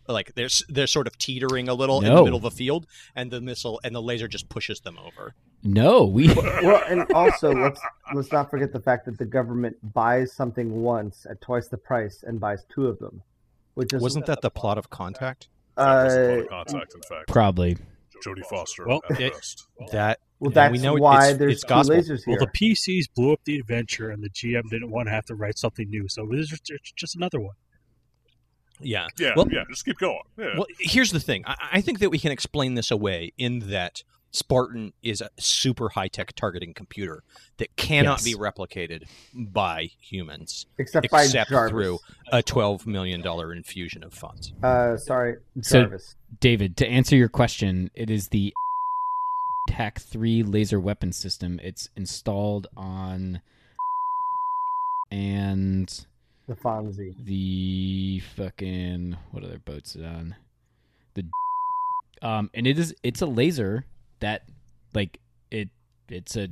Speaker 4: like they're s- they're sort of teetering a little in the
Speaker 6: No.
Speaker 4: middle of a field, and the missile and the laser just pushes them over.
Speaker 6: No, we.
Speaker 5: well, and also let's let's not forget the fact that the government buys something once at twice the price and buys two of them, which is
Speaker 4: Wasn't that the plot of Contact?
Speaker 1: That was
Speaker 5: uh,
Speaker 1: a point of contact, in fact.
Speaker 6: Probably.
Speaker 1: Jodie Foster
Speaker 3: Well,
Speaker 1: at
Speaker 4: it-
Speaker 1: best.
Speaker 4: That
Speaker 5: well,
Speaker 4: Yeah,
Speaker 5: that's
Speaker 4: we know it-
Speaker 5: why
Speaker 4: it's-
Speaker 5: there's
Speaker 4: it's
Speaker 5: two
Speaker 4: gospel.
Speaker 5: lasers here.
Speaker 3: Well, the PCs blew up the adventure, and the GM didn't want to have to write something new, so this is it's just another one.
Speaker 4: yeah
Speaker 1: Yeah,
Speaker 4: Well-
Speaker 1: yeah. Just keep going. Yeah.
Speaker 4: Well, here's the thing. I, I think that we can explain this away in that Spartan is a super high tech targeting computer that cannot be
Speaker 6: Yes.
Speaker 4: replicated by humans
Speaker 5: except by
Speaker 4: except
Speaker 5: Jarvis.
Speaker 4: through a twelve million dollar infusion of funds.
Speaker 5: Uh, sorry,
Speaker 6: So-
Speaker 5: Jarvis.
Speaker 6: David, to answer your question, it is the TAC 3 laser weapon system. It's installed on and
Speaker 5: the Fonzie.
Speaker 6: the fucking what other boats it on? The um and it is it's a laser that like it it's a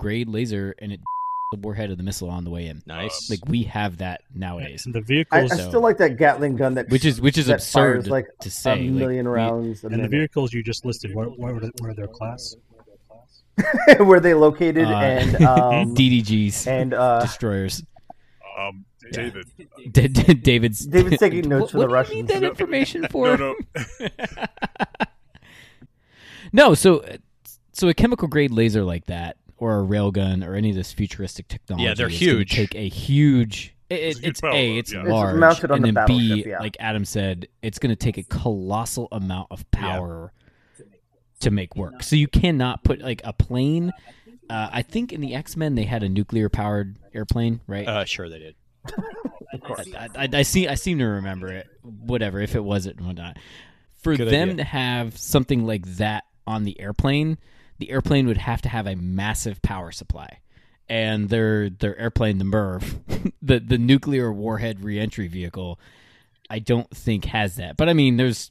Speaker 6: grade laser and it the warhead of the missile on the way in. Um,
Speaker 4: Nice.
Speaker 6: Like we have that nowadays.
Speaker 3: And the
Speaker 5: I, I
Speaker 3: vehicles
Speaker 6: Also-
Speaker 5: still like that Gatling gun that
Speaker 6: Which is which is
Speaker 5: that
Speaker 6: absurd
Speaker 5: fires like
Speaker 6: to say.
Speaker 5: a
Speaker 6: Like,
Speaker 5: million
Speaker 6: we-
Speaker 5: rounds a
Speaker 3: and the
Speaker 5: minute.
Speaker 3: vehicles you just listed. What, what, are, what are their class?
Speaker 5: where they located
Speaker 6: uh,
Speaker 5: and um,
Speaker 6: DDGs
Speaker 5: and uh,
Speaker 6: destroyers.
Speaker 1: um, David.
Speaker 6: D- D- David's
Speaker 5: David's taking notes
Speaker 6: What-
Speaker 5: for the
Speaker 6: what do
Speaker 5: Russians.
Speaker 6: you need that information
Speaker 1: No,
Speaker 6: for?
Speaker 1: no.
Speaker 6: No, so uh, so a chemical grade laser like that, or a railgun, or any of this futuristic technology.
Speaker 4: Yeah, they're
Speaker 6: is gonna
Speaker 4: huge.
Speaker 6: Take a huge.
Speaker 1: It's
Speaker 6: It,
Speaker 1: a huge
Speaker 6: it's
Speaker 1: power
Speaker 6: a.
Speaker 1: load,
Speaker 6: It's
Speaker 1: yeah. It's
Speaker 6: large.
Speaker 5: mounted on
Speaker 6: and
Speaker 5: the
Speaker 6: then B,
Speaker 5: battleship, yeah.
Speaker 6: like Adam said, it's going to take a colossal amount of power to make work. So you cannot put like a plane. Uh, I think in the X Men they had a nuclear powered airplane, right?
Speaker 4: Uh, sure, they did.
Speaker 6: I, I, I see. I seem to remember it. Whatever, if it was it and whatnot. For
Speaker 4: Good
Speaker 6: them
Speaker 4: idea.
Speaker 6: to have something like that on the airplane, the airplane would have to have a massive power supply, and their their airplane, the MERV, the the nuclear warhead reentry vehicle, I don't think has that. But I mean, there's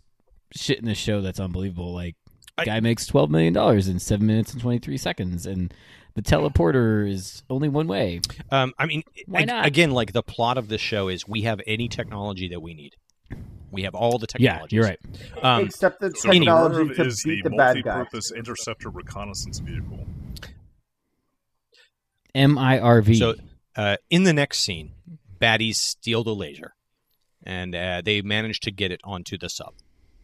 Speaker 6: shit in this show that's unbelievable. Like,
Speaker 4: I-
Speaker 6: guy makes twelve million dollars in seven minutes and twenty three seconds, and the teleporter is only one way.
Speaker 4: Um, I mean,
Speaker 6: Why
Speaker 4: ag-
Speaker 6: not?
Speaker 4: again, like the plot of this show is we have any technology that we need. We have all the
Speaker 6: Yeah,
Speaker 4: technology.
Speaker 6: you're right.
Speaker 4: Um,
Speaker 5: Except the
Speaker 1: So
Speaker 5: technology
Speaker 1: Merv
Speaker 5: to
Speaker 1: is the,
Speaker 5: beat the bad guy.
Speaker 1: multi-purpose interceptor reconnaissance vehicle.
Speaker 6: M I R V.
Speaker 4: So, uh, in the next scene, baddies steal the laser, and uh, they manage to get it onto the sub.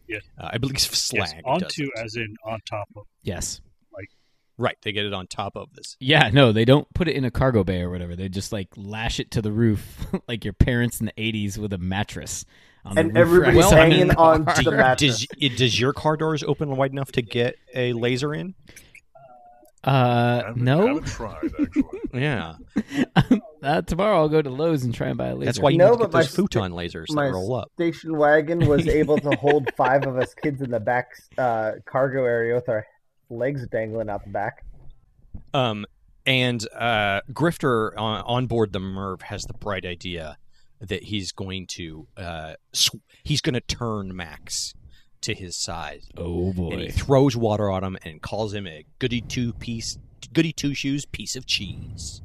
Speaker 3: Yeah.
Speaker 4: uh, I believe Slag.
Speaker 3: Yes,
Speaker 4: does
Speaker 3: onto
Speaker 4: it.
Speaker 3: as in on top of.
Speaker 6: Yes.
Speaker 4: right. They get it on top of this.
Speaker 6: Yeah, no, they don't put it in a cargo bay or whatever. They just like lash it to the roof like your parents in the 80s with a mattress. on
Speaker 5: And
Speaker 6: the roof
Speaker 5: everybody's
Speaker 6: racks on
Speaker 5: hanging
Speaker 6: the
Speaker 5: on
Speaker 6: car.
Speaker 5: to the mattress.
Speaker 4: Does it, does your car doors open wide enough to get a laser in?
Speaker 1: I
Speaker 6: Uh,
Speaker 1: haven't- I
Speaker 6: no.
Speaker 1: haven't tried actually.
Speaker 4: Yeah,
Speaker 6: uh, tomorrow I'll go to Lowe's and try and buy a laser.
Speaker 4: that's why you need
Speaker 5: No,
Speaker 4: to
Speaker 5: but
Speaker 4: get
Speaker 5: my
Speaker 4: those futon lasers
Speaker 5: my
Speaker 4: that roll up.
Speaker 5: station wagon was able to hold five of us kids in the back uh, cargo area with our legs dangling out the back.
Speaker 4: Um, and uh, Grifter on, on board the Merv has the bright idea that he's going to uh, sw- he's going to turn Max to his side,
Speaker 6: Oh
Speaker 4: and he
Speaker 6: boy.
Speaker 4: throws water on him and calls him a goody two piece, goody two shoes piece of cheese,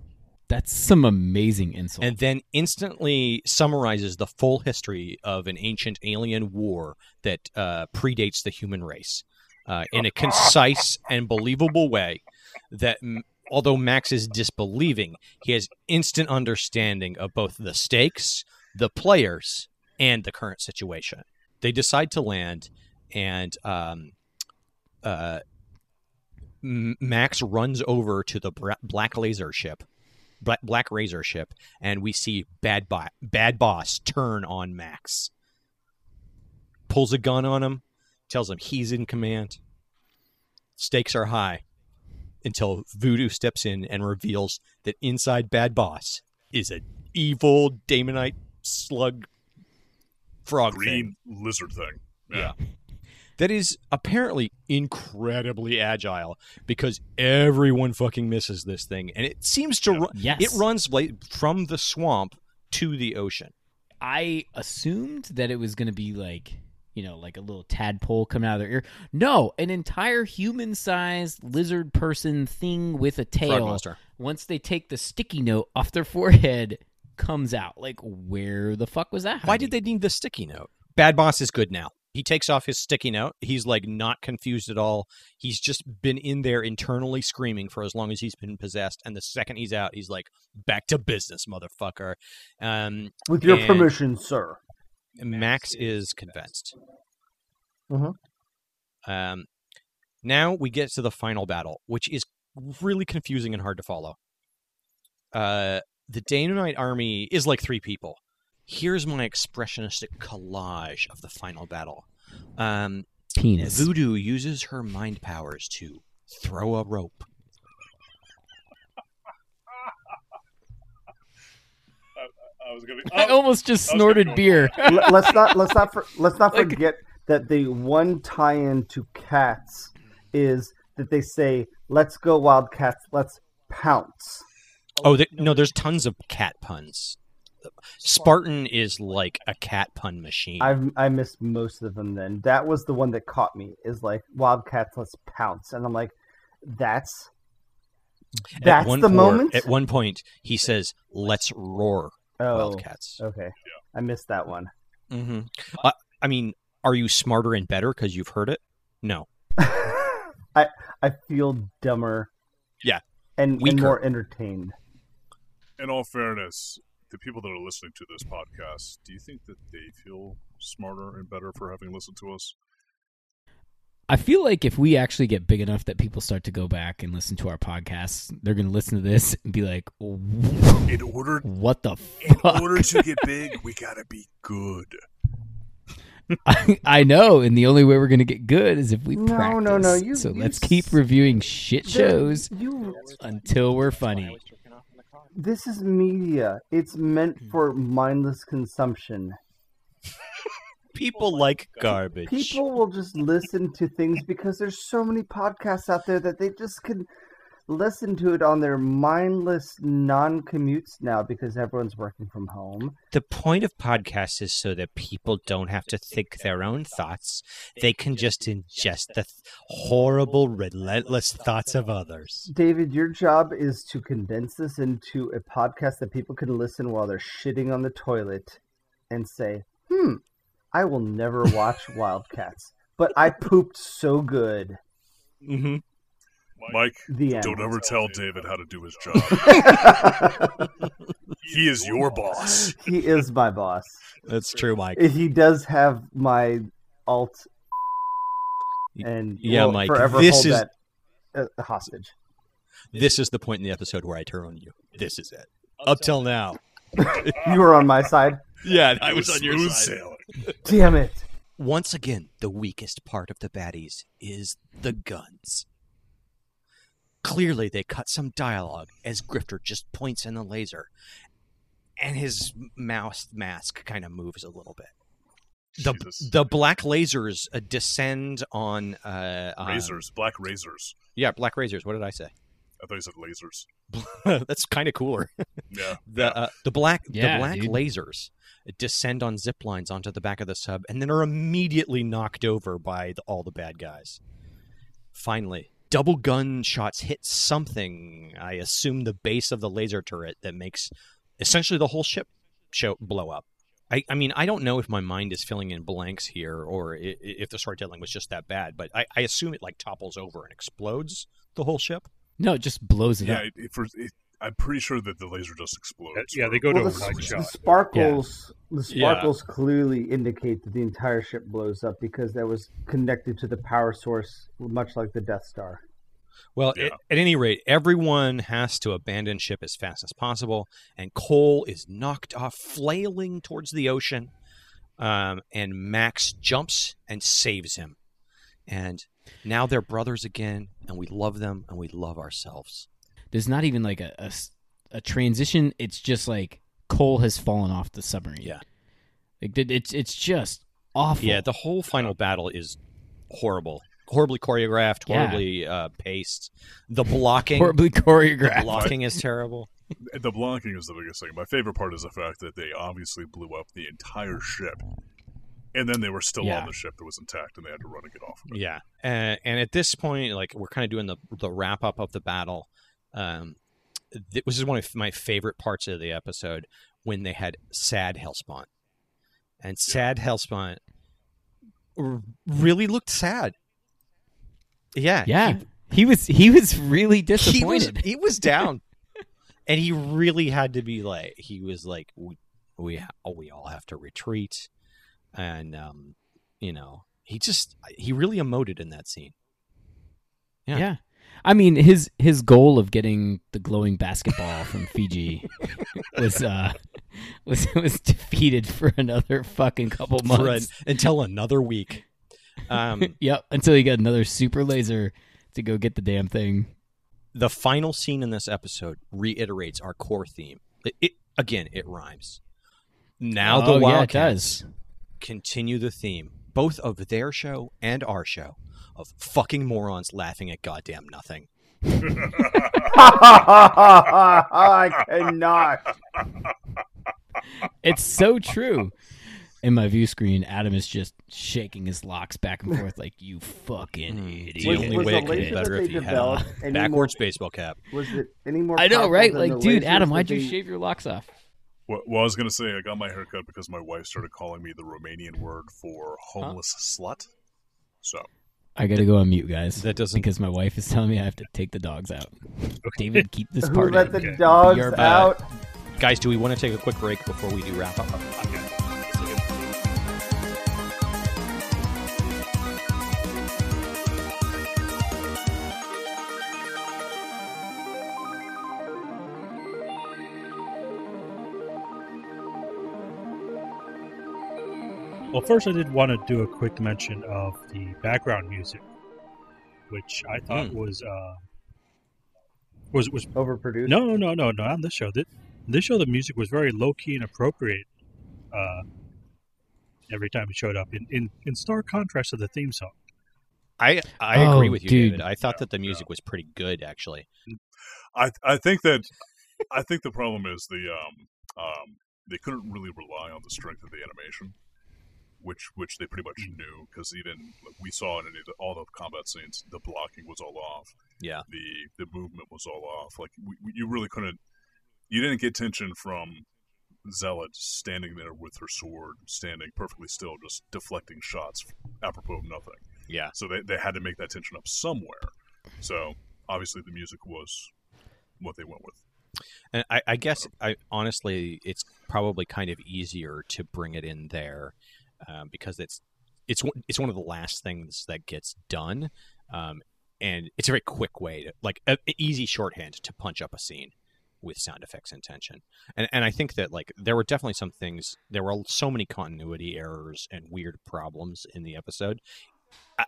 Speaker 6: That's some amazing insult.
Speaker 4: and then instantly summarizes the full history of an ancient alien war that uh, predates the human race uh, in a concise and believable way that m- although Max is disbelieving, he has instant understanding of both the stakes, the players, and the current situation. They decide to land, and um, uh, M- Max runs over to the bra- black laser ship, bla- black razor ship, and we see bad bo- bad boss turn on Max. Pulls a gun on him, tells him he's in command. Stakes are high until Voodoo steps in and reveals that inside Bad Boss is an evil Damonite slug frog thing
Speaker 1: Green lizard thing. Yeah.
Speaker 4: that is apparently incredibly agile because everyone fucking misses this thing and it seems to run
Speaker 6: yes.
Speaker 4: it runs like from the swamp to the ocean
Speaker 6: I assumed that it was going to be like, you know, like a little tadpole coming out of their ear. No, an entire human-sized lizard person thing with a
Speaker 4: frog
Speaker 6: tail.
Speaker 4: monster
Speaker 6: Once they take the sticky note off their forehead, comes out. Like, where the fuck was that?
Speaker 4: why did they need the sticky note bad boss is good now he takes off his sticky note he's like not confused at all he's just been in there internally screaming for as long as he's been possessed and the second he's out he's like back to business motherfucker um
Speaker 5: With your
Speaker 4: And-
Speaker 5: permission, sir.
Speaker 4: Max is convinced.
Speaker 5: Mhm.
Speaker 4: Um, now we get to the final battle, which is really confusing and hard to follow. Uh, the Danonite army is like three people. Here's my expressionistic collage of the final battle. Um,
Speaker 6: penis?
Speaker 4: Voodoo uses her mind powers to throw a rope.
Speaker 1: I was gonna.
Speaker 6: I
Speaker 1: Oh,
Speaker 6: almost just
Speaker 1: I was
Speaker 6: snorted
Speaker 1: gonna go
Speaker 6: beer.
Speaker 5: Let- let's not let's not for, let's not
Speaker 6: Like-
Speaker 5: forget that the one tie-in to cats is that they say, "Let's go, wild cats! Let's pounce."
Speaker 4: Oh, there, no, there's tons of cat puns. Spartan is like a cat pun machine.
Speaker 5: I've I missed most of them. Then that was the one that caught me. Is like wild cats, let's pounce, and I'm like, that's
Speaker 4: At
Speaker 5: that's
Speaker 4: one
Speaker 5: the
Speaker 4: por-
Speaker 5: moment.
Speaker 4: At one point, he says, "Let's roar,
Speaker 5: oh,
Speaker 4: Wildcats."
Speaker 5: okay, I missed that one.
Speaker 4: Mm-hmm. I, I mean, are you smarter and better because you've heard it? No.
Speaker 5: I I feel dumber.
Speaker 4: Yeah.
Speaker 5: and, and
Speaker 4: Weaker.
Speaker 5: more entertained.
Speaker 1: in all fairness, the people that are listening to this podcast, do you think that they feel smarter and better for having listened to us?
Speaker 6: I feel like if we actually get big enough that people start to go back and listen to our podcasts, they're going to listen to this and be like,
Speaker 1: In order,
Speaker 6: "What the
Speaker 1: in
Speaker 6: fuck?"
Speaker 1: order to get big, we gotta be good.
Speaker 6: I, I know, and the only way we're going to get good is if we
Speaker 5: No,
Speaker 6: practice.
Speaker 5: no, no, you-
Speaker 6: so
Speaker 5: you
Speaker 6: let's
Speaker 5: s-
Speaker 6: keep reviewing shit shows
Speaker 5: You
Speaker 6: until we're funny.
Speaker 5: This is media. It's meant
Speaker 4: Hmm.
Speaker 5: for mindless consumption.
Speaker 4: People like garbage.
Speaker 5: People will just listen to things because there's so many podcasts out there that they just can listen to it on their mindless non-commutes now because everyone's working from home.
Speaker 4: The point of podcasts is so that people don't have to think their own thoughts; they can just ingest the th- horrible, relentless thoughts of others.
Speaker 5: David, your job is to condense this into a podcast that people can listen while they're shitting on the toilet and say, "Hmm, I will never watch Wildcats, but I pooped so good."
Speaker 4: Mm-hmm.
Speaker 1: Mike,
Speaker 5: The end.
Speaker 1: don't ever tell David how to do his job. he is your boss.
Speaker 5: he is my boss.
Speaker 4: That's true, Mike.
Speaker 5: He does have my alt, and
Speaker 4: Yeah,
Speaker 5: will
Speaker 4: Mike,
Speaker 5: forever
Speaker 4: this
Speaker 5: hold
Speaker 4: is-
Speaker 5: that uh, hostage.
Speaker 4: This is the point in the episode where I turn on you. This is it. Up till now,
Speaker 5: You were on my side.
Speaker 4: yeah,
Speaker 1: He was smooth sailing.
Speaker 5: Damn it.
Speaker 4: Once again, the weakest part of the baddies is the guns. Clearly, they cut some dialogue as Grifter just points in the laser, and his mouse mask kind of moves a little bit. The,
Speaker 1: Jesus.
Speaker 4: the black lasers uh, descend on. Uh, uh,
Speaker 1: razors, black razors.
Speaker 4: Yeah, black razors. What did I say?
Speaker 1: I thought you said lasers.
Speaker 4: That's kind of cooler.
Speaker 1: Yeah,
Speaker 4: the uh, the black
Speaker 6: Yeah,
Speaker 4: the black
Speaker 6: dude.
Speaker 4: lasers descend on zip lines onto the back of the sub and then are immediately knocked over by the, all the bad guys. Finally, double gun shots hit something. I assume the base of the laser turret that makes essentially the whole ship show blow up. I, I mean, I don't know if my mind is filling in blanks here or i- i- if the storytelling was just that bad, but I, I assume it like topples over and explodes the whole ship.
Speaker 6: No, it just blows it
Speaker 1: yeah.
Speaker 6: up.
Speaker 1: It, it, for, it, I'm pretty sure that the laser just explodes.
Speaker 3: yeah,
Speaker 1: for-
Speaker 3: they go to
Speaker 5: Well, the,
Speaker 3: overnight
Speaker 5: s-
Speaker 3: shot.
Speaker 5: the sparkles, the
Speaker 4: Yeah.
Speaker 5: sparkles clearly indicate that the entire ship blows up because that was connected to the power source, much like the Death Star.
Speaker 4: Well,
Speaker 1: Yeah.
Speaker 4: at, at any rate, everyone has to abandon ship as fast as possible, and Cole is knocked off, flailing towards the ocean. Um, and Max jumps and saves him. And now they're brothers again, and we love them, and we love ourselves.
Speaker 6: There's not even like a, a s- a transition. It's just like Cole has fallen off the submarine.
Speaker 4: Yeah.
Speaker 6: Like it- it's it's just awful.
Speaker 4: Yeah, the whole final battle is horrible, horribly choreographed,
Speaker 6: Yeah.
Speaker 4: horribly uh, paced. The blocking,
Speaker 6: horribly
Speaker 4: the
Speaker 6: choreographed.
Speaker 4: blocking is terrible.
Speaker 1: The blocking is the biggest thing. My favorite part is the fact that they obviously blew up the entire ship, and then they were still
Speaker 6: Yeah.
Speaker 1: on the ship that was intact, and they had to run and get off. Of it.
Speaker 4: Yeah, uh, and at this point, like we're kind of doing the the wrap up of the battle. Um, th- this is one of my favorite parts of the episode when they had Sad Hellspawn, and Sad Hellspawn r- really looked sad. Yeah,
Speaker 6: Yeah, he was he was really
Speaker 4: he was
Speaker 6: disappointed.
Speaker 4: he was down, and he really had to be like he was like we we, ha- we all have to retreat, and um, you know he just he really emoted in that scene.
Speaker 6: yeah.
Speaker 4: yeah.
Speaker 6: I mean his his goal of getting the glowing basketball from Fiji was uh was was defeated for another fucking couple
Speaker 4: for
Speaker 6: months.
Speaker 4: an- until another week. Um,
Speaker 6: Yep, until he got another super laser to go get the damn thing.
Speaker 4: the final scene in this episode reiterates our core theme. It, it again, it rhymes. Now
Speaker 6: Oh,
Speaker 4: the
Speaker 6: yeah, it
Speaker 4: Wildcats
Speaker 6: does.
Speaker 4: continue the theme, both of their show and our show, of fucking morons laughing at goddamn nothing.
Speaker 5: I cannot.
Speaker 6: It's so true. In my view screen, Adam is just shaking his locks back and forth like you fucking
Speaker 4: Mm,
Speaker 6: idiot.
Speaker 4: The
Speaker 5: Was,
Speaker 4: only
Speaker 5: was
Speaker 4: way
Speaker 5: the
Speaker 4: it could be
Speaker 5: laser
Speaker 4: better
Speaker 5: that
Speaker 4: if
Speaker 5: they
Speaker 4: you had
Speaker 5: developed any
Speaker 4: Backwards baseball cap.
Speaker 5: More, was it any more?
Speaker 6: I know,
Speaker 5: powerful
Speaker 6: right?
Speaker 5: than
Speaker 6: Like,
Speaker 5: the
Speaker 6: dude,
Speaker 5: lasers
Speaker 6: Adam,
Speaker 5: that
Speaker 6: why'd you
Speaker 5: they-
Speaker 6: shave your locks off?
Speaker 1: Well, well, I was gonna say I got my haircut because my wife started calling me the Romanian word for homeless slut. So
Speaker 6: I gotta go on mute, guys.
Speaker 4: That doesn't.
Speaker 6: because my wife is telling me I have to take the dogs out. David, keep this
Speaker 5: Who
Speaker 6: party.
Speaker 5: let the
Speaker 3: Okay.
Speaker 5: dogs
Speaker 6: You're back.
Speaker 5: out?
Speaker 4: Guys, do we want to take a quick break before we do wrap up? Okay.
Speaker 3: Well, first, I did want to do a quick mention of the background music, which I thought
Speaker 4: Hmm.
Speaker 3: was uh, was was
Speaker 5: Overproduced.
Speaker 3: no, no, no, no, not on this show. This, this show, the music was very low key and appropriate. Uh, every time it showed up, in, in in stark contrast to the theme song.
Speaker 4: I I agree
Speaker 6: Oh,
Speaker 4: with you,
Speaker 6: dude.
Speaker 4: David. I thought that the music was pretty good, actually.
Speaker 1: I I think that I think the problem is the um um they couldn't really rely on the strength of the animation, which which they pretty
Speaker 4: Mm.
Speaker 1: much knew because even like, we saw in any of the, all the combat scenes the blocking was all off.
Speaker 4: Yeah.
Speaker 1: The the movement was all off. Like we, we- you really couldn't you didn't get tension from Zealot standing there with her sword, standing perfectly still, just deflecting shots apropos of nothing.
Speaker 4: Yeah.
Speaker 1: So they, they had to make that tension up somewhere. So obviously the music was what they went with.
Speaker 4: And I, I guess, I honestly, it's probably kind of easier to bring it in there um, because it's it's one- it's one of the last things that gets done, um, and it's a very quick way to like a, a easy shorthand to punch up a scene with sound effects and tension. And and I think that like there were definitely some things. There were so many continuity errors and weird problems in the episode. I,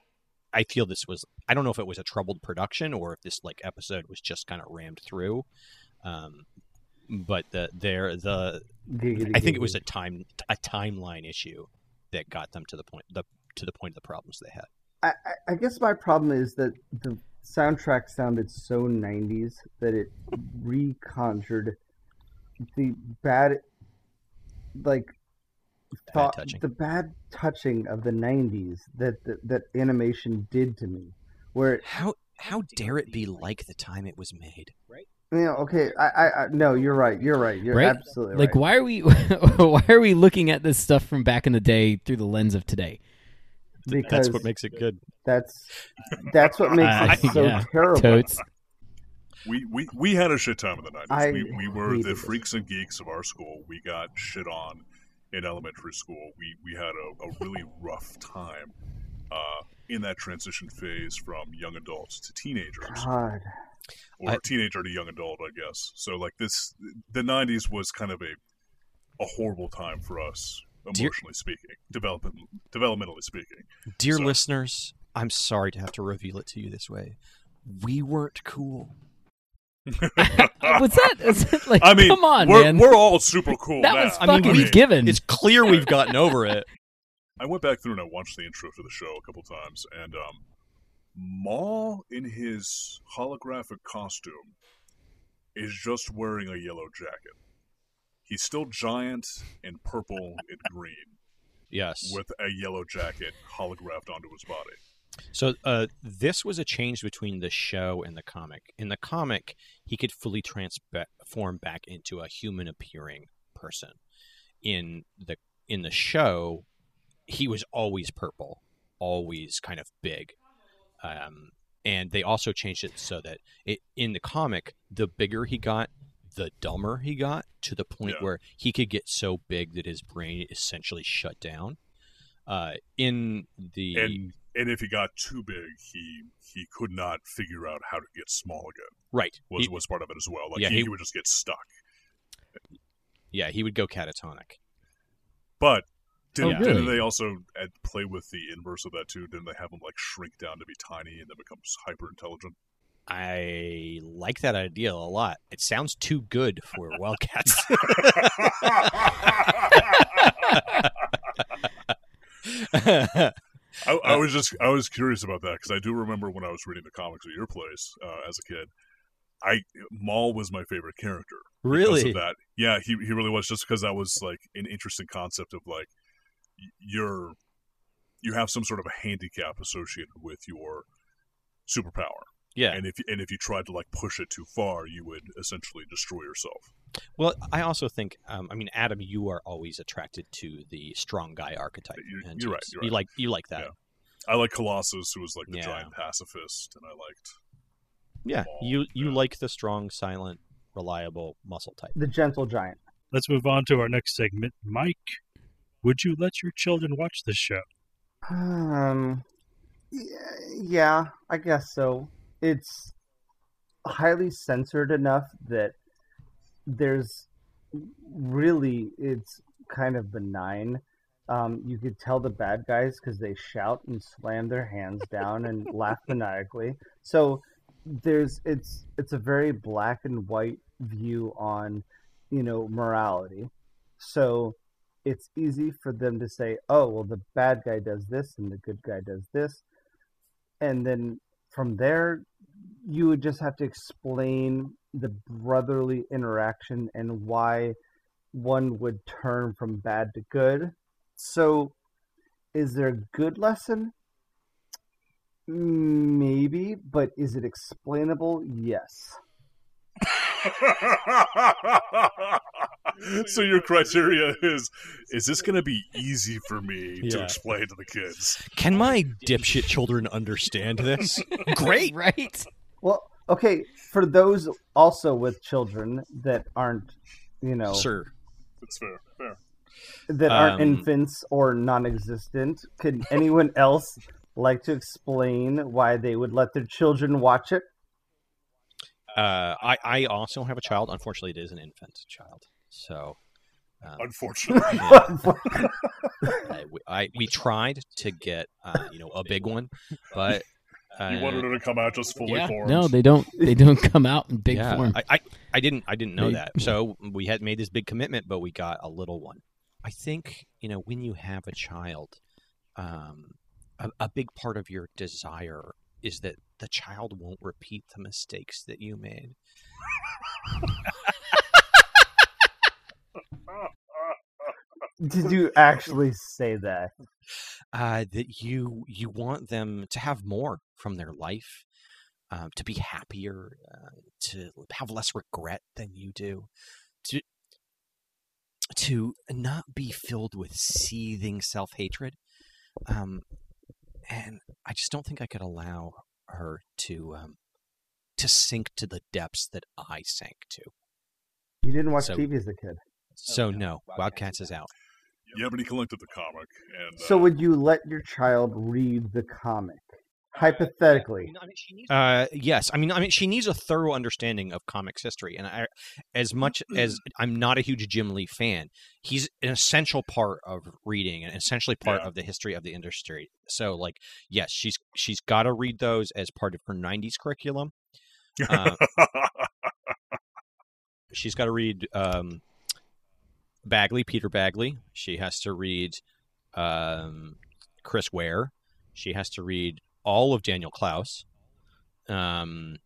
Speaker 4: I feel this was. I don't know if it was a troubled production or if this like episode was just kind of rammed through. Um, but the there the I think it was a time a timeline issue that got them to the point the to the point of the problems they had.
Speaker 5: I, I- I guess my problem is that the soundtrack sounded so 90s that it reconjured the bad, like, thought,
Speaker 4: touching.
Speaker 5: the bad touching of the 90s that, that, that animation did to me. Where,
Speaker 4: How how dare it be like the time it was made?
Speaker 5: you know, okay, I, I, I no, you're right, you're right, you're
Speaker 6: Right?
Speaker 5: absolutely
Speaker 6: Like,
Speaker 5: right.
Speaker 6: why are we why are we looking at this stuff from back in the day through the lens of today?
Speaker 5: Because
Speaker 4: That's what makes it good.
Speaker 5: that's, that's what makes
Speaker 6: I-
Speaker 5: it so
Speaker 6: yeah,
Speaker 5: terrible.
Speaker 6: Totes.
Speaker 1: We, we, we had a shit time in the 90s.
Speaker 5: I
Speaker 1: we, we were
Speaker 5: hated
Speaker 1: the
Speaker 5: it.
Speaker 1: freaks and geeks of our school. We got shit on in elementary school. We, we had a, a really rough time uh, in that transition phase from young adults to teenagers.
Speaker 5: God.
Speaker 1: or
Speaker 4: I-
Speaker 1: teenager to young adult, I guess. So like this, the '90s was kind of a a horrible time for us,
Speaker 4: Do you-
Speaker 1: emotionally speaking, development developmentally speaking.
Speaker 4: Dear
Speaker 1: So-
Speaker 4: listeners, I'm sorry to have to reveal it to you this way. We weren't cool.
Speaker 6: What's that? Is it like,
Speaker 1: I mean,
Speaker 6: come on,
Speaker 1: we're,
Speaker 6: man.
Speaker 1: we're all super cool
Speaker 6: that
Speaker 1: now.
Speaker 6: was
Speaker 4: I mean,
Speaker 6: fucking
Speaker 4: we-
Speaker 6: given.
Speaker 4: It's clear we've gotten over it.
Speaker 1: I went back through and I watched the intro for the show a couple times, and um, Maul in his holographic costume is just wearing a yellow jacket. He's still giant and purple and green
Speaker 4: Yes.
Speaker 1: with a yellow jacket holographed onto his body.
Speaker 4: So uh, this was a change between the show and the comic. In the comic, he could fully transform back into a human appearing person. In the in the show, he was always purple, always kind of big. Um, and they also changed it so that it, in the comic, the bigger he got, the dumber he got, to the point
Speaker 1: Yeah.
Speaker 4: where he could get so big that his brain essentially shut down. Uh, in the
Speaker 1: And and if he got too big, he he could not figure out how to get small again.
Speaker 4: Right.
Speaker 1: Was
Speaker 4: He-
Speaker 1: was part of it as well. Like
Speaker 4: Yeah,
Speaker 1: he,
Speaker 4: he-
Speaker 1: he would just get stuck.
Speaker 4: yeah, he would go catatonic.
Speaker 1: But didn't,
Speaker 6: Oh,
Speaker 1: didn't
Speaker 6: really?
Speaker 1: they also uh, play with the inverse of that too? Didn't they have him like shrink down to be tiny and then becomes hyper intelligent?
Speaker 4: I like that idea a lot. It sounds too good for Wildcats.
Speaker 1: I, I was just I was curious about that because I do remember when I was reading the comics at your place uh, as a kid. I Maul was my favorite character. because
Speaker 4: really?
Speaker 1: of that. Yeah, he he really was just because that was like an interesting concept of like y- you're you have some sort of a handicap associated with your superpower,
Speaker 4: Yeah.
Speaker 1: and if and if you tried to like push it too far, you would essentially destroy yourself.
Speaker 4: Well, I also think, um, I mean, Adam, you are always attracted to the strong guy archetype.
Speaker 1: You're-
Speaker 4: and
Speaker 1: you're right,
Speaker 4: it's-
Speaker 1: you're
Speaker 4: You
Speaker 1: right.
Speaker 4: like you like that.
Speaker 1: Yeah. I like Colossus, who was like the
Speaker 4: Yeah.
Speaker 1: giant pacifist, and I liked
Speaker 4: Yeah,
Speaker 1: Ball,
Speaker 4: you you
Speaker 1: yeah.
Speaker 4: like the strong, silent, reliable muscle type.
Speaker 5: The gentle giant.
Speaker 3: Let's move on to our next segment. Mike, would you let your children watch this show?
Speaker 5: Um, y- yeah, I guess so. It's highly censored enough that there's really it's kind of benign. Um, you could tell the bad guys because they shout and slam their hands down and laugh maniacally. So there's it's it's a very black and white view on you know morality. So it's easy for them to say, oh, well, the bad guy does this and the good guy does this. And then from there, you would just have to explain the brotherly interaction and why one would turn from bad to good. So, is there a good lesson? Maybe, but is it explainable? Yes.
Speaker 1: so your criteria is is this going to be easy for me to
Speaker 4: Yeah.
Speaker 1: explain to the kids?
Speaker 4: Can my dipshit children understand this? Great.
Speaker 6: right.
Speaker 5: Well, okay, for those also with children that aren't, you know,
Speaker 4: Sir,
Speaker 1: That's fair. Fair.
Speaker 5: that aren't
Speaker 4: Um,
Speaker 5: infants or non-existent. Could anyone else like to explain why they would let their children watch it?
Speaker 4: Uh, I I also have a child. Unfortunately, it is an infant child. So. Um,
Speaker 1: Unfortunately,
Speaker 4: yeah. I, we- I we tried to get uh, you know a big one, but uh,
Speaker 1: you wanted her to come out just fully
Speaker 6: yeah.
Speaker 1: formed.
Speaker 6: No, they don't. They don't come out in big
Speaker 4: yeah,
Speaker 6: form.
Speaker 4: I, I I didn't I didn't know
Speaker 6: Big-
Speaker 4: that. So we had made this big commitment, but we got a little one. I think you know when you have a child, um, a, a big part of your desire is that the child won't repeat the mistakes that you made.
Speaker 5: Did you actually say that?
Speaker 4: uh, that you you want them to have more from their life, um, to be happier, uh, to have less regret than you do, to to not be filled with seething self hatred, um, and I just don't think I could allow her to um, to sink to the depths that I sank to.
Speaker 5: You didn't watch
Speaker 4: So-
Speaker 5: TV as a kid.
Speaker 4: So Oh, no, Wildcats is out.
Speaker 1: Yeah, but he collected the comic, and
Speaker 5: So
Speaker 1: uh,
Speaker 5: would you let your child read the comic? Hypothetically.
Speaker 4: No, I mean, she needs- Uh, yes, I mean, I mean, she needs a thorough understanding of comics history, and I, as much as I'm not a huge Jim Lee fan, he's an essential part of reading and essentially part
Speaker 1: Yeah.
Speaker 4: of the history of the industry. So, like, yes, she's she's got to read those as part of her '90s curriculum. Uh, she's got to read um, Bagley, Peter Bagley. She has to read um, Chris Ware. She has to read all of Daniel Klaus. Um,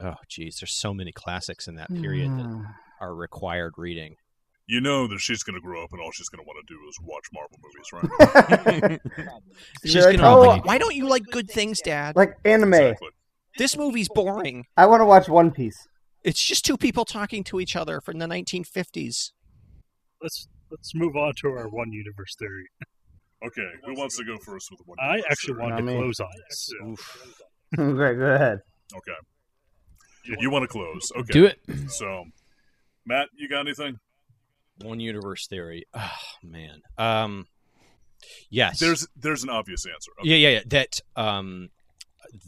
Speaker 4: oh, geez, there's so many classics in that period that
Speaker 5: Hmm.
Speaker 4: are required reading.
Speaker 1: you know that she's going to grow up, and all she's going to want to do is watch Marvel movies, right?
Speaker 5: She's like, gonna- "Oh,
Speaker 4: why don't you like good things, Dad?
Speaker 5: like anime.
Speaker 1: Exactly.
Speaker 4: This movie's boring.
Speaker 5: I want to watch One Piece.
Speaker 4: It's just two people talking to each other from the 1950s.
Speaker 3: Let's let's move on to our one universe theory.
Speaker 1: Okay, who wants to go first with one?
Speaker 3: I actually
Speaker 5: Not
Speaker 3: wanted to
Speaker 5: me.
Speaker 3: close on this.
Speaker 4: Oof.
Speaker 5: Great, go ahead.
Speaker 1: Okay, Yeah, you want to close? Okay,
Speaker 6: Do it.
Speaker 1: So, Matt, you got anything?
Speaker 4: One universe theory. Oh, man. Um, yes.
Speaker 1: There's there's an obvious answer. Okay.
Speaker 4: yeah, yeah, yeah. That um,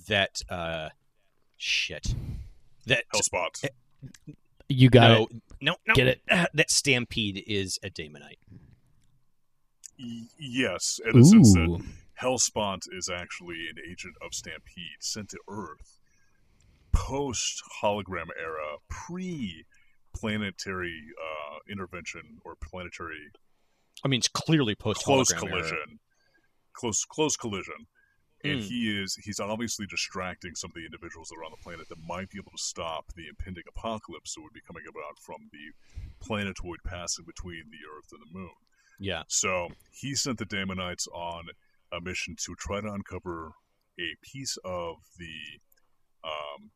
Speaker 4: that uh, shit. That
Speaker 1: Hell spots.
Speaker 4: Eh.
Speaker 6: You got
Speaker 4: no,
Speaker 6: it.
Speaker 4: no, no.
Speaker 6: Get it.
Speaker 4: That stampede is a daemonite.
Speaker 1: Y- yes, in the sense that
Speaker 6: Ooh.
Speaker 1: Hellspont is actually an agent of Stampede sent to Earth post hologram era, pre planetary uh, intervention or planetary
Speaker 4: I mean, it's clearly post
Speaker 1: close collision. Close close collision. And he is he's obviously distracting some of the individuals that are on the planet that might be able to stop the impending apocalypse that would be coming about from the planetoid passing between the Earth and the Moon.
Speaker 4: Yeah,
Speaker 1: So he sent the Damonites on a mission to try to uncover a piece of the um,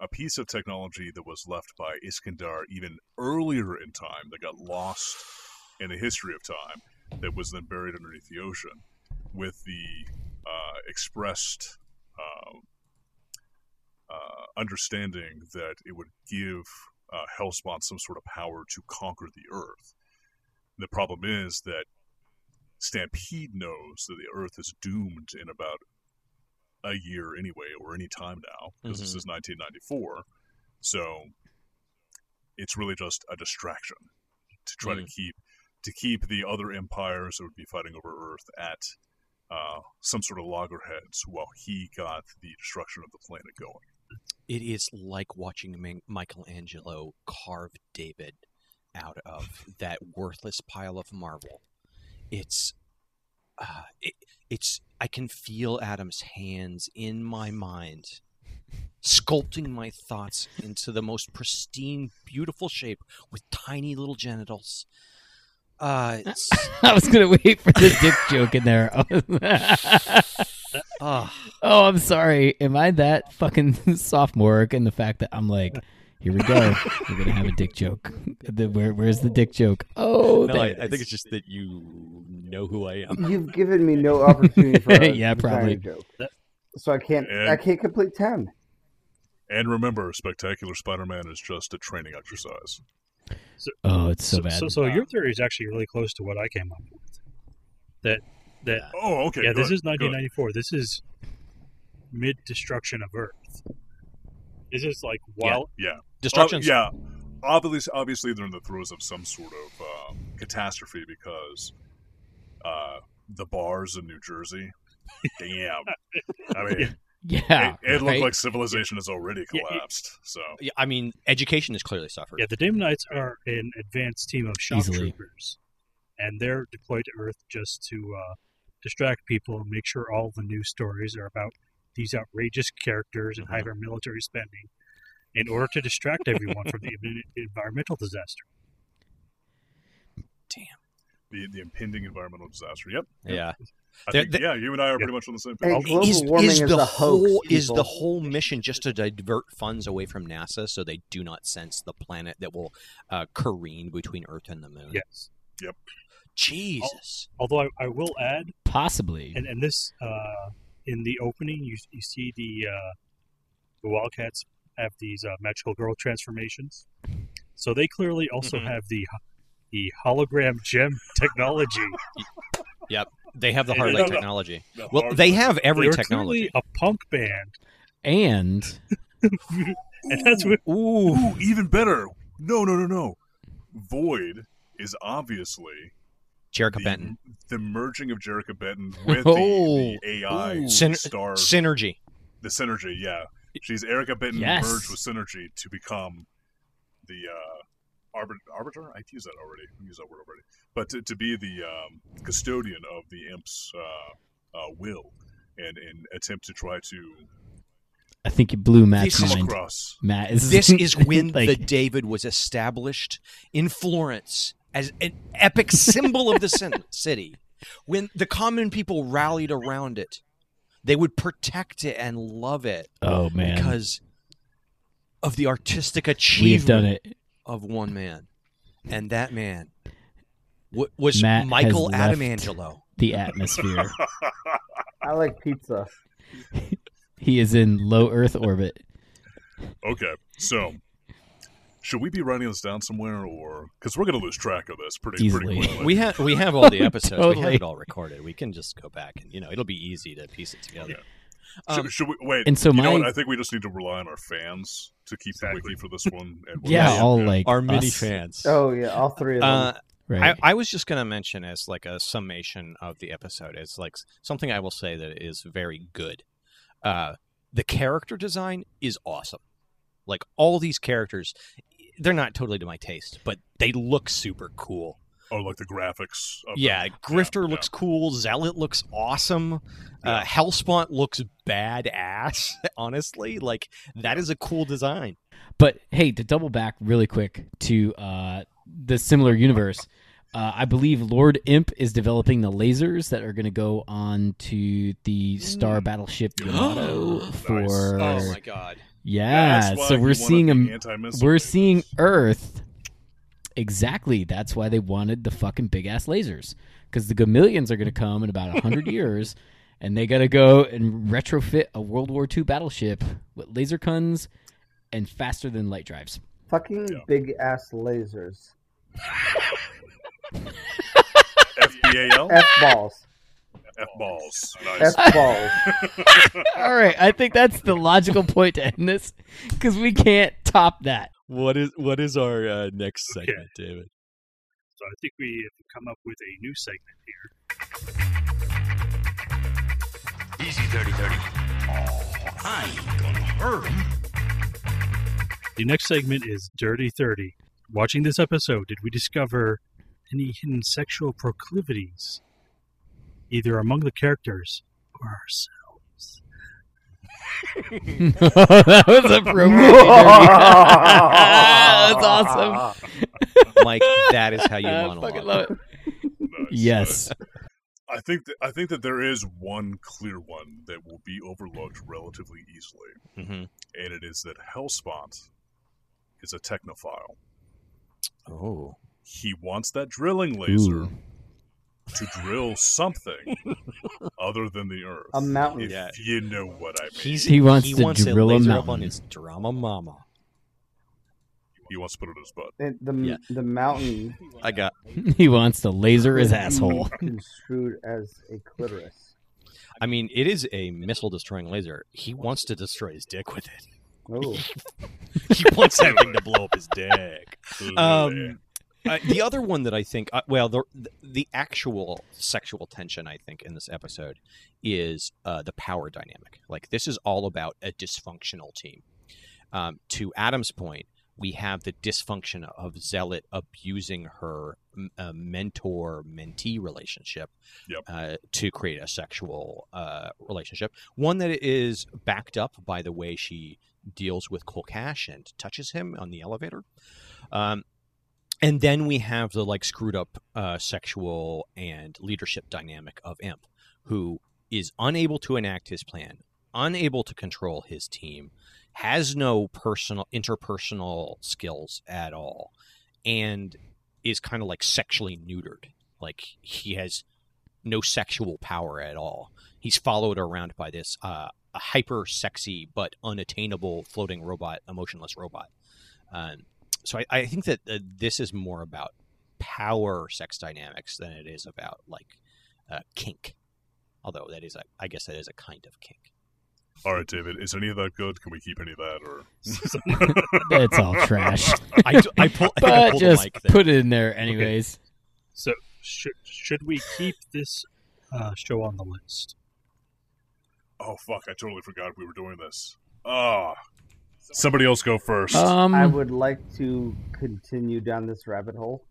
Speaker 1: a piece of technology that was left by Iskandar even earlier in time that got lost in the history of time that was then buried underneath the ocean with the uh, expressed um, uh, understanding that it would give uh, Hellspawn some sort of power to conquer the Earth. The problem is that Stampede knows that the Earth is doomed in about a year anyway, or any time now, because this
Speaker 4: Mhm.
Speaker 1: is 1994. So it's really just a distraction to try to keep to keep the other empires that would be fighting over Earth at uh, some sort of loggerheads while he got the destruction of the planet going.
Speaker 4: it is like watching Ma- Michelangelo carve David out of that worthless pile of marble. It's, uh, it, it's. I can feel Adam's hands in my mind, sculpting my thoughts into the most pristine, beautiful shape with tiny little genitals. Uh, it's,
Speaker 6: I was gonna wait for the dick joke in there.
Speaker 4: ah.
Speaker 6: oh, I'm sorry. Am I that fucking sophomoric in the fact that I'm like, here we go. We're gonna have a dick joke. The- where, where's the dick joke? Oh,
Speaker 4: no,
Speaker 6: there
Speaker 4: I,
Speaker 6: it
Speaker 4: I think
Speaker 6: is.
Speaker 4: it's just that you know who I am.
Speaker 5: You've given me no opportunity for a
Speaker 6: Yeah,
Speaker 5: vagina
Speaker 6: probably.
Speaker 5: joke. So I can't
Speaker 1: And-
Speaker 5: I can't complete ten.
Speaker 1: And remember, Spectacular Spider-Man is just a training exercise.
Speaker 6: Oh, it's so, bad.
Speaker 3: So, so your theory is actually really close to what I came up with. That that
Speaker 1: Oh, okay.
Speaker 3: yeah, this
Speaker 1: good,
Speaker 3: is
Speaker 1: good.
Speaker 3: 1994. This is mid destruction of Earth. Is this like while
Speaker 4: Destructions.
Speaker 1: Ob- yeah, obviously, obviously they're in the throes of some sort of uh, catastrophe because uh, the bars in New Jersey. Damn, I mean, it-
Speaker 6: Yeah,
Speaker 1: it, looked
Speaker 6: right?
Speaker 1: like civilization has already
Speaker 3: Yeah, it-
Speaker 1: collapsed. So
Speaker 4: Yeah, I mean, education has clearly suffered.
Speaker 3: Yeah, the Damonites are an advanced team of
Speaker 6: Easily.
Speaker 3: shocktroopers, and they're deployed to Earth just to uh, distract people and make sure all the news stories are about these outrageous characters and
Speaker 4: Mhm.
Speaker 3: higher military spending in order to distract everyone from the imminent environmental disaster.
Speaker 1: the, the impending environmental disaster. Yep.
Speaker 4: yeah.
Speaker 1: I
Speaker 4: There-
Speaker 1: think,
Speaker 4: there-
Speaker 1: yeah, you and I are pretty much on the same page.
Speaker 5: Hey,
Speaker 1: I'll-
Speaker 5: global warming is a hoax,
Speaker 4: whole is the
Speaker 5: people.
Speaker 4: whole mission just to divert funds away from NASA so they do not sense the planet that will uh, careen between Earth and the Moon?
Speaker 3: Yes.
Speaker 4: Jesus.
Speaker 3: Although I, I will add,
Speaker 6: possibly.
Speaker 3: and, and this uh, in the opening, you, you see the uh, the Wildcats have these uh, magical girl transformations, so they clearly also
Speaker 4: Mhm.
Speaker 3: have the the hologram gem technology.
Speaker 4: They have the
Speaker 5: Oh,
Speaker 3: Hey, they
Speaker 4: Harley
Speaker 1: don't know.
Speaker 4: technology.
Speaker 1: the
Speaker 4: Well,
Speaker 1: hard-
Speaker 4: they have every
Speaker 3: They're
Speaker 4: technology.
Speaker 3: clearly a punk band,
Speaker 6: And
Speaker 3: and that's what
Speaker 1: Ooh, even better. No, no, no, no. Void is obviously
Speaker 4: Jericho
Speaker 1: the,
Speaker 4: Benton.
Speaker 1: the merging of Jericho Benton with
Speaker 6: Oh.
Speaker 1: the, the AI
Speaker 4: Ooh. Syn-
Speaker 1: star,
Speaker 4: Synergy.
Speaker 1: the Synergy. Yeah, she's Erica Benton
Speaker 6: Yes.
Speaker 1: merged with Synergy to become the uh, arbit- arbiter. I've used that already. I used that word already. But to, to be the um, custodian of the imp's uh, uh, will and, and attempt to try to
Speaker 6: I think you blew Matt's
Speaker 4: This is
Speaker 1: come
Speaker 6: mind.
Speaker 1: across
Speaker 6: Matt,
Speaker 4: This is when
Speaker 6: like,
Speaker 4: the David was established in Florence as an epic symbol of the cin- city. When the common people rallied around it, they would protect it and love it
Speaker 6: oh man,
Speaker 4: because of the artistic
Speaker 6: we've done
Speaker 4: achievement
Speaker 6: it.
Speaker 4: of one man, and that man w- was
Speaker 6: Matt has
Speaker 4: Michael
Speaker 6: left.
Speaker 4: Adamangelo.
Speaker 6: The atmosphere.
Speaker 5: I like pizza.
Speaker 6: he is in low Earth orbit.
Speaker 1: Okay, so should we be writing this down somewhere, or because we're going to lose track of this pretty
Speaker 6: Easily.
Speaker 1: pretty quickly?
Speaker 4: We have we have all the episodes. We have
Speaker 6: Totally.
Speaker 4: it all recorded. We can just go back and you know it'll be easy to piece it together.
Speaker 1: should,
Speaker 4: Um,
Speaker 1: should we wait?
Speaker 6: And so
Speaker 1: you know
Speaker 6: my-
Speaker 1: what? I think we just need to rely on our fans to keep the wiki for this one. And we'll-
Speaker 6: Yeah, all like
Speaker 4: Our mini
Speaker 6: us,
Speaker 4: fans.
Speaker 5: Oh yeah, all three of them.
Speaker 4: Uh,
Speaker 6: Right.
Speaker 4: I, I was just going to mention as like a summation of the episode as like s- something I will say that is very good. Uh, the character design is awesome. Like all these characters, they're not totally to my taste, but they look super cool.
Speaker 1: oh, like the graphics. Of
Speaker 4: Yeah,
Speaker 1: them.
Speaker 4: Grifter
Speaker 1: yeah.
Speaker 4: looks cool. Zealot looks awesome. Uh,
Speaker 1: Yeah.
Speaker 4: Hellspont looks badass. Honestly, like that is a cool design.
Speaker 6: But hey, to double back really quick to uh, the similar universe, uh, I believe Lord Imp is developing the lasers that are going to go on to the star battleship Yamato
Speaker 1: Nice.
Speaker 6: for.
Speaker 1: Oh
Speaker 4: god!
Speaker 1: Yeah,
Speaker 6: yeah,
Speaker 1: that's why
Speaker 6: so
Speaker 1: he
Speaker 6: we're
Speaker 1: wanted
Speaker 6: seeing
Speaker 1: the
Speaker 6: a
Speaker 1: anti-missile
Speaker 6: we're
Speaker 1: base.
Speaker 6: seeing Earth. Exactly. That's why they wanted the fucking big ass lasers because the Gamillions are going to come in about hundred years, and they got to go and retrofit a World War II battleship with laser guns and faster than light drives.
Speaker 5: Fucking
Speaker 1: Yeah.
Speaker 5: big ass lasers.
Speaker 1: FBAL,
Speaker 5: F balls.
Speaker 1: F balls. Nice.
Speaker 5: F balls.
Speaker 6: All right, I think that's the logical point to end this because we can't top that.
Speaker 4: What is what is our uh, next
Speaker 3: Okay.
Speaker 4: segment, David?
Speaker 3: so I think we have come up with a new segment here.
Speaker 8: Easy, dirty, dirty. I ain't gonna hurt him.
Speaker 3: The next segment is Dirty Thirty. Watching this episode, did we discover any hidden sexual proclivities, either among the characters or ourselves?
Speaker 6: that was appropriate. that's awesome.
Speaker 4: Mike, that is how you
Speaker 6: I
Speaker 4: monologue.
Speaker 6: fucking love it.
Speaker 1: nice,
Speaker 6: Yes.
Speaker 1: nice. I think that, I think that there is one clear one that will be overlooked relatively easily,
Speaker 4: Mhm.
Speaker 1: and it is that Hellspont is a technophile.
Speaker 4: Oh,
Speaker 1: He wants that drilling laser.
Speaker 6: Ooh.
Speaker 1: to drill something other than the earth.
Speaker 5: A mountain.
Speaker 1: If
Speaker 4: Yeah.
Speaker 1: you know what I mean.
Speaker 4: he's
Speaker 6: He wants to
Speaker 4: a
Speaker 6: drill a
Speaker 4: laser up
Speaker 6: mountain.
Speaker 4: on his drama mama.
Speaker 1: He wants to put it in his butt.
Speaker 5: And the
Speaker 4: Yeah.
Speaker 5: the mountain
Speaker 4: I got.
Speaker 6: He wants to laser his
Speaker 5: could be
Speaker 6: asshole.
Speaker 5: construed as a clitoris.
Speaker 4: I mean, it is a missile destroying laser. He wants to destroy his dick with it.
Speaker 5: Oh,
Speaker 4: he wants that thing to blow up his dick. Um, uh, the other one that I think, uh, well, the the actual sexual tension I think in this episode is uh, the power dynamic. Like this is all about a dysfunctional team. Um, to Adam's point, we have the dysfunction of Zealot abusing her m- uh, mentor mentee relationship
Speaker 1: Yep.
Speaker 4: uh, to create a sexual uh, relationship. One that is backed up by the way she deals with Kolkash and touches him on the elevator. Um, and then we have the like screwed up uh, sexual and leadership dynamic of Imp, who is unable to enact his plan, unable to control his team, has no personal interpersonal skills at all, and is kind of like sexually neutered. Like he has no sexual power at all. He's followed around by this uh, a hyper sexy but unattainable floating robot, emotionless robot. Um, so I, I think that uh, this is more about power sex dynamics than it is about like uh, kink. Although that is, a, I guess, that is a kind of kink.
Speaker 1: All right, David. Is any of that good? Can we keep any of that? Or
Speaker 6: It's all trash.
Speaker 4: I, do- I, pull, I think I
Speaker 6: but
Speaker 4: pulled the
Speaker 6: just
Speaker 4: mic there.
Speaker 6: put it in there anyways.
Speaker 3: So should should we keep this uh, show on the list?
Speaker 1: Oh fuck! I totally forgot we were doing this. Ah, somebody else go first.
Speaker 6: Um,
Speaker 5: I would like to continue down this rabbit hole.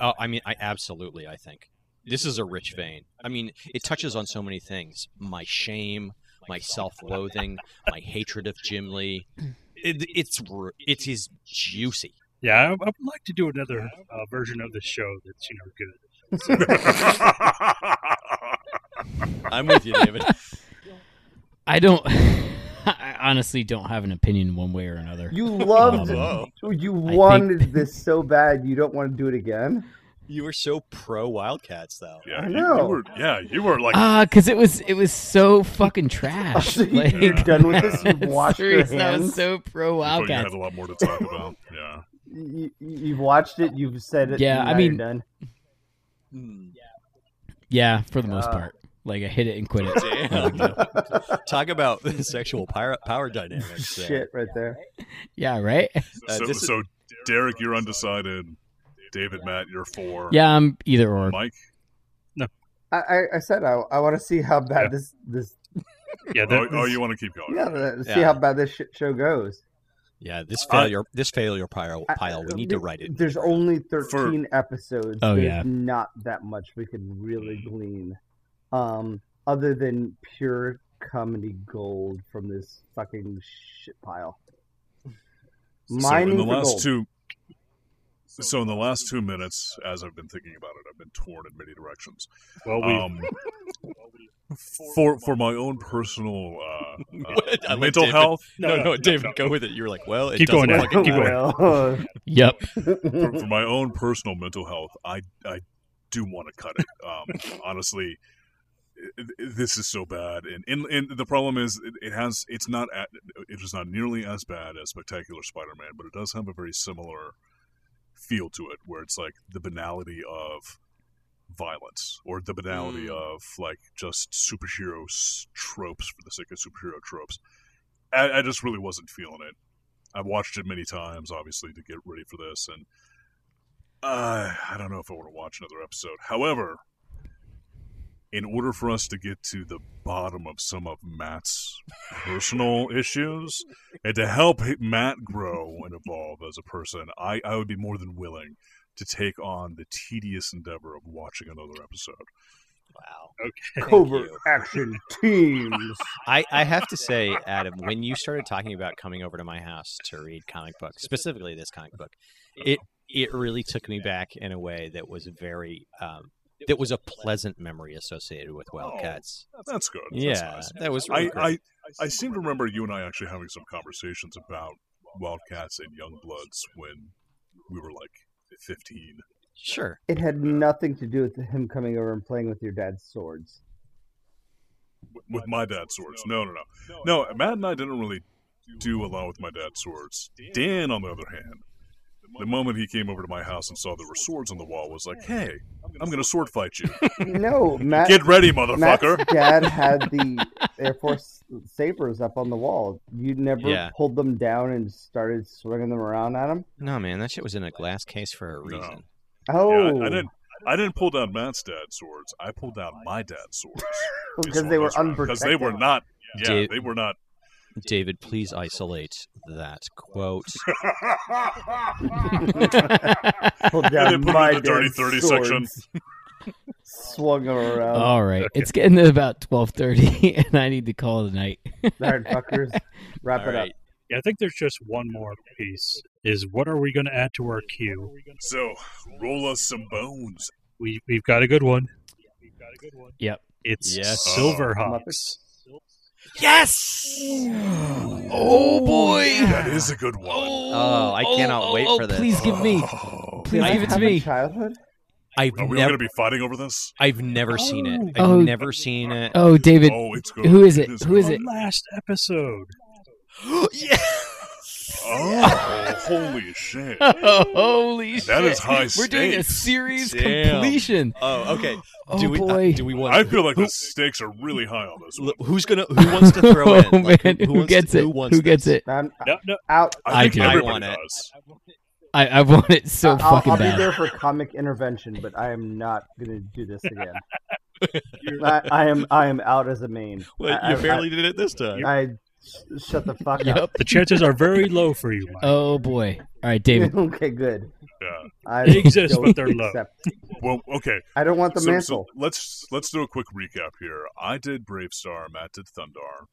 Speaker 4: Oh, I mean, I absolutely. I think this is a rich vein. I mean, it touches on so many things: my shame, my self-loathing, my hatred of Jim Lee. It, it's r- it is juicy.
Speaker 3: Yeah, I, I would like to do another uh, version of this show that's you know good.
Speaker 4: I'm with you, David.
Speaker 6: I don't. I honestly don't have an opinion one way or another.
Speaker 5: You loved,
Speaker 6: Um,
Speaker 5: you
Speaker 6: think-
Speaker 5: wanted this so bad. You don't want to do it again.
Speaker 4: You were so pro Wildcats, though.
Speaker 1: yeah,
Speaker 5: I
Speaker 1: you- You,
Speaker 5: know. Oh,
Speaker 1: were, yeah, you were like,
Speaker 6: Ah, because it was it was so fucking trash.
Speaker 5: So you- you're done with this. You've washed your
Speaker 6: serious, that was
Speaker 5: hands.
Speaker 6: so pro
Speaker 1: I thought you
Speaker 6: Wildcats.
Speaker 1: had a lot more to talk about. Yeah.
Speaker 5: you, you've watched it. You've said it.
Speaker 6: Yeah,
Speaker 5: and
Speaker 6: I
Speaker 5: now you're
Speaker 6: mean-
Speaker 5: done.
Speaker 4: Mm.
Speaker 6: Yeah, for the most
Speaker 5: Uh,
Speaker 6: part. Like I hit it and quit it.
Speaker 4: Damn. Talk about sexual power, power dynamics. there.
Speaker 5: Shit, right there.
Speaker 6: yeah, right.
Speaker 4: Uh,
Speaker 1: so,
Speaker 4: this is-
Speaker 1: so Derek, you're undecided. David, Matt, you're four.
Speaker 6: Yeah, I'm either or.
Speaker 1: Mike,
Speaker 5: I, I, I said I, I want to see how bad
Speaker 3: Yeah.
Speaker 5: this this
Speaker 3: Yeah,
Speaker 1: oh,
Speaker 3: that,
Speaker 1: oh, you want to keep going?
Speaker 5: yeah, let's see
Speaker 4: Yeah.
Speaker 5: how bad this shit show goes.
Speaker 4: Yeah, this
Speaker 1: Uh,
Speaker 4: failure, this failure pile.
Speaker 5: I- uh,
Speaker 4: pile we need to write it.
Speaker 5: There's only 13 episodes.
Speaker 6: Oh,
Speaker 5: There's
Speaker 6: yeah.
Speaker 5: not that much we could really glean, um, other than pure comedy gold from this fucking shit pile.
Speaker 1: So in
Speaker 5: Mining
Speaker 1: the
Speaker 5: for
Speaker 1: last
Speaker 5: gold.
Speaker 1: two, so in the last two minutes, as I've been thinking about it, I've been torn in many directions.
Speaker 3: well we
Speaker 1: Um, for for my own personal uh, uh,
Speaker 4: I like
Speaker 1: mental
Speaker 4: David.
Speaker 1: health,
Speaker 4: No, no, David, go with it. You were like, well, it
Speaker 3: Keep going,
Speaker 4: doesn't
Speaker 3: Adam.
Speaker 4: fucking
Speaker 3: Keep going.
Speaker 5: Well,
Speaker 6: Yep.
Speaker 1: for, for my own personal mental health, I I do want to cut it. Um, honestly, i- i- this is so bad, and and, and the problem is it, it has it's not at, it is not nearly as bad as Spectacular Spider-Man, but it does have a very similar feel to it, where it's like the banality of violence or the banality
Speaker 4: Mm.
Speaker 1: of like just superhero s- tropes for the sake of superhero tropes. I, I just really wasn't feeling it. I've watched it many times, obviously, to get ready for this, and uh, I don't know if I want to watch another episode. However, in order for us to get to the bottom of some of Matt's personal issues and to help Matt grow and evolve as a person, I, I would be more than willing to take on the tedious endeavor of watching another episode.
Speaker 4: Wow. Thank
Speaker 5: covert
Speaker 4: you.
Speaker 5: action teams.
Speaker 4: I, I have to say, Adam, when you started talking about coming over to my house to read comic books, specifically this comic book, it it really took me back in a way that was very um, that was a pleasant memory associated with Wildcats.
Speaker 1: That's good. That's
Speaker 4: yeah,
Speaker 1: nice.
Speaker 4: that was
Speaker 1: I,
Speaker 4: really great.
Speaker 1: I, I seem to remember you and I actually having some conversations about Wildcats and Youngbloods when we were like 15.
Speaker 4: sure.
Speaker 5: It had nothing to do with him coming over and playing with your dad's swords.
Speaker 1: with my dad's swords. No, no, no. No, Matt and I didn't really do a lot with my dad's swords. Dan, on the other hand, The moment he came over to my house and saw there were swords on the wall, was like, "Hey, I'm gonna sword fight you.
Speaker 5: No, Matt.
Speaker 1: Get ready, motherfucker!"
Speaker 5: Matt's dad had the Air Force sabers up on the wall. You never
Speaker 4: Yeah.
Speaker 5: pulled them down and started swinging them around at him.
Speaker 4: No, man, that shit was in a glass case for a reason.
Speaker 1: Yeah,
Speaker 5: Oh,
Speaker 1: I, I didn't. I didn't pull down Matt's dad's swords. I pulled down my dad's swords
Speaker 5: because they were unprotected.
Speaker 1: Because they were not. Yeah,
Speaker 4: Dude.
Speaker 1: they were not.
Speaker 4: David, please isolate that quote.
Speaker 6: Oh,
Speaker 5: Um, pulled
Speaker 1: they
Speaker 5: down
Speaker 1: put 'em in
Speaker 5: my
Speaker 1: the dirty
Speaker 5: dad's
Speaker 1: 30
Speaker 5: swords,
Speaker 1: section. Oh.
Speaker 5: Swung them around.
Speaker 6: All right, it's getting to about twelve thirty, and I need to call it a night.
Speaker 5: All right, fuckers. Wrap
Speaker 4: All
Speaker 5: it
Speaker 4: right.
Speaker 3: Yeah, I think there's just one more piece. Is what are we going to add to our queue?
Speaker 1: So roll us some bones.
Speaker 3: We we've got a good one.
Speaker 6: Yep.
Speaker 3: It's
Speaker 4: Yes.
Speaker 5: up.
Speaker 3: Silverhawks.
Speaker 6: Oh boy!
Speaker 1: That is a good one.
Speaker 2: Oh, I cannot wait for this.
Speaker 6: Please give me.
Speaker 1: Oh.
Speaker 5: Did
Speaker 6: Please
Speaker 5: I
Speaker 6: give it to
Speaker 5: have a
Speaker 6: me.
Speaker 5: Childhood.
Speaker 4: I've
Speaker 1: Are we all
Speaker 4: never,
Speaker 1: gonna be fighting over this?
Speaker 4: I've never seen it. I've
Speaker 6: Oh.
Speaker 4: never seen it.
Speaker 6: Oh, David,
Speaker 1: oh, it's good.
Speaker 6: who is it? Who
Speaker 1: good.
Speaker 6: is it?
Speaker 3: The last episode.
Speaker 1: Oh, holy shit!
Speaker 6: Holy
Speaker 1: That is high
Speaker 6: We're doing a
Speaker 1: stakes.
Speaker 6: series
Speaker 4: Damn.
Speaker 6: completion.
Speaker 4: Oh, okay.
Speaker 6: Oh
Speaker 4: do we?
Speaker 6: boy!
Speaker 4: do we want?
Speaker 1: I feel like
Speaker 4: who,
Speaker 1: the stakes are really high on this one.
Speaker 4: l- Who's gonna? Who wants to throw in?
Speaker 6: oh
Speaker 4: Like,
Speaker 6: man, who,
Speaker 4: wants
Speaker 6: gets
Speaker 4: to-
Speaker 6: it?
Speaker 4: Who,
Speaker 6: Who,
Speaker 4: wants
Speaker 6: gets
Speaker 4: this?
Speaker 6: it?
Speaker 5: I'm
Speaker 3: No, no.
Speaker 5: out.
Speaker 1: I think
Speaker 4: I do.
Speaker 1: everybody
Speaker 4: I want it.
Speaker 1: does.
Speaker 6: I, I want it so
Speaker 5: I'll,
Speaker 6: fucking
Speaker 5: I'll be
Speaker 6: bad.
Speaker 5: there for comic intervention, but I am not going to do this again. I, I am I am out as a main. I,
Speaker 4: Well, you
Speaker 5: I-
Speaker 4: barely did it this time.
Speaker 5: I, I sh- shut the fuck up.
Speaker 6: Yep.
Speaker 3: The chances are very low for you. Mike.
Speaker 6: Oh boy! All right, David.
Speaker 5: okay, good.
Speaker 1: Yeah.
Speaker 5: I
Speaker 3: They exist,
Speaker 5: don't
Speaker 3: but they're low.
Speaker 5: accept-
Speaker 1: Well, okay.
Speaker 5: I don't want the
Speaker 1: so, so
Speaker 5: mantle.
Speaker 1: let's let's do a quick recap here. I did Brave Star, Matt did Thundar.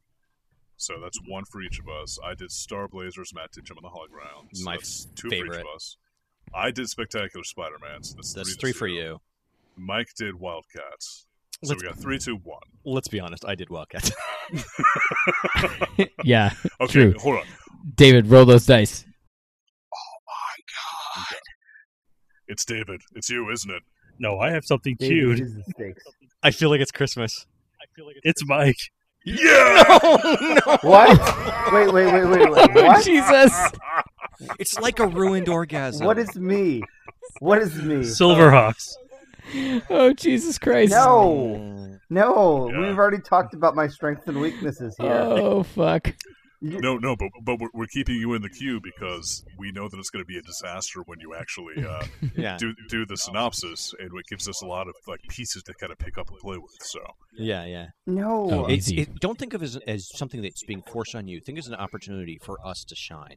Speaker 1: So that's one for each of us. I did Star Blazers, Matt did Jim on the Hog Round. So
Speaker 4: My
Speaker 1: that's two for each
Speaker 4: favorite.
Speaker 1: of us. I did Spectacular Spider Man, so that's,
Speaker 4: That's
Speaker 1: to
Speaker 4: three for
Speaker 1: zero.
Speaker 4: you.
Speaker 1: Mike did Wildcats. So
Speaker 4: Let's-
Speaker 1: we got three, two, one.
Speaker 4: Let's be honest. I did Wildcats.
Speaker 6: Yeah,
Speaker 1: Okay,
Speaker 6: True.
Speaker 1: hold on.
Speaker 6: David, roll those dice.
Speaker 1: It's David. It's you, isn't it?
Speaker 3: No, I have something
Speaker 5: David
Speaker 3: queued.
Speaker 5: is the stakes.
Speaker 4: I feel like it's Christmas.
Speaker 3: It's Mike.
Speaker 1: Yeah!
Speaker 5: What? Wait, wait, wait, wait, wait. What?
Speaker 6: Oh, Jesus!
Speaker 4: It's like a ruined orgasm.
Speaker 5: What is me? What is me?
Speaker 3: Silverhawks.
Speaker 6: Oh Jesus Christ!
Speaker 5: No, no.
Speaker 1: Yeah.
Speaker 5: We've already talked about my strengths and weaknesses here.
Speaker 6: Oh fuck!
Speaker 1: No, no, but but we're, we're keeping you in the queue because we know that it's going to be a disaster when you actually uh,
Speaker 4: Yeah.
Speaker 1: do do the synopsis, and it gives us a lot of like pieces to kind of pick up and play with. So
Speaker 4: Yeah. Yeah.
Speaker 5: No.
Speaker 6: Oh,
Speaker 4: It's,
Speaker 6: Easy.
Speaker 4: it, don't think of it as, as something that's being forced on you. Think as an opportunity for us to shine.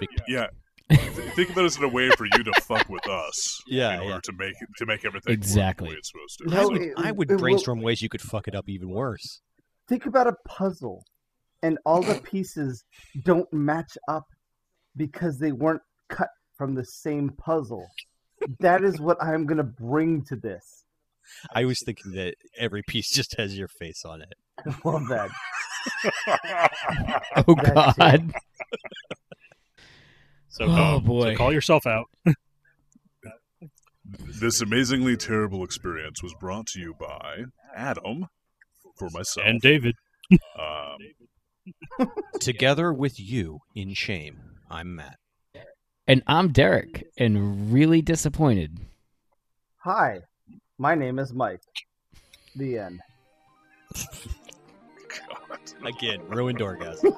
Speaker 4: Big-
Speaker 1: yeah, th- think of it as in a way for you to fuck with us.
Speaker 4: Yeah,
Speaker 1: in order
Speaker 4: yeah.
Speaker 1: to make to make everything work
Speaker 6: Exactly.
Speaker 1: the way it's supposed to.
Speaker 5: No,
Speaker 4: I would,
Speaker 5: it-
Speaker 4: I would
Speaker 5: it will-
Speaker 4: brainstorm ways you could fuck it up even worse.
Speaker 5: think about a puzzle and all the pieces don't match up because they weren't cut from the same puzzle. That is what I'm going to bring to this.
Speaker 4: I was thinking that every piece just has your face on it.
Speaker 5: I love that.
Speaker 6: Oh
Speaker 5: That's it.
Speaker 6: God!
Speaker 3: So,
Speaker 6: Oh,
Speaker 3: um,
Speaker 6: boy.
Speaker 3: so call yourself out.
Speaker 1: This amazingly terrible experience was brought to you by Adam for myself.
Speaker 3: And David.
Speaker 1: um,
Speaker 4: Together with you in shame, I'm Matt.
Speaker 6: And I'm Derek, and really disappointed.
Speaker 5: Hi, my name is Mike. The end.
Speaker 4: Again, ruined orgasm.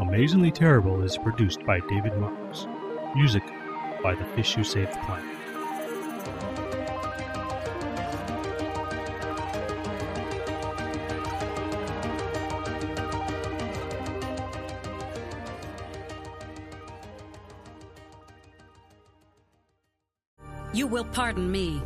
Speaker 3: Amazingly Terrible is produced by David Marks. Music by The Fish Who Saved the Planet.
Speaker 9: You will pardon me.